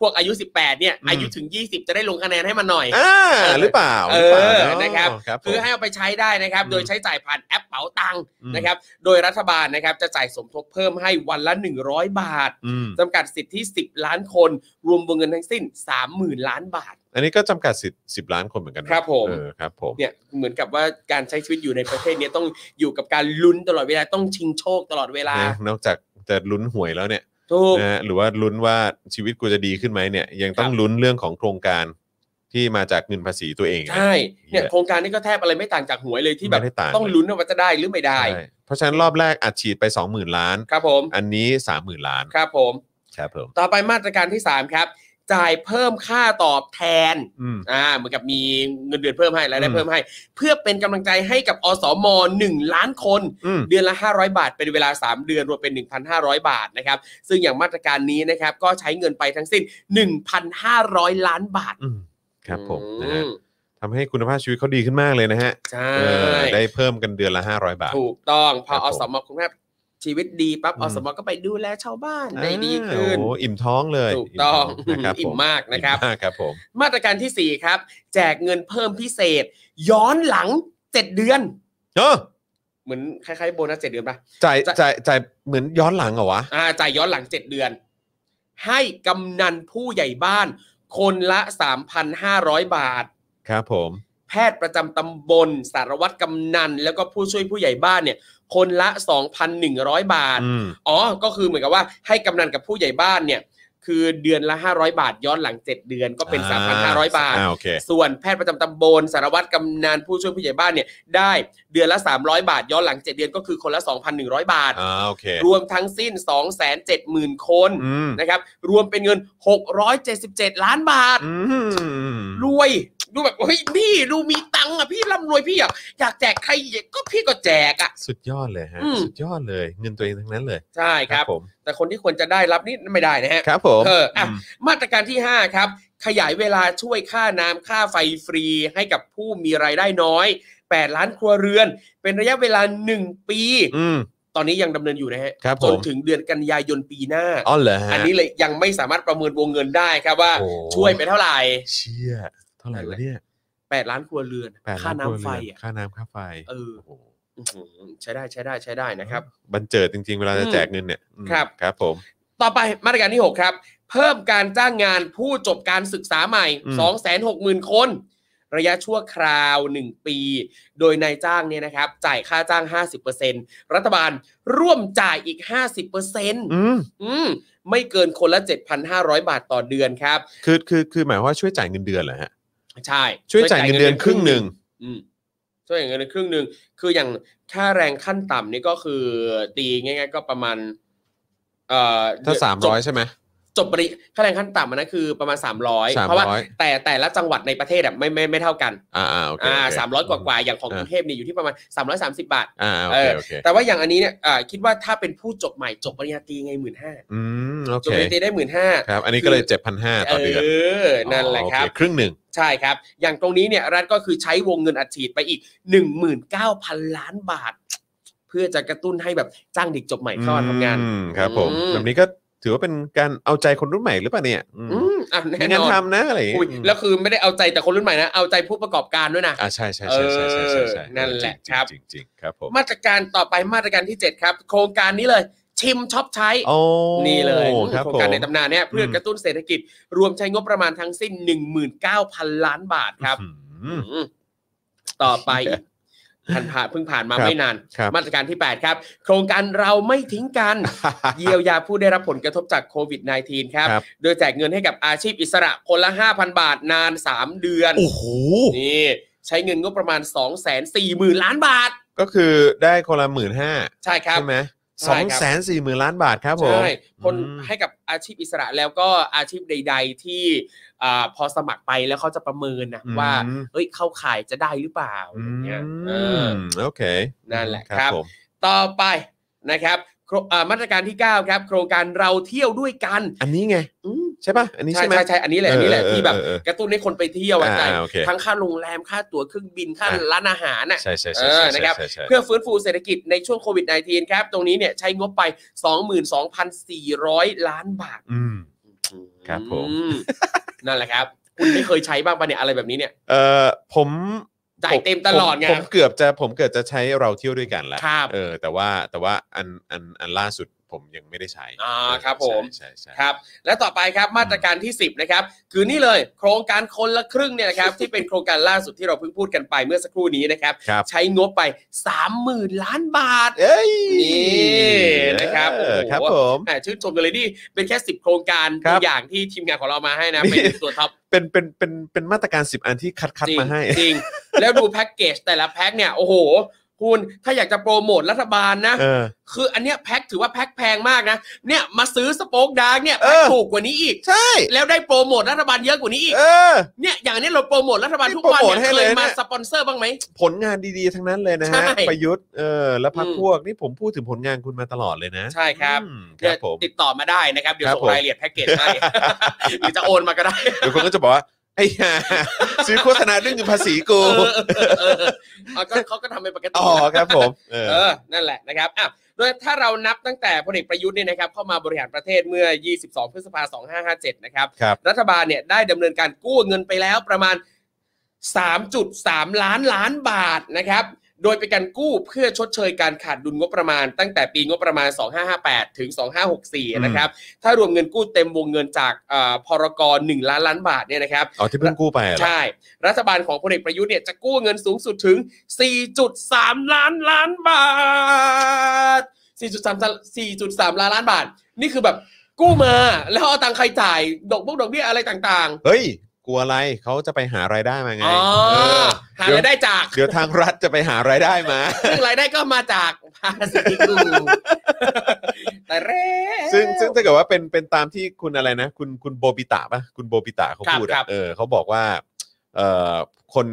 Speaker 3: พวกอายุ 18 เนี่ย
Speaker 2: อืม
Speaker 3: อายุถึง 20 จะได้ลงคะแนนให้มันหน่อย
Speaker 2: อ่าหรือเปล่า
Speaker 3: เออ
Speaker 2: หรืปล่า
Speaker 3: นะครับ
Speaker 2: ครับ
Speaker 3: คือให้
Speaker 2: ผม
Speaker 3: เอาไปใช้ได้นะครับ
Speaker 2: อืม
Speaker 3: โดยใช้จ่ายผ่านแอปเป๋าตังค์
Speaker 2: อืม
Speaker 3: นะครับ โดยรัฐบาลนะครับจะจ่ายสมทบเพิ่มให้วันละ 100 บาท
Speaker 2: อืม
Speaker 3: จำกัดสิทธิ 10 ล้านคน รวมวงเงินทั้งสิ้น 30,000 ล้านบาท
Speaker 2: อันนี้ก็จำกัดสิทธิ์สิบล้านคนเหมือนกันนะครับ
Speaker 3: ผม
Speaker 2: เออครับผม
Speaker 3: เนี่ยเหมือนกับว่าการใช้ชีวิตอยู่ในประเทศเนี้ต้องอยู่กับการลุ้นตลอดเวลาต้องชิงโชคตลอดเวลา
Speaker 2: นะนอกจากจะลุ้นหวยแล้วเนี่ย
Speaker 3: ถูก
Speaker 2: นะฮะหรือว่าลุ้นว่าชีวิตกูจะดีขึ้นไหมเนี่ย ยังต้อง
Speaker 3: ครับ
Speaker 2: ลุ้นเรื่องของโครงการที่มาจากเงินภาษีตัวเองนะ
Speaker 3: ใช่เนี่ย
Speaker 2: เหี้ย
Speaker 3: โครงการนี้ก็แทบอะไรไม่ต่างจากหวยเลยที่แบบ
Speaker 2: ไม่ได้ต่าง
Speaker 3: ต้องลุ้นว่าจะได้หรือไม่ได้
Speaker 2: ใช่เพราะฉะนั้นรอบแรกอัดฉีดไป 20,000 ล้าน
Speaker 3: ครับผม [LAUGHS]
Speaker 2: อันนี้ 30,000 ล้าน
Speaker 3: ครับผม
Speaker 2: ครับผม
Speaker 3: ต่อไปมาตรการที่ 3 ครับ จ่ายเพิ่มค่าตอบแทน
Speaker 2: อืม
Speaker 3: อ่าเหมือนกับมีเงินเดือนเพิ่มให้รายได้
Speaker 2: อืม
Speaker 3: เพิ่มให้ เพื่อเป็นกำลังใจให้กับอสม 1 ล้านคน
Speaker 2: อืม
Speaker 3: เดือนละ 500 บาท เป็นเวลา 3 เดือนรวมเป็น 1,500 บาทนะครับ ซึ่งอย่างมาตรการนี้นะครับ ก็ใช้เงินไปทั้งสิ้น 1,500 ล้านบาท
Speaker 2: อืม ครับผมนะ
Speaker 3: อื
Speaker 2: ฮะ
Speaker 3: ม
Speaker 2: ทำให้คุณภาพชีวิตเขาดีขึ้นมากเลยนะฮะ
Speaker 3: ใช่
Speaker 2: เออได้เพิ่มกันเดือนละ 500 บาท
Speaker 3: ถูกต้องพ
Speaker 2: ครั
Speaker 3: อบ
Speaker 2: ผ
Speaker 3: อ
Speaker 2: ม
Speaker 3: สมกรุงเทพชีวิตดีปั๊บ
Speaker 2: อืม
Speaker 3: อสมก็ไปดูแลชาวบ้านได้ดีขึ้น
Speaker 2: อ่าโอ้อิ่มท้องเลย
Speaker 3: ถูกต้อง
Speaker 2: มท้นะครับ
Speaker 3: อิ่
Speaker 2: ผม ม
Speaker 3: มากนะครับ
Speaker 2: อิ่มมากครับผม
Speaker 3: มาตรการทีสี่ 4 ครับ แจกเงินเพิ่มพิเศษ ย้อนหลัง 7 เดือน
Speaker 2: เออ
Speaker 3: เหมือนคล้ายๆโบนัสเจ็ดเดือนปะ
Speaker 2: จ่าย
Speaker 3: จ่าย
Speaker 2: จ่ายจ่ายเหมือนย้อนหลังเหรอวะ
Speaker 3: อ่าจ่ายย้อนหลัง 7 เดือน ให้กำนันผู้ใหญ่บ้าน คนละ 3,500 บาท
Speaker 2: ครับผม
Speaker 3: แพทย์ประจำตำบล สารวัตรกำนัน แล้วก็ผู้ช่วยผู้ใหญ่บ้านเนี่ยคนละ 2,100 บาท
Speaker 2: อืม
Speaker 3: อ๋อ ก็คือเหมือนกับว่าให้กำนันกับผู้ใหญ่บ้านเนี่ย คือเดือนละ 500 บาท ย้อนหลัง 7 เดือนก็เป็น 3,500 บาท
Speaker 2: อ่าโอเค
Speaker 3: ส่วนแพทย์ประจำตำบล สารวัตรกำนันผู้ช่วยผู้ใหญ่บ้านเนี่ยได้เดือนละ 300 บาท ย้อนหลัง 7 เดือนก็คือคนละ 2,100 บาท
Speaker 2: อ่าโอเค
Speaker 3: รวมทั้งสิ้น 270,000 คน
Speaker 2: อืม
Speaker 3: นะครับ รวมเป็นเงิน 677 ล้านบาท
Speaker 2: อืม
Speaker 3: รวย ดูแบบเฮ้ยนี่ดูมีตัง งค์อ่ะพี่ร่ำรวยพี่อยากอยากแจกใครก็พี่ก็แจกอ่ะ
Speaker 2: สุดยอดเลยฮะ
Speaker 3: อืม
Speaker 2: สุดยอดเลยเงินตัวเองทั้งนั้นเลย
Speaker 3: ใช่ครับ
Speaker 2: ผม
Speaker 3: แต่คนที่ควรจะได้รับนี่ไม่ได้นะฮะ
Speaker 2: ครับผม
Speaker 3: เอออ่ะ
Speaker 2: ม
Speaker 3: มาตรการที่ 5 ครับ ขยายเวลาช่วยค่าน้ำค่าไฟฟรีให้กับผู้มีรายได้น้อย 8 ล้านครัวเรือน เป็นระยะเวลา 1 ปี
Speaker 2: อืม
Speaker 3: ตอนนี้ยังดำเนินอยู่นะฮะ
Speaker 2: ครับผม
Speaker 3: จนถึงเดือนกันยายนปีหน้า
Speaker 2: อ๋อเหรอฮะ
Speaker 3: อันนี้เลยยังไม่สามารถประเมินวงเงินได้ครับว่า
Speaker 2: โอ้
Speaker 3: ช่วยไปเท่าไหร่
Speaker 2: เชี่ยเท่าไหร่วะเนี่ย
Speaker 3: 8 ล้านครัวเรือน
Speaker 2: แปด
Speaker 3: ค่า
Speaker 2: ล้
Speaker 3: น้ำ
Speaker 2: วเรื
Speaker 3: ไฟ
Speaker 2: อน
Speaker 3: อ่ะ
Speaker 2: ค่าน้ำค่าไฟ
Speaker 3: เออ
Speaker 2: โอ้โห
Speaker 3: อื้อหือใช้ได้ใช้ได้ใช้ได้นะครับ
Speaker 2: บันเจิดจริง ๆ เวลาจะแจกเงินเนี่ยอืม
Speaker 3: ครับ
Speaker 2: ครับผม
Speaker 3: ต่อไปมาตรการที่ 6 ครับ เพิ่มการจ้างงานผู้จบการศึกษาใหม่
Speaker 2: อืม
Speaker 3: 260,000 คน ระยะชั่วคราว 1 ปี โดยนายจ้างเนี่ยนะครับ จ่ายค่าจ้าง 50%รัฐบาลร่วมจ่ายอีก 50%
Speaker 2: อืม
Speaker 3: อืมไม่เกินคนละ 7,500 บาทต่อเดือนครับ
Speaker 2: คือคือคือหมายความว่าช่วยจ่ายเงินเดือนเหรอฮะ
Speaker 3: ใช่
Speaker 2: ช่วยจ่ายเงินเดือนครึ่งหนึ่ง
Speaker 3: อืมช่วยจ่ายเงินเดือนครึ่งหนึ่งคืออย่างค่าแรงขั้นต่ำนี่ก็คือตีง่ายๆก็ประมาณเอ่อ
Speaker 2: ถ้าสามร้อยใช่ไหม
Speaker 3: จบปริค่าแรงขั้นต่ำอันนั้นคือประมาณ 300
Speaker 2: 300
Speaker 3: เพราะว่าแต่แต่ละจังหวัดในประเทศอะไม่ไม่ไม่เท่ากัน
Speaker 2: อ่าอ่าโอเค
Speaker 3: อ่า
Speaker 2: โเค
Speaker 3: สามร้อยกว่ากว่าอย่างของกรุงเทพเนี่ยอยู่ที่ประมาณ 330 บาท
Speaker 2: อ่าโอ
Speaker 3: เอ
Speaker 2: เค
Speaker 3: อ
Speaker 2: โอเค
Speaker 3: แต่ว่าอย่างอันนี้เนี่ยอ่าคิดว่าถ้าเป็นผู้จบใหม่จบปริญญาตรีไงหมื่นห้า
Speaker 2: อืมโอ
Speaker 3: จ
Speaker 2: เค
Speaker 3: บปริญญาตรีได้หมื่นห้า
Speaker 2: ครับ อันนี้ก็เลยเจ็ดพันห้า
Speaker 3: เอ
Speaker 2: ต่อเดือน
Speaker 3: อนั่นแหละครับ
Speaker 2: อ๋อโอเคครึ่งหนึ่ง
Speaker 3: ใช่ครับ อย่างตรงนี้เนี่ยรัฐก็คือใช้วงเงินอัดฉีดไปอีก 19,000 ล้านบาท เพื่อจะกระตุ้นให้แบบจ้างเด็กจบใหม่เข้ามาทำงาน
Speaker 2: อืมครับผม
Speaker 3: อืม
Speaker 2: แบบนี้ก็ถือว่าเป็นการเอาใจคนรุ่นใหม่หรือเปล่าเนี่ยอืม
Speaker 3: อืมอ่ะแน่
Speaker 2: มีงาน
Speaker 3: นอน
Speaker 2: ทำนะอะไรอย่าง
Speaker 3: อุ๊ย
Speaker 2: เงี้ย
Speaker 3: แล้วคือไม่ได้เอาใจแต่คนรุ่นใหม่นะ เอาใจผู้ประกอบการด้วยนะ
Speaker 2: อ่าใช่ใช่ใช่ใช่ใช่ใช่ใช่
Speaker 3: เออนั่นแหละ
Speaker 2: จงๆ
Speaker 3: ครับ
Speaker 2: จริงๆจริงๆครับผม
Speaker 3: มาตรการต่อไปมาตรการที่ 7 ครับ โครงการนี้เลย ชิมช็อปใช้
Speaker 2: โอ้
Speaker 3: นี่เลย
Speaker 2: ครับ
Speaker 3: โครง
Speaker 2: ผม
Speaker 3: การในตำนานเนี่ยเพื่อ
Speaker 2: ม
Speaker 3: กระตุ้นเศรษฐกิจ รวมใช้งบประมาณทั้งสิ้น 19,000 ล้านบาทครับ
Speaker 2: อืม
Speaker 3: อืมต่อไปอีกผ่านผ่านเพิ่งผ่านมา
Speaker 2: ครับ
Speaker 3: ไม่นาน
Speaker 2: ครับ
Speaker 3: มาตรการที่ 8 ครับ โครงการเราไม่ทิ้งกัน
Speaker 2: [LAUGHS]
Speaker 3: เยียวยาผู้ได้รับผลกระทบจากโควิด -19 ครับ
Speaker 2: ครับ
Speaker 3: โดยแจกเงินให้กับอาชีพอิสระคนละ 5,000 บาทนาน 3 เดือน
Speaker 2: โอ้โห
Speaker 3: นี่ใช้เงินงบประมาณ 2 4 0 0 0 0 ล้านบาท
Speaker 2: ก็คือได้คนละหมื่นห้า
Speaker 3: ใช่ครับ
Speaker 2: ใช่ไหม
Speaker 3: ใช่
Speaker 2: สอง
Speaker 3: ครับ
Speaker 2: แสนสี่หมื่นล้านบาทครับผม
Speaker 3: ใช่คน
Speaker 2: อืม
Speaker 3: ให้กับอาชีพอิสระแล้วก็อาชีพใด ๆ ที่อ่าพอสมัครไปแล้วเขาจะประเมินนะ
Speaker 2: อืม
Speaker 3: ว่าเอ้ยเข้าข่ายจะได้หรือเปล่าอย่างเงี้ยเออ
Speaker 2: มโอเค
Speaker 3: นั่นแหละครับ
Speaker 2: ผม
Speaker 3: ต่อไปนะครับโครอ่ามาตรการที่ 9 ครับ โครงการเราเที่ยวด้วยกัน
Speaker 2: อันนี้ไง
Speaker 3: อืม
Speaker 2: ใช่ป่ะ อันนี้
Speaker 3: ใช่
Speaker 2: ใช่ไหม
Speaker 3: ใช่ใช่อันนี้แหละอันนี้แหละ
Speaker 2: เออเออ
Speaker 3: ที่แบบ
Speaker 2: เออเออก
Speaker 3: ระตุ้นให้คนไปเที่ยวอะ
Speaker 2: อ่า
Speaker 3: จ่าย
Speaker 2: โอเค
Speaker 3: ทั้งค่าโรงแรมค่าตั๋วเครื่องบินค่า
Speaker 2: อ่า
Speaker 3: ร้านอาหารน่ะ
Speaker 2: ใช่ใช่ใช่
Speaker 3: เออ
Speaker 2: ใช่
Speaker 3: นะครับ
Speaker 2: ใช่ใช่
Speaker 3: เพื่อฟื้นฟูเศรษฐกิจในช่วงโควิด -19 ครับ ตรงนี้เนี่ยใช้งบไป 22,400 ล้านบาท
Speaker 2: อืม ครับผม
Speaker 3: อืนั่นแหละครับ คุณไม่เคยใช้บ้างปะเนี่ยอะไรแบบนี้เนี่ย
Speaker 2: เอ่อผม
Speaker 3: จ่ายเต็มตลอดไง
Speaker 2: ผมผมเกือบจะผมเกือบจะใช้เราเที่ยวด้วยกันแหละ
Speaker 3: ครับ
Speaker 2: เออแต่ว่าแต่ว่าอันอันอันล่าสุดผมยังไม่ได้ใช้
Speaker 3: อ่าครับผม
Speaker 2: ใช่ใช่
Speaker 3: ครับ และต่อไปครับมาตรการที่ 10 นะครับ คือนี่เลย โครงการคนละครึ่งเนี่ยนะครับ ที่เป็นโครงการล่าสุดที่เราเพิ่งพูดกันไปเมื่อสักครู่นี้นะครับ
Speaker 2: ครับ
Speaker 3: ใช้งบไป 30,000 ล้านบาท
Speaker 2: เอ้ย
Speaker 3: นี่นะครับ
Speaker 2: เออ
Speaker 3: โอ้โห
Speaker 2: ครับผม
Speaker 3: แหมชื่นชมกันเลยนี่เป็นแค่ 10 โครงการ
Speaker 2: ครั
Speaker 3: ตั
Speaker 2: บ
Speaker 3: วอย่างที่ทีมงานของเรามาให้นะ
Speaker 2: นี่
Speaker 3: เป็นตัวท็อป
Speaker 2: เป็นเป็นเป็นเป็นมาตรการ 10 อันที่คัดคัด
Speaker 3: จริง
Speaker 2: มาให้
Speaker 3: จริง แล้วดูแพ็กเกจแต่ละแพ็กเนี่ยโอ้โห คุณถ้าอยากจะโปรโมทรัฐบาลนะ
Speaker 2: เออ
Speaker 3: คืออันเนี้ยแพ็กถือว่าแพ็กแพงมากนะ เนี่ยมาซื้อสโป๊กดาร์กเนี่ย
Speaker 2: เอ
Speaker 3: แพ็
Speaker 2: อ
Speaker 3: คถูกกว่านี้อีก
Speaker 2: ใช่
Speaker 3: แล้วได้โปรโมทรัฐบาลเยอะกว่านี้อีก
Speaker 2: เออ
Speaker 3: เนี่ยอย่างเนี้ยเราโปรโมทรัฐบาล
Speaker 2: นี่
Speaker 3: ทุกวัน
Speaker 2: โปรโมท
Speaker 3: เนี่ย
Speaker 2: ให้
Speaker 3: เค
Speaker 2: เลย
Speaker 3: ย
Speaker 2: นะ
Speaker 3: มาสปอนเซอร์บ้างไหม
Speaker 2: ผลงานดีๆ ทั้งนั้นเลยนะฮะ
Speaker 3: ใช่
Speaker 2: ประยุทธ์ เออ และพรรค
Speaker 3: อืม
Speaker 2: พวก นี่ผมพูดถึงผลงานคุณมาตลอดเลยนะ
Speaker 3: ใช่ครับ
Speaker 2: อืมค
Speaker 3: เดี๋ย
Speaker 2: รั
Speaker 3: ว
Speaker 2: บผม
Speaker 3: ติดต่อมาได้นะครับ เดี๋ยว
Speaker 2: ครับ
Speaker 3: ส่ง
Speaker 2: ผม
Speaker 3: รายละเอียดแพ็กเกจให้ หรือจะโอนมาก็ได้
Speaker 2: เดี๋ยวคนก็จะบอกว่า ไอ้ห่า [LAUGHS] ซื้อโฆษณาด้วยเงินภาษีกู
Speaker 3: เออเออเออเออเอาก็เขาก็ทำเป็นปกติ
Speaker 2: อ๋อ
Speaker 3: นะ
Speaker 2: ครับผม เออ
Speaker 3: เออ นั่นแหละนะครับอ่ะโดยถ้าเรานับตั้งแต่พลเอกประยุทธ์เนี่ยนะครับเข้ามาบริหารประเทศเมื่อ 22 พฤษภาคม 2557 นะครับ
Speaker 2: ครับ
Speaker 3: รัฐบาลเนี่ยได้ดำเนินการกู้เงินไปแล้วประมาณ 3.3 ล้านล้านบาทนะครับ โดยเป็นการกู้เพื่อชดเชยการขาดดุลงบประมาณ ตั้งแต่ปีงบประมาณ 2558 ถึง 2564 นะครับ ถ้ารวมเงินกู้เต็มวงเงินจากเอ่อพรกร1ล้านล้านบาทเนี่ยนะครับ
Speaker 2: อ๋อที่เพิ่งกู้ไปเหรอ
Speaker 3: ใช่ รัฐบาลของพลเอกประยุทธ์เนี่ยจะกู้เงินสูงสุดถึง 4.3 ล้านล้านบาท 4.3 4.3 ล้านล้านบาท นี่คือแบบกู้มา แล้วเอาตังค์ใครจ่าย ดอกบกดอกเบี้ยอะไรต่าง
Speaker 2: เฮ้ย กลัวอะไรเขาจะไปหารายได้มา
Speaker 3: ๆ
Speaker 2: ไง
Speaker 3: อ๋อ
Speaker 2: เออ
Speaker 3: หารายได้จาก
Speaker 2: เดี๋ยวทางรัฐจะไปหารายได้มา
Speaker 3: ซึ่งรายได้ก็มาจาก [LAUGHS] ภาษีกู แต่เร่
Speaker 2: ซึ่งซึ่งถ้าเกิดว่าเป็นเป็นตามที่คุณอะไรนะ คุณคุณโบบิตะปะคุณโบบิตะเขา
Speaker 3: ครับ
Speaker 2: พูด
Speaker 3: ครั
Speaker 2: อะ
Speaker 3: บ
Speaker 2: เออเขาบอกว่าเออคน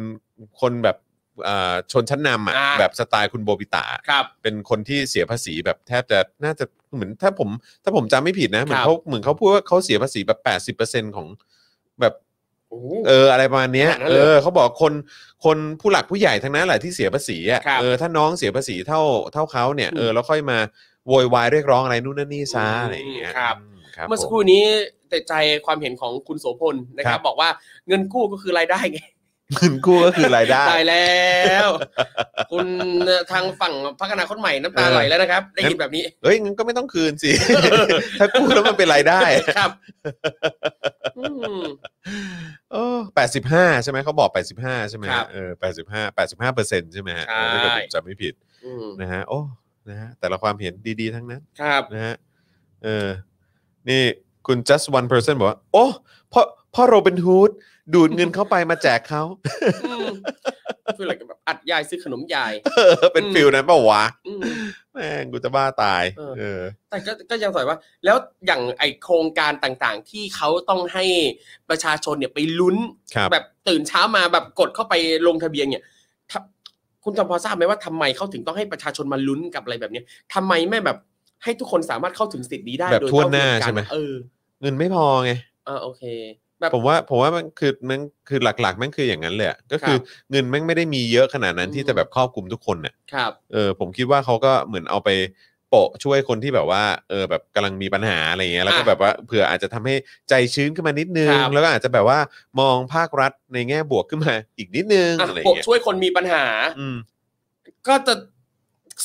Speaker 2: คนแบบ เอ่อชนชั้นนำอะ
Speaker 3: อ่า
Speaker 2: แบบสไตล์คุณโบบิตะ
Speaker 3: ครับ
Speaker 2: เป็นคนที่เสียภาษีแบบแทบจะน่าจะเหมือนถ้าผมถ้าผมจำไม่ผิดนะ เหมือ
Speaker 3: ค
Speaker 2: น
Speaker 3: รับ
Speaker 2: เขาเหมือนเขาพูดว่าเขาเสียภาษีแบบ 80%ของแบบ
Speaker 3: โอ้
Speaker 2: เอออะไรประมาณเนี้ย
Speaker 3: ขนาดนั้น
Speaker 2: เอ
Speaker 3: เลย
Speaker 2: อเขาบอกคนคนผู้หลักผู้ใหญ่ทั้งนั้นแหละที่เสียภาษีอ่ะ
Speaker 3: ครับ
Speaker 2: เออถ้าน้องเสียภาษีเท่าเท่าเขาเนี่ย
Speaker 3: อืม
Speaker 2: เออแล้วค่อยมาโวยวายเรียกร้องอะไรนู่นนั่นนี่ซะ
Speaker 3: อืม
Speaker 2: อะไรอย่างเงี้ย
Speaker 3: ครับ
Speaker 2: อืครับ
Speaker 3: เมื่อสัก
Speaker 2: ผ
Speaker 3: ครู่นี้แต่ใจความเห็นของคุณโสพลนะค
Speaker 2: ครั
Speaker 3: รับ
Speaker 2: บ
Speaker 3: บอกว่าเงินกู้ก็คือรายได้ไง
Speaker 2: เงินกู้ก็คือรายได้
Speaker 3: ตายแล้ว
Speaker 2: [LAUGHS]
Speaker 3: คุณทางฝั่งพักอนาคตใหม่น้ำตาไหลแล้วนะครับ ได้ยินแบบนี้
Speaker 2: เอ้ยงั้นก็ไม่ต้องคืน
Speaker 3: [LAUGHS]
Speaker 2: สิ ถ้ากู้แล้วมันเป็นรายได้ [LAUGHS]
Speaker 3: ครับอืม
Speaker 2: โอ้แปดสิบห้าใช่ไหมเขาบอกแปดสิบห้าใช่ไหม
Speaker 3: ครับ
Speaker 2: เออแปดสิบห้าแปดสิบห้าเปอร์เซ็นต์ใช่ไหมฮะ
Speaker 3: ใช่
Speaker 2: เออถ้าเกิดผมจำไม่ผิด
Speaker 3: อืม
Speaker 2: นะฮะโอ้นะฮะแต่ละความเห็นดีๆทั้งนั้น
Speaker 3: ครับ
Speaker 2: นะฮะ เออ นี่คุณ just one person บอกว่า โอ้พ่อพ่อโรบินฮูดดูดเงินเข้าไปมาแจกเขา
Speaker 3: อืมช่วยอะไรกันแบบอัดยายซื้อขนม
Speaker 2: [LAUGHS]
Speaker 3: ยาย
Speaker 2: เออ เป็น
Speaker 3: อืม
Speaker 2: ฟิลนั้นเปล่าวะ
Speaker 3: อืม
Speaker 2: แม่งกูจะบ้าตาย
Speaker 3: เออ
Speaker 2: เออ
Speaker 3: แต่ก็ก็ยังสอยว่า แล้วอย่างไอโครงการต่างๆ ที่เขาต้องให้ประชาชนเนี่ยไปลุ้น
Speaker 2: ครับ
Speaker 3: แบบตื่นเช้ามาแบบกดเข้าไปลงทะเบียนเนี่ยถ้าคุณจำพอทราบไหมว่าทำไมเขาถึงต้องให้ประชาชนมาลุ้นกับอะไรแบบเนี้ยทำไมไม่แบบให้ทุกคนสามารถเข้าถึงสิทธิ์นี้ได้
Speaker 2: แบบ
Speaker 3: โดย
Speaker 2: ทั่วหน้า
Speaker 3: เท่เทียกั
Speaker 2: ใช่ไหม
Speaker 3: เออ
Speaker 2: เงินไม่พอไง
Speaker 3: เออโอเค แบบ
Speaker 2: ผมว่าผมว่ามันคือมันคือหลักๆแม่งคืออย่างนั้นเลยอะก็คือ
Speaker 3: ครับ
Speaker 2: เงินแม่งไม่ได้มีเยอะขนาดนั้น
Speaker 3: อืม
Speaker 2: ที่จะแบบครอบคลุมทุกคนเนี่ย
Speaker 3: ครับ
Speaker 2: เออผมคิดว่าเขาก็เหมือนเอาไปโปะช่วยคนที่แบบว่า เออแบบกำลังมีปัญหาอะไรอย่างเงี้ยแล้วก็
Speaker 3: อ่ะ
Speaker 2: แบบว่าเผื่ออาจจะทำให้ใจชื้นขึ้นมานิดนึง
Speaker 3: ครับ
Speaker 2: แล้วก็อาจจะแบบว่ามองภาครัฐในแง่บวกขึ้นมาอีกนิดนึง
Speaker 3: อ่ะ
Speaker 2: อะไรอ
Speaker 3: ป
Speaker 2: ย่าก งเงี้ย
Speaker 3: ช่วยคนมีปัญหา
Speaker 2: อืม
Speaker 3: ก็จะ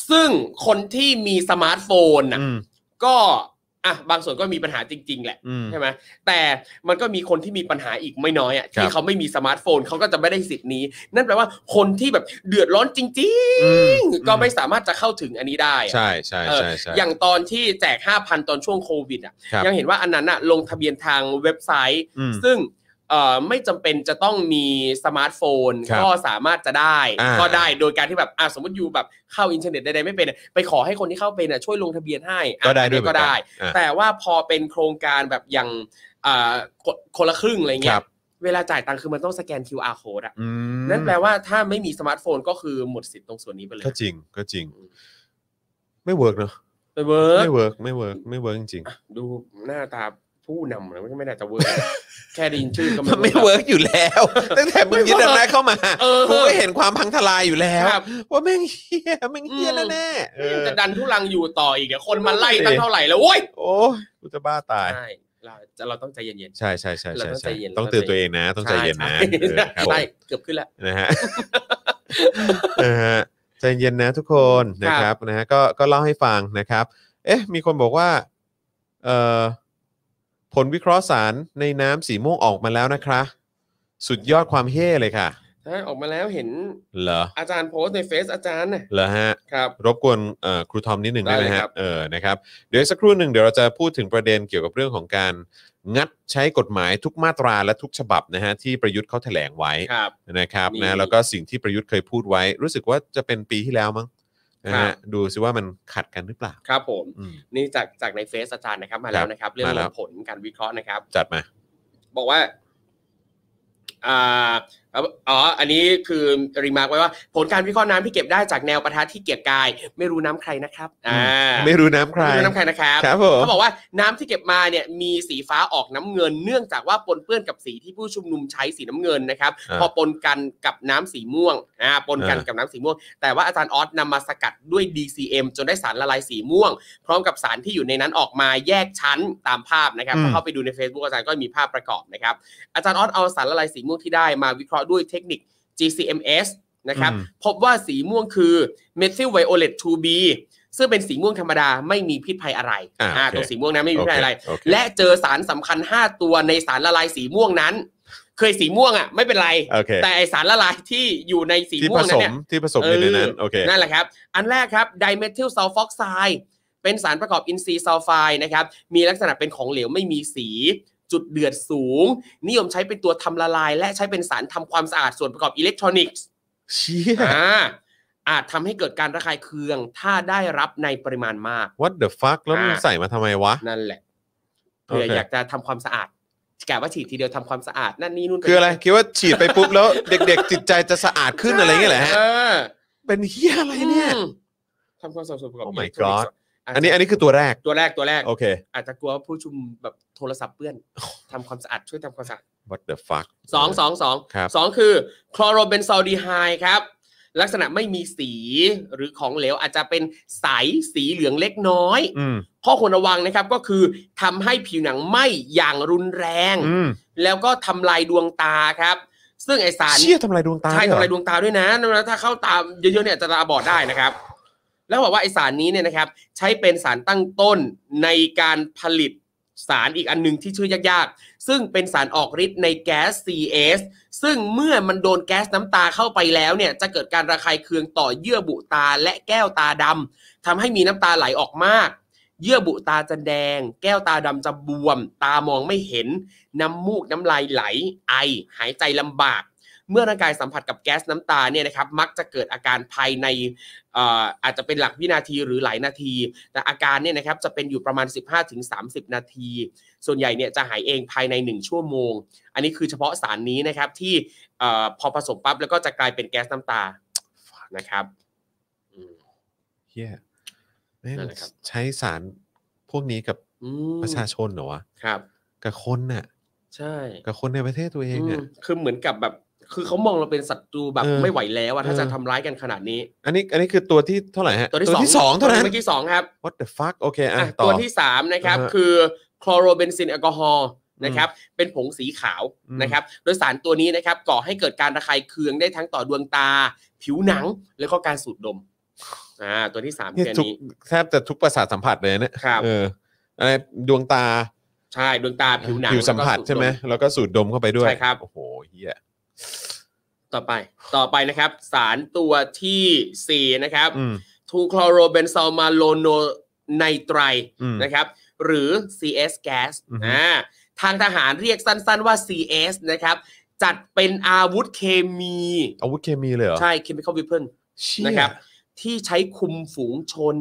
Speaker 3: ซึ่งคนที่มีสมาร์ทโฟนน่ะ
Speaker 2: อืม
Speaker 3: ก็อ่ะบางส่วนก็มีปัญหาจริง ๆ แหละ
Speaker 2: อืม
Speaker 3: ใช่ไหมแต่มันก็มีคนที่มีปัญหาอีกไม่น้อยอ่ะ
Speaker 2: ครั
Speaker 3: ที่
Speaker 2: บ
Speaker 3: เขาไม่มีสมาร์ทโฟนเขาก็จะไม่ได้สิทธิ์นี้ นั่นแปลว่าคนที่แบบเดือดร้อนจริง
Speaker 2: อืม
Speaker 3: ๆ ก็ไม่สามารถจะเข้าถึงอันนี้ได้อะ
Speaker 2: ใช่ใช่
Speaker 3: เออ
Speaker 2: ใช่ใช่
Speaker 3: อย่างตอนที่แจก 5,000 ตอนช่วงโควิดอ่ะ
Speaker 2: ครับ
Speaker 3: ยังเห็นว่าอันนั้นอ่ะลงทะเบียนทางเว็บไซต์
Speaker 2: อืม
Speaker 3: ซึ่งเอ่อไม่จำเป็นจะต้องมีสมาร์ทโฟน
Speaker 2: ครับ
Speaker 3: ก็สามารถจะได้
Speaker 2: อ่า
Speaker 3: ก็ได้โดยการที่แบบอ่ะสมมติอยู่แบบเข้าอินเทอร์เน็ตใดๆไม่เป็นอะไปขอให้คนที่เข้าเป็นอะช่วยลงทะเบียนให้อ่ะ
Speaker 2: ก็ได้ด้วย
Speaker 3: อันนี้ก็ได้
Speaker 2: เหมือนกันอ่ะ
Speaker 3: แต่ว่าพอเป็นโครงการแบบอย่างอ่ากดคนละครึ่งอะไร
Speaker 2: ค
Speaker 3: เงี้ย
Speaker 2: รับ
Speaker 3: เวลาจ่ายตังค์คือมันต้องสแกน QR code อะ
Speaker 2: อืม
Speaker 3: นั่นแปลว่าถ้าไม่มีสมาร์ทโฟนก็คือหมดสิทธิ์ตรงส่วนนี้ไปเลย
Speaker 2: ก็จริงก็จริง
Speaker 3: อืม
Speaker 2: ไม่เวิร์กเนอะ
Speaker 3: ไปเวิร์ก
Speaker 2: ไม่เวิร์กไม่เวิร์กไม่เวิร์กจริง
Speaker 3: อ่ะดูหน้าตาผู้นำนะไม่น่าจะเวิร์ก [LAUGHS] แค่ได้ยินชื่อก็
Speaker 2: ๆมันไม่เวิร์กอยู่แล้ว ตั้งแต่มึงยึดอำนาจเข้ามา
Speaker 3: เออ
Speaker 2: กูก็เห็นความพังทลายอยู่แล้ว
Speaker 3: ครับ
Speaker 2: ว่าแม่งเฮียแม่งเฮีย
Speaker 3: อืม
Speaker 2: แน่ๆเอ
Speaker 3: ยัง
Speaker 2: อ
Speaker 3: จะดันทุลังอยู่ต่ออีกเดี๋ยวคนมาไล่ตั้งเท่าไหร่แล้วโว้ย
Speaker 2: โอ้ยกูจะบ้าตาย
Speaker 3: ใช่เราจะเราต้องใจเย็น
Speaker 2: ใช่ใช่ใช่ใช่
Speaker 3: เราต้อง
Speaker 2: ใช่
Speaker 3: ใจเย็น
Speaker 2: ต้องเตือน
Speaker 3: เราต้อง
Speaker 2: ตัวเองนะ
Speaker 3: ๆ
Speaker 2: ต้องใจเย็นนะ
Speaker 3: ใช่
Speaker 2: เออครับผม
Speaker 3: ใช่เกือบขึ้นแล้ว
Speaker 2: นะฮะ นะฮะใจเย็นนะทุกคนนะค
Speaker 3: ครั
Speaker 2: รับบ นะฮะก็ก็เล่าให้ฟังนะครับ เอ๊ะ มีคนบอกว่าเอ่อผลวิเคราะห์สารในน้ำสีม่วงออกมาแล้วนะคะ สุดยอดความเฮ่เลยค่ะ
Speaker 3: ใช่ออกมาแล้วเห็น
Speaker 2: เหรอ
Speaker 3: อาจารย์โพสต์ในเฟซอาจารย์น่ะ
Speaker 2: เหรอฮะ
Speaker 3: ครับ
Speaker 2: รบกวนเอ่อครูทอมนิดหนึ่ง
Speaker 3: ได้
Speaker 2: ได้ไหม
Speaker 3: เลย
Speaker 2: ฮะ
Speaker 3: ครับ
Speaker 2: เออนะครับเดี๋ยวอีกสักครู่หนึ่งเดี๋ยวเราจะพูดถึงประเด็นเกี่ยวกับเรื่องของการงัดใช้กฎหมายทุกมาตราและทุกฉบับนะฮะที่ประยุทธ์เขาแถลงไว้
Speaker 3: ครับ
Speaker 2: นะครับ
Speaker 3: นี่
Speaker 2: นะแล้วก็สิ่งที่ประยุทธ์เคยพูดไว้ รู้สึกว่าจะเป็นปีที่แล้วมั้งนะ
Speaker 3: ครั
Speaker 2: ฮะ
Speaker 3: บ
Speaker 2: ดูซิว่ามันขัดกันหรือเปล่า
Speaker 3: ครับผม
Speaker 2: อืม
Speaker 3: นี่จากจากในเฟซอาจารย์นะครับมา
Speaker 2: ครั
Speaker 3: แล้
Speaker 2: บ
Speaker 3: วนะครับ เรื่อง
Speaker 2: มาแล้ว
Speaker 3: ของผลการวิเคราะห์นะครับ
Speaker 2: จัดมา
Speaker 3: บอกว่าอ่าอ๋อ อันนี้คือรีมาร์กไว้ว่า ผลการวิเคราะห์น้ำที่เก็บได้จากแนวประทัดที่เกียกกาย ไม่รู้น้ำใครนะครับอ่า
Speaker 2: ไม่รู้น้ำใคร
Speaker 3: ไม่รู้น้ำใครนะครับ
Speaker 2: ครับผม
Speaker 3: เขาบอกว่าน้ำที่เก็บมาเนี่ยมีสีฟ้าออกน้ำเงิน เนื่องจากว่าปนเปื้อนกับสีที่ผู้ชุมนุมใช้สีน้ำเงินนะครับ
Speaker 2: า
Speaker 3: พอปนกันกับน้ำสีม่วงอ่าปนกัน
Speaker 2: อ่ากั
Speaker 3: กับน้ำสีม่วง แต่ว่าอาจารย์ออสนำมาสกัดด้วย DCM จนได้สารละลายสีม่วง พร้อมกับสารที่อยู่ในนั้นออกมาแยกชั้นตามภาพนะครับ
Speaker 2: อืม
Speaker 3: ถ้าเข้าไปดูใน Facebook อาจารย์ก็มีภาพประกอบนะครับ อาจารย์ออสเอาสารละลายสีม่วงที่ได้มาวิเคราะห์ด้วยเทคนิค GCMS นะครับ
Speaker 2: อืม
Speaker 3: พบว่าสีม่วงคือ methyl violet 2B ซึ่งเป็นสีม่วงธรรมดาไม่มีพิษภัยอะไร
Speaker 2: อ่า
Speaker 3: อ่า
Speaker 2: โอเค
Speaker 3: ตัวสีม่วงนะไม่มีพิษภัยอะไร
Speaker 2: โอเค
Speaker 3: และเจอสารสำคัญ 5 ตัวในสารละลายสีม่วงนั้น เคยสีม่วงอ่ะไม่เป็นไร
Speaker 2: โอเค
Speaker 3: แต่ไอ้สารละลายที่อยู่ในสี
Speaker 2: ที่
Speaker 3: ม่
Speaker 2: ผ
Speaker 3: วง
Speaker 2: ส
Speaker 3: นั้น
Speaker 2: ม
Speaker 3: เนี่ย
Speaker 2: ที่ผสมอยู่ในนั้น
Speaker 3: เออ
Speaker 2: โอเค
Speaker 3: นั่นแหละครับ อันแรกครับไดเมทิลซัลฟอกไซด์เป็นสารประกอบอินทรีย์ซัลไฟด์นะครับ มีลักษณะเป็นของเหลวไม่มีสี จุดเดือดสูง นิยมใช้เป็นตัวทำละลาย และใช้เป็นสารทำความสะอาดส่วนประกอบอิเล็กทรอนิกส์
Speaker 2: เชี่ย
Speaker 3: อ่า อาจทำให้เกิดการระคายเคือง ถ้าได้รับในปริมาณมาก
Speaker 2: what the fuck แล้วมึง
Speaker 3: อ่า
Speaker 2: ใส่มาทำไมวะ
Speaker 3: นั่นแหละ
Speaker 2: โอเค
Speaker 3: เผื่ออยากจะทำความสะอาด กะว่าฉีดทีเดียวทำความสะอาดนั่นนี่นู่นป
Speaker 2: คืออะไรคิดว่าฉีดไปปุ๊บแล้ว เด็ก ๆ จิตใจจะสะอาดขึ้นอะไรเงี้ยแหละฮะ
Speaker 3: เออ
Speaker 2: เป็นเฮียอะไรเนี่ย
Speaker 3: อืมทำความสะอาดส่วนประกอบ
Speaker 2: Oh my
Speaker 3: electronics
Speaker 2: god
Speaker 3: าจจะ
Speaker 2: อันนี้อันนี้คือตัวแรก
Speaker 3: ตัวแรกตัวแรก
Speaker 2: โอเค
Speaker 3: อาจจะกลัวว่าผู้ชุมแบบโทรศัพท์เปื้อน
Speaker 2: [LAUGHS]
Speaker 3: ทำความสะอาดช่วยทำความสะอาด
Speaker 2: what the fuck
Speaker 3: สองสองสอง
Speaker 2: ครับ
Speaker 3: สองคือคลอโรเบนซอลดีไฮด์ครับ ลักษณะไม่มีสีหรือของเหลวอาจจะเป็นใสสีเหลืองเล็กน้อย
Speaker 2: อืม
Speaker 3: ข้อควรระวังนะครับก็คือทำให้ผิวหนังไหม้อย่างรุนแรง
Speaker 2: อืม
Speaker 3: แล้วก็ทำลายดวงตาครับ ซึ่งไอสาร
Speaker 2: เชี่ยทำลายดวงตา
Speaker 3: ใช่
Speaker 2: เหรอ
Speaker 3: ทำลายดวงตาด้วยนะแล้วถ้าเข้าตามเยอะๆเนี่ยจะตาบอดได้นะครับ แล้วบอกว่าไอสารนี้เนี่ยนะครับ ใช้เป็นสารตั้งต้นในการผลิตสารอีกอันหนึงที่ชื่อยากๆ ซึ่งเป็นสารออกฤทธิ์ในแก๊ส CS ซึ่งเมื่อมันโดนแก๊สน้ำตาเข้าไปแล้วเนี่ยจะเกิดการระคายเคืองต่อเยื่อบุตาและแก้วตาดำทำให้มีน้ำตาไหลออกมาก เยื่อบุตาจะแดง แก้วตาดำจะบวม ตามองไม่เห็น น้ำมูกน้ำลายไหล ไอ หายใจลำบาก เมื่อร่างกายสัมผัสกับแก๊สน้ำตาเนี่ยนะครับ มักจะเกิดอาการภายในเอ่ออาจจะเป็นหลักวินาทีหรือหลายนาที แต่อาการเนี่ยนะครับจะเป็นอยู่ประมาณ 15-30 นาที ส่วนใหญ่เนี่ยจะหายเองภายใน 1 ชั่วโมง อันนี้คือเฉพาะสารนี้นะครับที่เอ่อพอผสมปั๊บแล้วก็จะกลายเป็นแก๊สน้ำตานะครับอืม
Speaker 2: เฮียแม่ง
Speaker 3: นั่นแหละครับ
Speaker 2: ใช้สารพวกนี้กับ
Speaker 3: อืม
Speaker 2: ประชาชนเหรอวะ
Speaker 3: ครับ
Speaker 2: กับคนน่ะ
Speaker 3: ใช่
Speaker 2: กับคนในประเทศตัวเอง
Speaker 3: อื
Speaker 2: อ่ะ
Speaker 3: มคือเหมือนกับแบบ คือเขามองเราเป็นศัตรูแบบ
Speaker 2: เออ
Speaker 3: ไม่ไหวแล้วอะถ้า
Speaker 2: เออ
Speaker 3: จะทำร้ายกันขนาดนี้
Speaker 2: อันนี้อันนี้คือตัวที่เท่าไหร่ฮะ
Speaker 3: ตัวที่สอง
Speaker 2: ที่สองเท่านั้
Speaker 3: ตั
Speaker 2: น
Speaker 3: วเมื่อกี้สองครับ
Speaker 2: what the fuck โอเคอ่ะ
Speaker 3: อ่ะ
Speaker 2: ต่อ
Speaker 3: ตัวที่ 3 นะครับ
Speaker 2: อ่าฮะ
Speaker 3: คือคลอโรเบนซินแอลกอฮอล์นะครับ เป็นผงสีขาว
Speaker 2: อืม
Speaker 3: นะครับ โดยสารตัวนี้นะครับ ก่อให้เกิดการระคายเคืองได้ทั้งต่อดวงตา ผิวหนัง แล้วก็การสูดดมอ่าตัวที่3
Speaker 2: เนี่ย
Speaker 3: แค่
Speaker 2: ทุก
Speaker 3: นี้
Speaker 2: แทบจะทุกประสาทสัมผัสเลยเนี่ย
Speaker 3: ครับ
Speaker 2: เอออะไรดวงตา
Speaker 3: ใช่ดวงตาผิวหนัง
Speaker 2: ผิวสัมผัส
Speaker 3: แล้วก็
Speaker 2: ใช่ไหม
Speaker 3: ดด
Speaker 2: แล้วก็สูดดมเข้าไปด้วย
Speaker 3: ใช่ครับ
Speaker 2: โอ้โหเฮีย
Speaker 3: ต่อไป ต่อไปนะครับ สารตัวทีสี่4 นะครับ
Speaker 2: อืม
Speaker 3: ทูคลอโรเบนซอลมาโลโนไนไตร
Speaker 2: อืม
Speaker 3: นะครับหรือ CS gas
Speaker 2: อือฮึ
Speaker 3: อ่าทางทหารเรียกสั้นๆว่า CS นะครับ จัดเป็นอาวุธเคมี
Speaker 2: อาวุธเคมีเลยเหรอ
Speaker 3: ใช่ chemical weapon
Speaker 2: เชี่ย
Speaker 3: นะครับ ที่ใช้คุมฝูงชน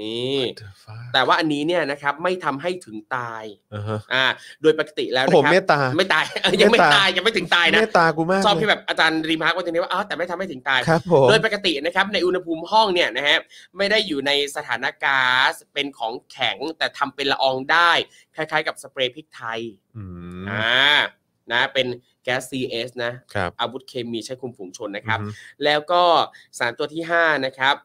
Speaker 3: นี่
Speaker 2: What the fuck
Speaker 3: แต่ว่าอันนี้เนี่ยนะครับ ไม่ทำให้ถึงตาย
Speaker 2: อ่าฮะ
Speaker 3: อ่าโดยปกติแล้ว
Speaker 2: โอ้
Speaker 3: นะ
Speaker 2: โห
Speaker 3: ครับ
Speaker 2: เมตตา
Speaker 3: ไม่ตาย [LAUGHS] ยังไม่
Speaker 2: เมตตา
Speaker 3: ตาย ยังไม่ถึงตายนะ
Speaker 2: เมตตากูมาก
Speaker 3: ชอบ
Speaker 2: เลย
Speaker 3: ที่แบบอาจารย์รีมาร์กว่าตรงนี้ว่าอ้าวแต่ไม่ทำให้ถึงตาย
Speaker 2: ครับผม
Speaker 3: โดยปกตินะครับในอุณหภูมิห้องเนี่ยนะฮะไม่ได้อยู่ในสถานกาซเป็นของแข็งแต่ทำเป็นละอองได้ คล้ายๆกับสเปรย์พริกไทย
Speaker 2: อืม
Speaker 3: อ่านะเป็นแก๊ส CS นะครับ อาวุธเคมีใช้คุมฝูงชนนะครับ
Speaker 2: อืม
Speaker 3: แล้วก็สารตัวที่ 5 นะครับ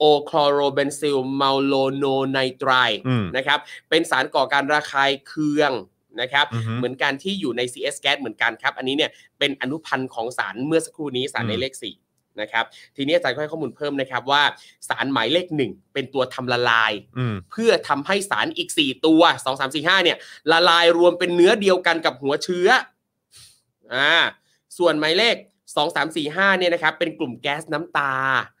Speaker 3: โอคลอโรเบนซิลมาโลโนไนไตร
Speaker 2: อืม
Speaker 3: นะครับเป็นสารก่อการระคายเคืองนะครับ
Speaker 2: อืม
Speaker 3: เหมือนกันที่อยู่ใน CS gas เหมือนกันครับ อันนี้เนี่ยเป็นอนุพันธ์ของสารเมื่อสักครู่นี้สารใน
Speaker 2: อืม
Speaker 3: เลข4นะครับ ทีนี้อาจารย์ก็ให้ข้อมูลเพิ่มนะครับว่าสารหมายเลข 1 เป็นตัวทำละลาย
Speaker 2: อืม
Speaker 3: เพื่อทำให้สารอีก 4 ตัว 2 3 4 5เนี่ยละลายรวมเป็นเนื้อเดียวกันกับหัวเชื้ออ่าส่วนหมายเลข 2 3 4 5เนี่ยนะครับเป็นกลุ่มแก๊สน้ำตา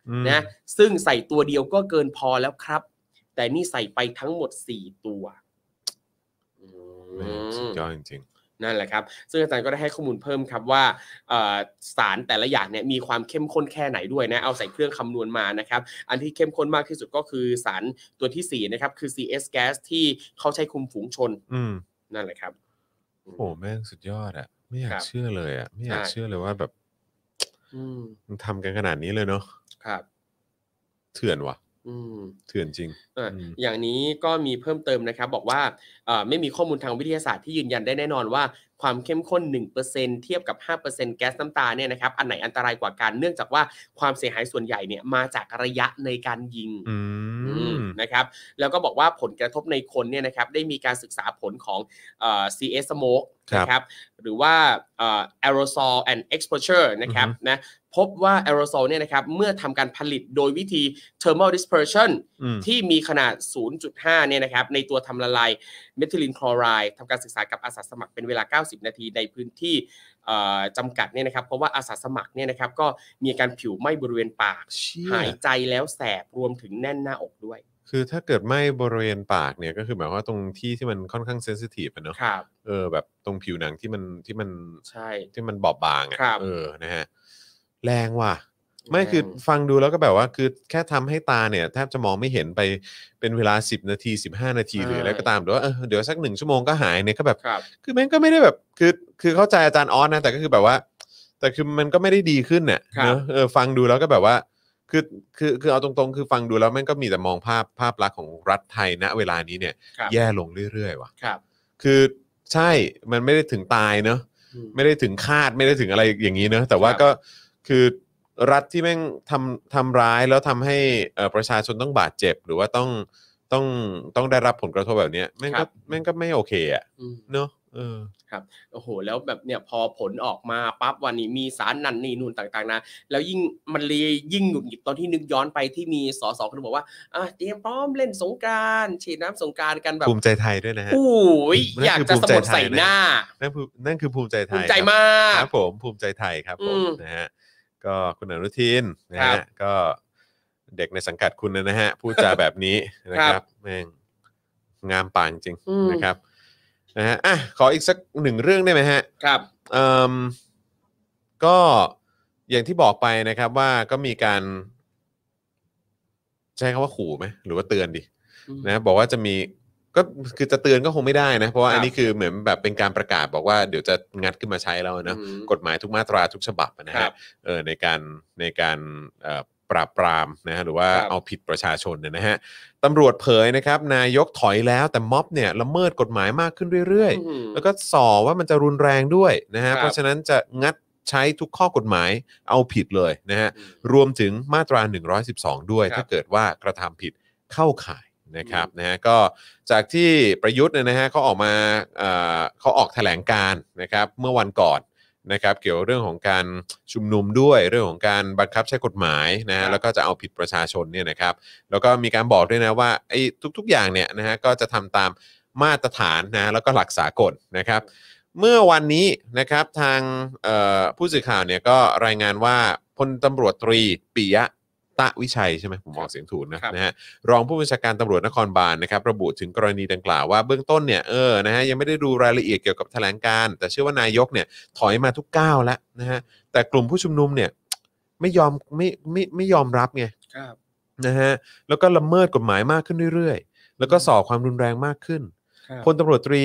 Speaker 2: อืม
Speaker 3: นะซึ่งใส่ตัวเดียวก็เกินพอแล้วครับ แต่นี่ใส่ไปทั้งหมด 4 ตัวอืม
Speaker 2: แม่งสุดยอดจริง
Speaker 3: นั่นแหละครับ ซึ่งอาจารย์ก็ได้ให้ข้อมูลเพิ่มครับว่าเอ่อสารแต่ละอย่างเนี่ยมีความเข้มข้นแค่ไหนด้วยนะ เอาใส่เครื่องคำนวณมานะครับ อันที่เข้มข้นมากที่สุดก็คือสารตัวทีสี่4 นะครับ คือ CS gas ที่เขาใช้คุมฝูงชน
Speaker 2: ๆอืม
Speaker 3: นั่นแหละครับ
Speaker 2: โอ้โหแม่งสุดยอดอะไม่อยา
Speaker 3: ค
Speaker 2: ก
Speaker 3: รับ
Speaker 2: เชื่อเลยอะไม่อยาก
Speaker 3: ใช่
Speaker 2: เชื่อเลยว่าแบบ
Speaker 3: อืม
Speaker 2: มันทำกันขนาดนี้เลยเนาะ
Speaker 3: ครับ
Speaker 2: เถื่อนว่ะ
Speaker 3: อืม
Speaker 2: เถื่อนจริง
Speaker 3: อ่ะ
Speaker 2: อืม
Speaker 3: อย่างนี้ก็มีเพิ่มเติมนะครับ บอกว่าเอ่อไม่มีข้อมูลทางวิทยาศาสตร์ที่ยืนยันได้แน่นอนว่าความเข้มข้น 1%เทียบกับ 5%แก๊สน้ำตาเนี่ยนะครับอันไหนอันตรายกว่ากันเนื่องจากว่าความเสียหายส่วนใหญ่เนี่ยมาจากระยะในการยิง
Speaker 2: อืม
Speaker 3: นะครับแล้วก็บอกว่าผลกระทบในคนเนี่ยนะครับได้มีการศึกษาผลของเอ่อ CS smoke
Speaker 2: ครับ
Speaker 3: นะครับหรือว่าเอ่อ aerosol and exposure นะครับ
Speaker 2: อือฮึ
Speaker 3: นะพบว่า aerosol เนี่ยนะครับเมื่อทำการผลิตโดยวิธี thermal dispersion
Speaker 2: อืม
Speaker 3: ที่มีขนาด 0.5 เนี่ยนะครับ ในตัวทำละลายเมทิลินคลอไรด์ทำการศึกษากับอาสาสมัครเป็นเวลา 90 นาทีในพื้นที่เอ่อจำกัดเนี่ยนะครับ เพราะว่าอาสาสมัครเนี่ยนะครับ ก็มีอาการผิวไหม้บริเวณปาก
Speaker 2: เชี่ย
Speaker 3: หายใจแล้วแสบรวมถึงแน่นหน้าอกด้วย
Speaker 2: คือถ้าเกิดไหม้บริเวณปากเนี่ยก็คือหมายความว่าตรงที่ที่มันค่อนข้างเซนซิทีฟอะเนาะ
Speaker 3: ครับ
Speaker 2: เออแบบตรงผิวหนังที่มันที่มัน
Speaker 3: ใช่
Speaker 2: ที่มันบอบบางอะ
Speaker 3: ครับ
Speaker 2: เออ นะฮะ แรงว่ะ ไม่คือฟังดูแล้วก็แบบว่าคือแค่ทำให้ตาเนี่ยแทบจะมองไม่เห็นไปเป็นเวลา 10 นาที 15 นาที
Speaker 3: ใช่
Speaker 2: หรืออะไรก็ตามหรือว่าเออเดี๋ยวสักหนึ่งชั่วโมงก็หายเนี่ยก็แบบ
Speaker 3: ครับ
Speaker 2: คือแม่งก็ไม่ได้แบบคือคือเข้าใจอาจารย์ออสนะแต่ก็คือแบบว่า แต่คือมันก็ไม่ได้ดีขึ้นเนี่ย
Speaker 3: ครับ
Speaker 2: เนอะเออฟังดูแล้วก็แบบว่า คือคือคือเอาตรงๆ คือฟังดูแล้วแม่งก็มีแต่มองภาพภาพลักษณ์ของรัฐไทยณเวลานี้เนี่ย
Speaker 3: ครับ
Speaker 2: แย่ลงเรื่อยๆว่ะ
Speaker 3: ครับ
Speaker 2: คือใช่มันไม่ได้ถึงตายเนอะ
Speaker 3: อืม
Speaker 2: ไม่ได้ถึงคาดไม่ได้ถึงอะไรอย่างนี้เนอะแต่ว่า
Speaker 3: ครับ
Speaker 2: ก็คือรัฐที่แม่งทำทำร้ายแล้วทำให้เอ่อประชาชนต้องบาดเจ็บ หรือว่าต้องต้องต้องได้รับผลกระทบแบบเนี้ยแม่ง
Speaker 3: ครั
Speaker 2: ก็
Speaker 3: บ
Speaker 2: แม่งก็ไม่โอเคอะ
Speaker 3: อืม
Speaker 2: เนอะเออ
Speaker 3: โอ้โหแล้วแบบเนี่ยพอผลออกมาปั๊บวันนี้มีสารนันนี่นู่นต่างๆนะแล้วยิ่งมันเลยยิ่งหงุดหงิดตอนที่นึกย้อนไปที่มีสสคนหนึ่งบอกว่าอ่ะเตรียมพร้อมเล่นสงกรารฉีดน้ำสงกรารกันแบบ
Speaker 2: ภูมิใจไทยด้วยนะฮะ
Speaker 3: โอ้ย
Speaker 2: นั่นคือ
Speaker 3: อยากจะสะบัดใส่
Speaker 2: ภูมิใจไทยนะ
Speaker 3: หน้า
Speaker 2: นั่นคือนั่นคือภูมิใจไทย
Speaker 3: ภูมิใจ
Speaker 2: ครับ
Speaker 3: มาก
Speaker 2: ครับผมภูมิใจไทยครับผม
Speaker 3: อืม
Speaker 2: นะฮะก็คุณอนุทินนะ
Speaker 3: ครับ
Speaker 2: ฮะก็เด็กในสังกัดคุณนะฮะพูดจาแบบนี้นะค
Speaker 3: ครั
Speaker 2: รับบแม่งงามปางจริง
Speaker 3: อืม
Speaker 2: นะครับนะฮะอ่ะขออีกสักหนึ่งเรื่องได้ไหมฮะ
Speaker 3: ครับ
Speaker 2: เอิ่มก็อย่างที่บอกไปนะครับว่าก็มีการใช้คำว่าขู่ไหมหรือว่าเตือนดิ นะบอกว่าจะมีก็คือจะเตือนก็คงไม่ได้นะ เพราะว่า
Speaker 3: ครับ
Speaker 2: อันนี้คือเหมือนแบบเป็นการประกาศบอกว่าเดี๋ยวจะงัดขึ้นมาใช้แล้วนะ
Speaker 3: อืม
Speaker 2: กฎหมายทุกมาตราทุกฉบับนะ
Speaker 3: ครั
Speaker 2: ฮะ
Speaker 3: บ
Speaker 2: เออในการในการเอ่อปราบปรามนะฮะหรือว่า
Speaker 3: ครับ
Speaker 2: เอาผิดประชาชนเนี่ยนะฮะตำรวจเผยนะครับ นายกถอยแล้วแต่ม็อบเนี่ยละเมิดกฎหมายมากขึ้นเรื่อย
Speaker 3: อืม
Speaker 2: ๆ แล้วก็ส่อว่ามันจะรุนแรงด้วยนะ
Speaker 3: ครั
Speaker 2: ฮะ
Speaker 3: บ
Speaker 2: เพราะฉะนั้นจะงัดใช้ทุกข้อกฎหมายเอาผิดเลยนะฮะ รวมถึงมาตรา 112 ด้วย
Speaker 3: ครับ
Speaker 2: ถ้าเกิดว่ากระทำผิดเข้าข่ายนะครับนะฮะก็จากที่ประยุทธ์เนี่ยนะฮะเขาออกมาเอ่อเขาออกแถลงการณ์นะครับเมื่อวันก่อนนะครับเกี่ยวเรื่องของการชุมนุมด้วยเรื่องของการบังคับใช้กฎหมายนะ
Speaker 3: ครั
Speaker 2: ฮะ
Speaker 3: บ
Speaker 2: แล้วก็จะเอาผิดประชาชนเนี่ยนะครับ แล้วก็มีการบอกด้วยนะว่าไอ้ทุกๆอย่างเนี่ยนะฮะก็จะทำตามมาตรฐานนะแล้วก็หลักสากลนะครับ เมื่อวันนี้นะครับทางเอ่อผู้สื่อข่าวเนี่ยก็รายงานว่าพลตำรวจตรีปิยะตะวิชัยใช่ไหมผมออกเสียงถูกนะครับ นะฮะรองผู้บัญชาการตำรวจนครบาลนะครับ ระบุถึงกรณีดังกล่าวว่าเบื้องต้นเนี่ยเออนะฮะยังไม่ได้ดูรายละเอียดเกี่ยวกับแถลงการณ์แต่เชื่อว่านายกเนี่ยถอยมาทุกก้าวแล้วนะฮะแต่กลุ่มผู้ชุมนุมเนี่ยไม่ยอมไม่ไม่ไม่ยอมรับไง
Speaker 3: ครับ
Speaker 2: นะฮะแล้วก็ละเมิดกฎหมายมากขึ้นเรื่อยๆ แล้วก็ส่อความรุนแรงมากขึ้น
Speaker 3: ครับ
Speaker 2: พลตำรวจตรี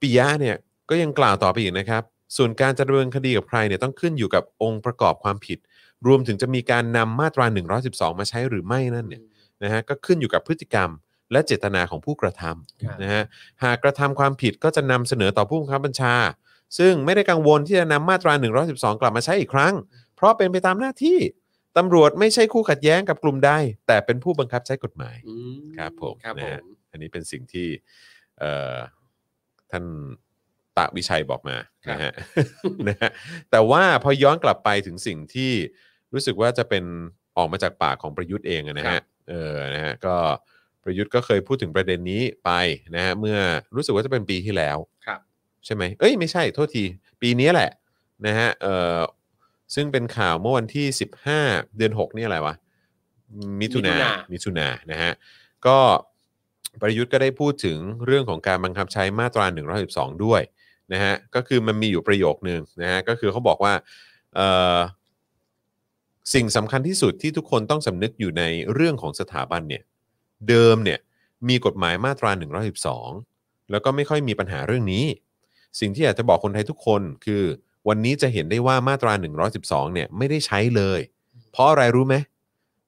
Speaker 2: ปิยะเนี่ยก็ยังกล่าวต่อไปอีกนะครับ ส่วนการจะดำเนินคดีกับใครเนี่ยต้องขึ้นอยู่กับองค์ประกอบความผิด รวมถึงจะมีการนำมาตรา 112 มาใช้หรือไม่นั่นเนี่ยนะฮะก็ขึ้นอยู่กับพฤติกรรม และเจตนาของผู้กระท
Speaker 3: ครับ
Speaker 2: ำนะฮะหากกระทำความผิดก็จะนำเสนอต่อผู้บังคับบัญชา ซึ่งไม่ได้กังวลที่จะนำมาตรา 112 กลับมาใช้อีกครั้ง เพราะเป็นไปตามหน้าที่ ตำรวจไม่ใช่คู่ขัดแย้งกับกลุ่มใดแต่เป็นผู้บังคับใช้กฎหมาย
Speaker 3: อืม
Speaker 2: ครับผม
Speaker 3: ครับ
Speaker 2: นะ
Speaker 3: ผ
Speaker 2: ฮะ
Speaker 3: ม
Speaker 2: อันนี้เป็นสิ่งที่เอ่อท่านตะวิชัยบอกมา
Speaker 3: ครับ
Speaker 2: นะฮะ [LAUGHS] นะฮะแต่ว่าพอย้อนกลับไปถึงสิ่งที่รู้สึกว่าจะเป็นออกมาจากปากของประยุทธ์เองอะนะฮะเออนะฮะก็ประยุทธ์ก็เคยพูดถึงประเด็นนี้ไปนะฮะเมื่อรู้สึกว่าจะเป็นปีที่แล้ว
Speaker 3: ครับ
Speaker 2: ใช่ไหมเอ้ยไม่ใช่โทษที ปีนี้แหละนะฮะเอ่อซึ่งเป็นข่าวเมื่อวันที่ 15 เดือน 6 นี่อะไรวะ มิถุนา
Speaker 3: มิถุนา
Speaker 2: มิถุนานะฮะ ก็ประยุทธ์ก็ได้พูดถึงเรื่องของการบังคับใช้มาตรา 112 ด้วยนะฮะ ก็คือมันมีอยู่ประโยคนึงนะฮะ ก็คือเขาบอกว่าเอ่อสิ่งสำคัญที่สุดที่ทุกคนต้องสำนึกอยู่ในเรื่องของสถาบันเนี่ย เดิมเนี่ยมีกฎหมายมาตรา 112 แล้วก็ไม่ค่อยมีปัญหาเรื่องนี้ สิ่งที่อยากจะบอกคนไทยทุกคนคือวันนี้จะเห็นได้ว่ามาตรา 112 เนี่ยไม่ได้ใช้เลย เพราะอะไรรู้ไหม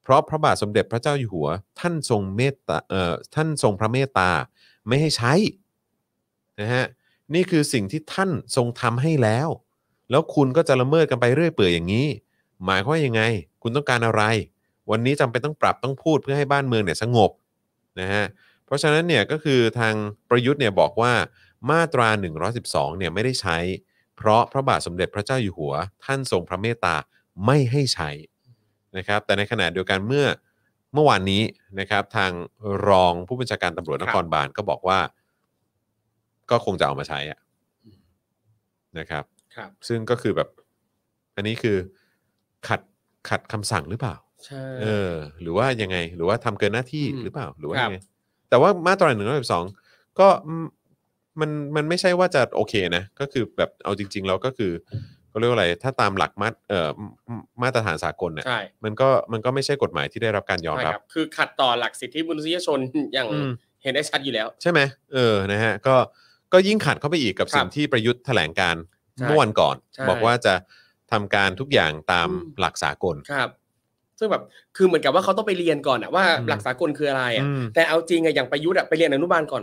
Speaker 2: เพราะพระบาทสมเด็จพระเจ้าอยู่หัว ท่านทรงเมตตาเอ่อท่านทรงพระเมตตาไม่ให้ใช้นะฮะนี่คือสิ่งที่ท่านทรงทำให้แล้ว แล้วคุณก็จะละเมิดกันไปเรื่อยเปื่อยอย่างนี้ หมายความว่ายังไง คุณต้องการอะไร วันนี้จำเป็นต้องปรับต้องพูดเพื่อให้บ้านเมืองเนี่ยสงบนะฮะเพราะฉะนั้นเนี่ยก็คือทางประยุทธ์เนี่ยบอกว่ามาตรา 112 เนี่ยไม่ได้ใช้ เพราะพระบาทสมเด็จพระเจ้าอยู่หัว ท่านทรงพระเมตตาไม่ให้ใช้นะครับแต่ในขณะเดียวกันเมื่อเมื่อวานนี้นะครับ ทางรองผู้บัญชาการตำรวจนครบาลก็บอกว่า ก็คงจะเอามาใช้อะนะครับ
Speaker 3: ครับ
Speaker 2: ซึ่งก็คือแบบ อันนี้คือขัดขัดคำสั่งหรือเปล่า
Speaker 3: ใช่
Speaker 2: เออ หรือว่ายังไง หรือว่าทำเกินหน้าที่
Speaker 3: อืม
Speaker 2: หรือเปล่า หรือว่า
Speaker 3: ครั
Speaker 2: ยั
Speaker 3: บ
Speaker 2: งไง แต่ว่ามาตราหนึ่งร้อยสองก็อืมมันมันไม่ใช่ว่าจะโอเคนะ ก็คือแบบเอาจริง ๆ แล้วก็คือ เขาเรียกว่าอะไร ถ้าตามหลักมาตรเอ่อมมาตรฐานสากลเนี่ย
Speaker 3: ใช่
Speaker 2: มันก็มันก็ไม่ใช่กฎหมายที่ได้รับการยอม
Speaker 3: ใช่
Speaker 2: รับ
Speaker 3: ครับ คือขัดต่อหลักสิทธิมนุษยชนอย่าง
Speaker 2: อืม
Speaker 3: เห็นได้ชัดอยู่แล้ว
Speaker 2: ใช่ไหมเออนะฮะก็ก็ยิ่งขัดเข้าไปอีกกับ
Speaker 3: ครับ
Speaker 2: สิ่งที่ประยุทธ์แถลงการ
Speaker 3: ใช่
Speaker 2: เมื่อวันก่อน
Speaker 3: ใช่
Speaker 2: บอกว่าจะทำการทุกอย่างตาม
Speaker 3: อืม
Speaker 2: หลักสากล
Speaker 3: ครับ ซึ่งแบบคือเหมือนกับว่าเขาต้องไปเรียนก่อนอะว่า
Speaker 2: อืม
Speaker 3: หลักสากลคืออะไรอะ
Speaker 2: อืม
Speaker 3: แต่เอาจริงอะอย่างประยุทธ์อะไปเรียนอนุบาล
Speaker 2: [LAUGHS]
Speaker 3: ก่อน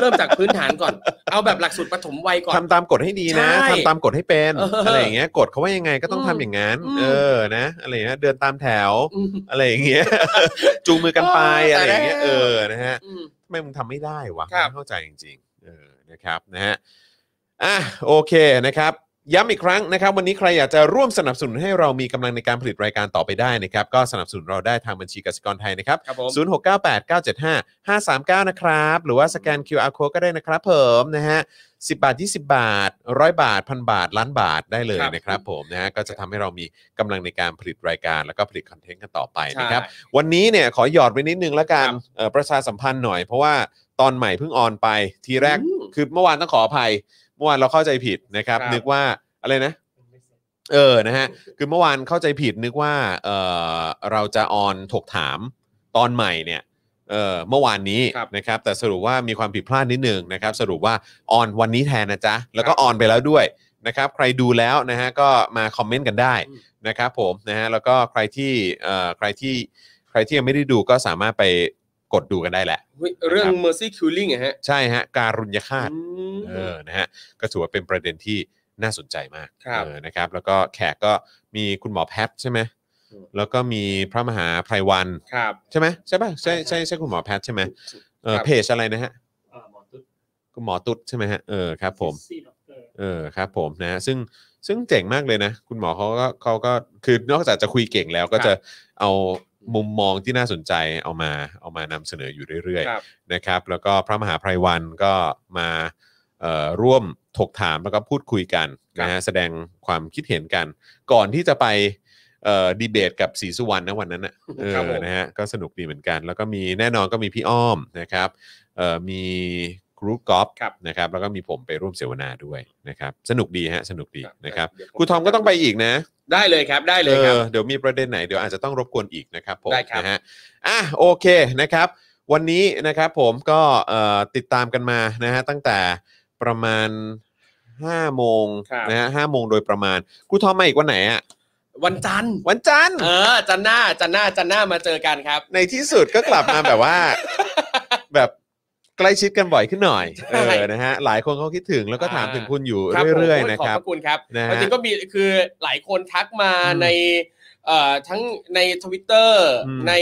Speaker 3: เริ่มจากพื้นฐานก่อน เอาแบบหลักสูตรปฐมวัยก่อน
Speaker 2: ทำตามกฎให้ดีนะ
Speaker 3: ใช่
Speaker 2: ทำตามกฎให้เป็น
Speaker 3: เอออ
Speaker 2: อะไรอย่างเงี้ยกฎเขาว่ายังไงก็ต้อง
Speaker 3: อืม
Speaker 2: ทำอย่างนั้น
Speaker 3: อืม
Speaker 2: เออนะอะไรอย่างเงี้ยเดินตามแถว
Speaker 3: อืม
Speaker 2: อะไรอย่างเงี้ย [LAUGHS] จูงมือกันไป
Speaker 3: เออ
Speaker 2: อะไรอย่างเงี้ย
Speaker 3: แต่
Speaker 2: เอ
Speaker 3: แล้ว
Speaker 2: อนะฮะ
Speaker 3: อืม
Speaker 2: ทำไมมึงทำไม่ได้วะ
Speaker 3: ครับ
Speaker 2: ไม่เข้าใจจริงๆเออนะครับนะฮะอ่ะโอเคนะครับ ย้ำอีกครั้งนะครับ วันนี้ใครอยากจะร่วมสนับสนุนให้เรามีกำลังในการผลิตรายการต่อไปได้นะครับ ก็สนับสนุนเราได้ทางบัญชีกสิกรไทยนะครับ
Speaker 3: ครับผม
Speaker 2: 0698 975 539 นะครับ หรือว่าสแกน QR code ก็ได้นะครับเพิ่มนะฮะ 10 บาท 20 บาท 100 บาท พันบาท ล้านบาทได้เลย
Speaker 3: ครับ
Speaker 2: นะครับผมนะฮะก็จะทำให้เรามีกำลังในการผลิตรายการ แล้วก็ผลิตคอนเทนต์กันต่อไป
Speaker 3: ใช่
Speaker 2: นะครับ วันนี้เนี่ยขอหยอดไปนิดนึงแล้วกัน
Speaker 3: ครับ
Speaker 2: เอ่อประชาสัมพันธ์หน่อย เพราะว่าตอนใหม่เพิ่งออนไปทีแรก
Speaker 3: อืม
Speaker 2: คือเมื่อวานต้องขออภัย เมื่อวานเราเข้าใจผิดนะครับ
Speaker 3: ครับ
Speaker 2: นึกว่าอะไรนะ เออ นะฮะ คือเมื่อวานเข้าใจผิดนึกว่าเออเราจะออนถกถามตอนใหม่เนี่ยเออเมื่อวานนี้
Speaker 3: ครับ
Speaker 2: นะครับ แต่สรุปว่ามีความผิดพลาดนิดนึงนะครับ สรุปว่าออนวันนี้แทนนะจ๊ะ แล้วก็ออนไปแล้วด้วยนะครับ ใครดูแล้วนะฮะก็มาคอมเมนต์กันได้
Speaker 3: อืม
Speaker 2: นะครับผมนะฮะ แล้วก็ใครที่เอ่อใครที่ใครที่ยังไม่ได้ดูก็สามารถไปกดดูกันได้แหละ
Speaker 3: เฮ้ยเรื่อง mercy killing อะฮะ
Speaker 2: ใช่ฮะ การุญยฆาต
Speaker 3: อืม
Speaker 2: เออ นะฮะ ก็ถือว่าเป็นประเด็นที่น่าสนใจมาก
Speaker 3: ครับ
Speaker 2: เออ นะครับ แล้วก็แขกก็มีคุณหมอแพทย์ใช่ไหม
Speaker 3: อืม
Speaker 2: แล้วก็มีพระมหาไพรวัน
Speaker 3: ครับ
Speaker 2: ใช่ไหมใช่ป่ะ ใช่ใช่ใช่คุณหมอแพทย์ใช่ไหมเออ
Speaker 3: ครับ
Speaker 2: เพจอะไรนะฮะคุณหมอตุ๊ดใช่ไหมฮะ เออ ครับผม เออ ครับผมนะฮะซึ่งซึ่งเจ๋งมากเลยนะ คุณหมอเขาก็เขาก็ คือนอกจากจะคุยเก่งแล้วก็จะเอามุมมองที่น่าสนใจเอามา เอามานำเสนออยู่เรื่อยๆ
Speaker 3: ครับ
Speaker 2: นะครับแล้วก็พระมหาไพรวันก็มาเอ่อร่วมถกถามแล้วก็พูดคุยกันนะฮะแสดงความคิดเห็นกัน ก่อนที่จะไปเอ่อดีเบตกับศรีสุวรรณนะวันนั้นนะเอ
Speaker 3: ครับ
Speaker 2: อ
Speaker 3: ผม
Speaker 2: นะฮะก็สนุกดีเหมือนกัน แล้วก็มีแน่นอนก็มีพี่อ้อมนะครับเอ่อมีครูกอล์ฟ
Speaker 3: ครับ
Speaker 2: นะครับแล้วก็มีผมไปร่วมเสวนาด้วยนะครับสนุกดีฮะสนุกดีนะครับ
Speaker 3: เดี๋ยว
Speaker 2: ครูทอมก็ต้องไปอีกนะ
Speaker 3: ได้เลยครับได้เลยครับ
Speaker 2: ออเดี๋ยวมีประเด็นไหนเดี๋ยวอาจจะต้องรบกวนอีกนะครับผม
Speaker 3: ได้ครับ
Speaker 2: นะฮะอ่ะโอเคนะครับ วันนี้นะครับผมก็เอ่อติดตามกันมานะฮะตั้งแต่ประมาณ5โมง
Speaker 3: ครับ
Speaker 2: นะฮะห้าโมงโดยประมาณครูทอมมาอีกวันไหนอ่ะ
Speaker 3: วันจันทร์
Speaker 2: วันจันทร์
Speaker 3: เออจันทร์หน้าจันทร์หน้าจันทร์หน้ามาเจอกันครับ
Speaker 2: ในที่สุดก็กลับมาแบบว่า แบบใกล้ชิดกันบ่อยขึ้นหน่อย
Speaker 3: ใช่
Speaker 2: เออนะฮะหลายคนเขาคิดถึงแล้วก็ถาม
Speaker 3: อ่า
Speaker 2: ถึงคุณอยู่
Speaker 3: คบ
Speaker 2: เรื่อย
Speaker 3: ผม
Speaker 2: ๆนะ
Speaker 3: ขอบ
Speaker 2: ครับ
Speaker 3: พระคุณครับ
Speaker 2: นะฮะ
Speaker 3: จริงๆก็มีคือหลายคนทักมา
Speaker 2: อืม
Speaker 3: ในเอ่อทั้งใน Twitter
Speaker 2: อืม
Speaker 3: ใน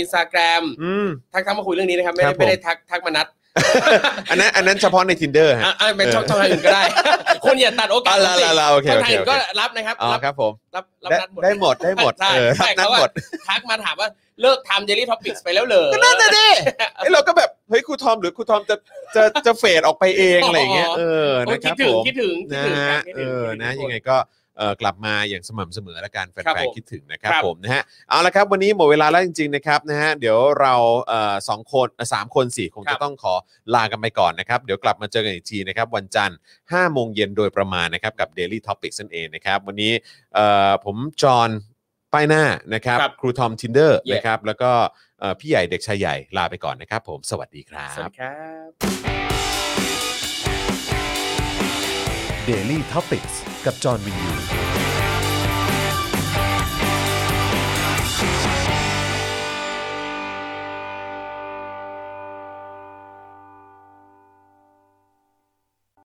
Speaker 3: Instagram
Speaker 2: อืม
Speaker 3: ทักทักมาคุยเรื่องนี้นะครับ ไม่
Speaker 2: ครั
Speaker 3: ได้
Speaker 2: บผม
Speaker 3: ไม่ได้ทักทักมานัด
Speaker 2: อันนั้นอันนั้นเฉพาะใน tinder ฮะ
Speaker 3: อ่ะอ่ะเป็น
Speaker 2: เออ
Speaker 3: ช่องช่องทางอื่นก็ได้ [LAUGHS] คนอย่าตัดโอกาส
Speaker 2: อ่ะละละละโอเค
Speaker 3: ช่องทาง
Speaker 2: โอเค
Speaker 3: อื่นก็
Speaker 2: โอเค
Speaker 3: รับนะครับ
Speaker 2: อ๋อ
Speaker 3: รับ
Speaker 2: ครับผม
Speaker 3: รับรับ
Speaker 2: ได้
Speaker 3: นัดหมด
Speaker 2: ได้หมดได้หมด
Speaker 3: ใช่
Speaker 2: เออรับ
Speaker 3: ใช่
Speaker 2: นัด
Speaker 3: เขาว่า
Speaker 2: หมด
Speaker 3: ทักมาถามว่าเลิกทำเจลลี่ท็อปิกไปแล้วเหรอ
Speaker 2: ก็นั่นน่ะดิไอยเราก็แบบเฮ้ยครูทอมหรือครูทอมจะจะจะเฟดออกไปเองอะไรอย่างเงี้ยเออ
Speaker 3: โอ้
Speaker 2: นะค
Speaker 3: คิ
Speaker 2: รั
Speaker 3: ด
Speaker 2: บ
Speaker 3: ถึ
Speaker 2: ผ
Speaker 3: ง
Speaker 2: ม
Speaker 3: คิดถึงคิดถึง
Speaker 2: นะ
Speaker 3: ครั
Speaker 2: ฮะ
Speaker 3: บคิด
Speaker 2: เอ
Speaker 3: ถึงคิด
Speaker 2: อ
Speaker 3: ถึ
Speaker 2: นะ
Speaker 3: ทุกค
Speaker 2: ยังไงก็เออกลับมาอย่างสม่ำเสมอและการแฟ
Speaker 3: ครับ
Speaker 2: น
Speaker 3: ผม
Speaker 2: ๆคิดถึงนะครับ
Speaker 3: ครับ
Speaker 2: ผมนะฮะเอาละครับวันนี้หมดเวลาแล้วจริงๆนะครับนะฮะเดี๋ยวเราเอ่อสองคนเอ่อสามคนสี่คง
Speaker 3: ครั
Speaker 2: จะ
Speaker 3: บ
Speaker 2: ต้องขอลากันไปก่อนนะครับเดี๋ยวกลับมาเจอกันอีกทีนะครับวันจันทร์5โมงเย็นโดยประมาณนะครับกับ Daily Topic นั่นเองนะครับวันนี้เอ่อผมจอห์นป้ายหน้านะครับ
Speaker 3: ครับ
Speaker 2: ครูทอมทินเดอร์
Speaker 3: Yeah
Speaker 2: นะครับแล้วก็ เอ่อพี่ใหญ่เด็กชายใหญ่ลาไปก่อนนะครับผมสวัสดีครั
Speaker 3: สวัส
Speaker 2: บ
Speaker 3: ดีครับ
Speaker 1: Daily t o p i c กกับจอห์นวินยู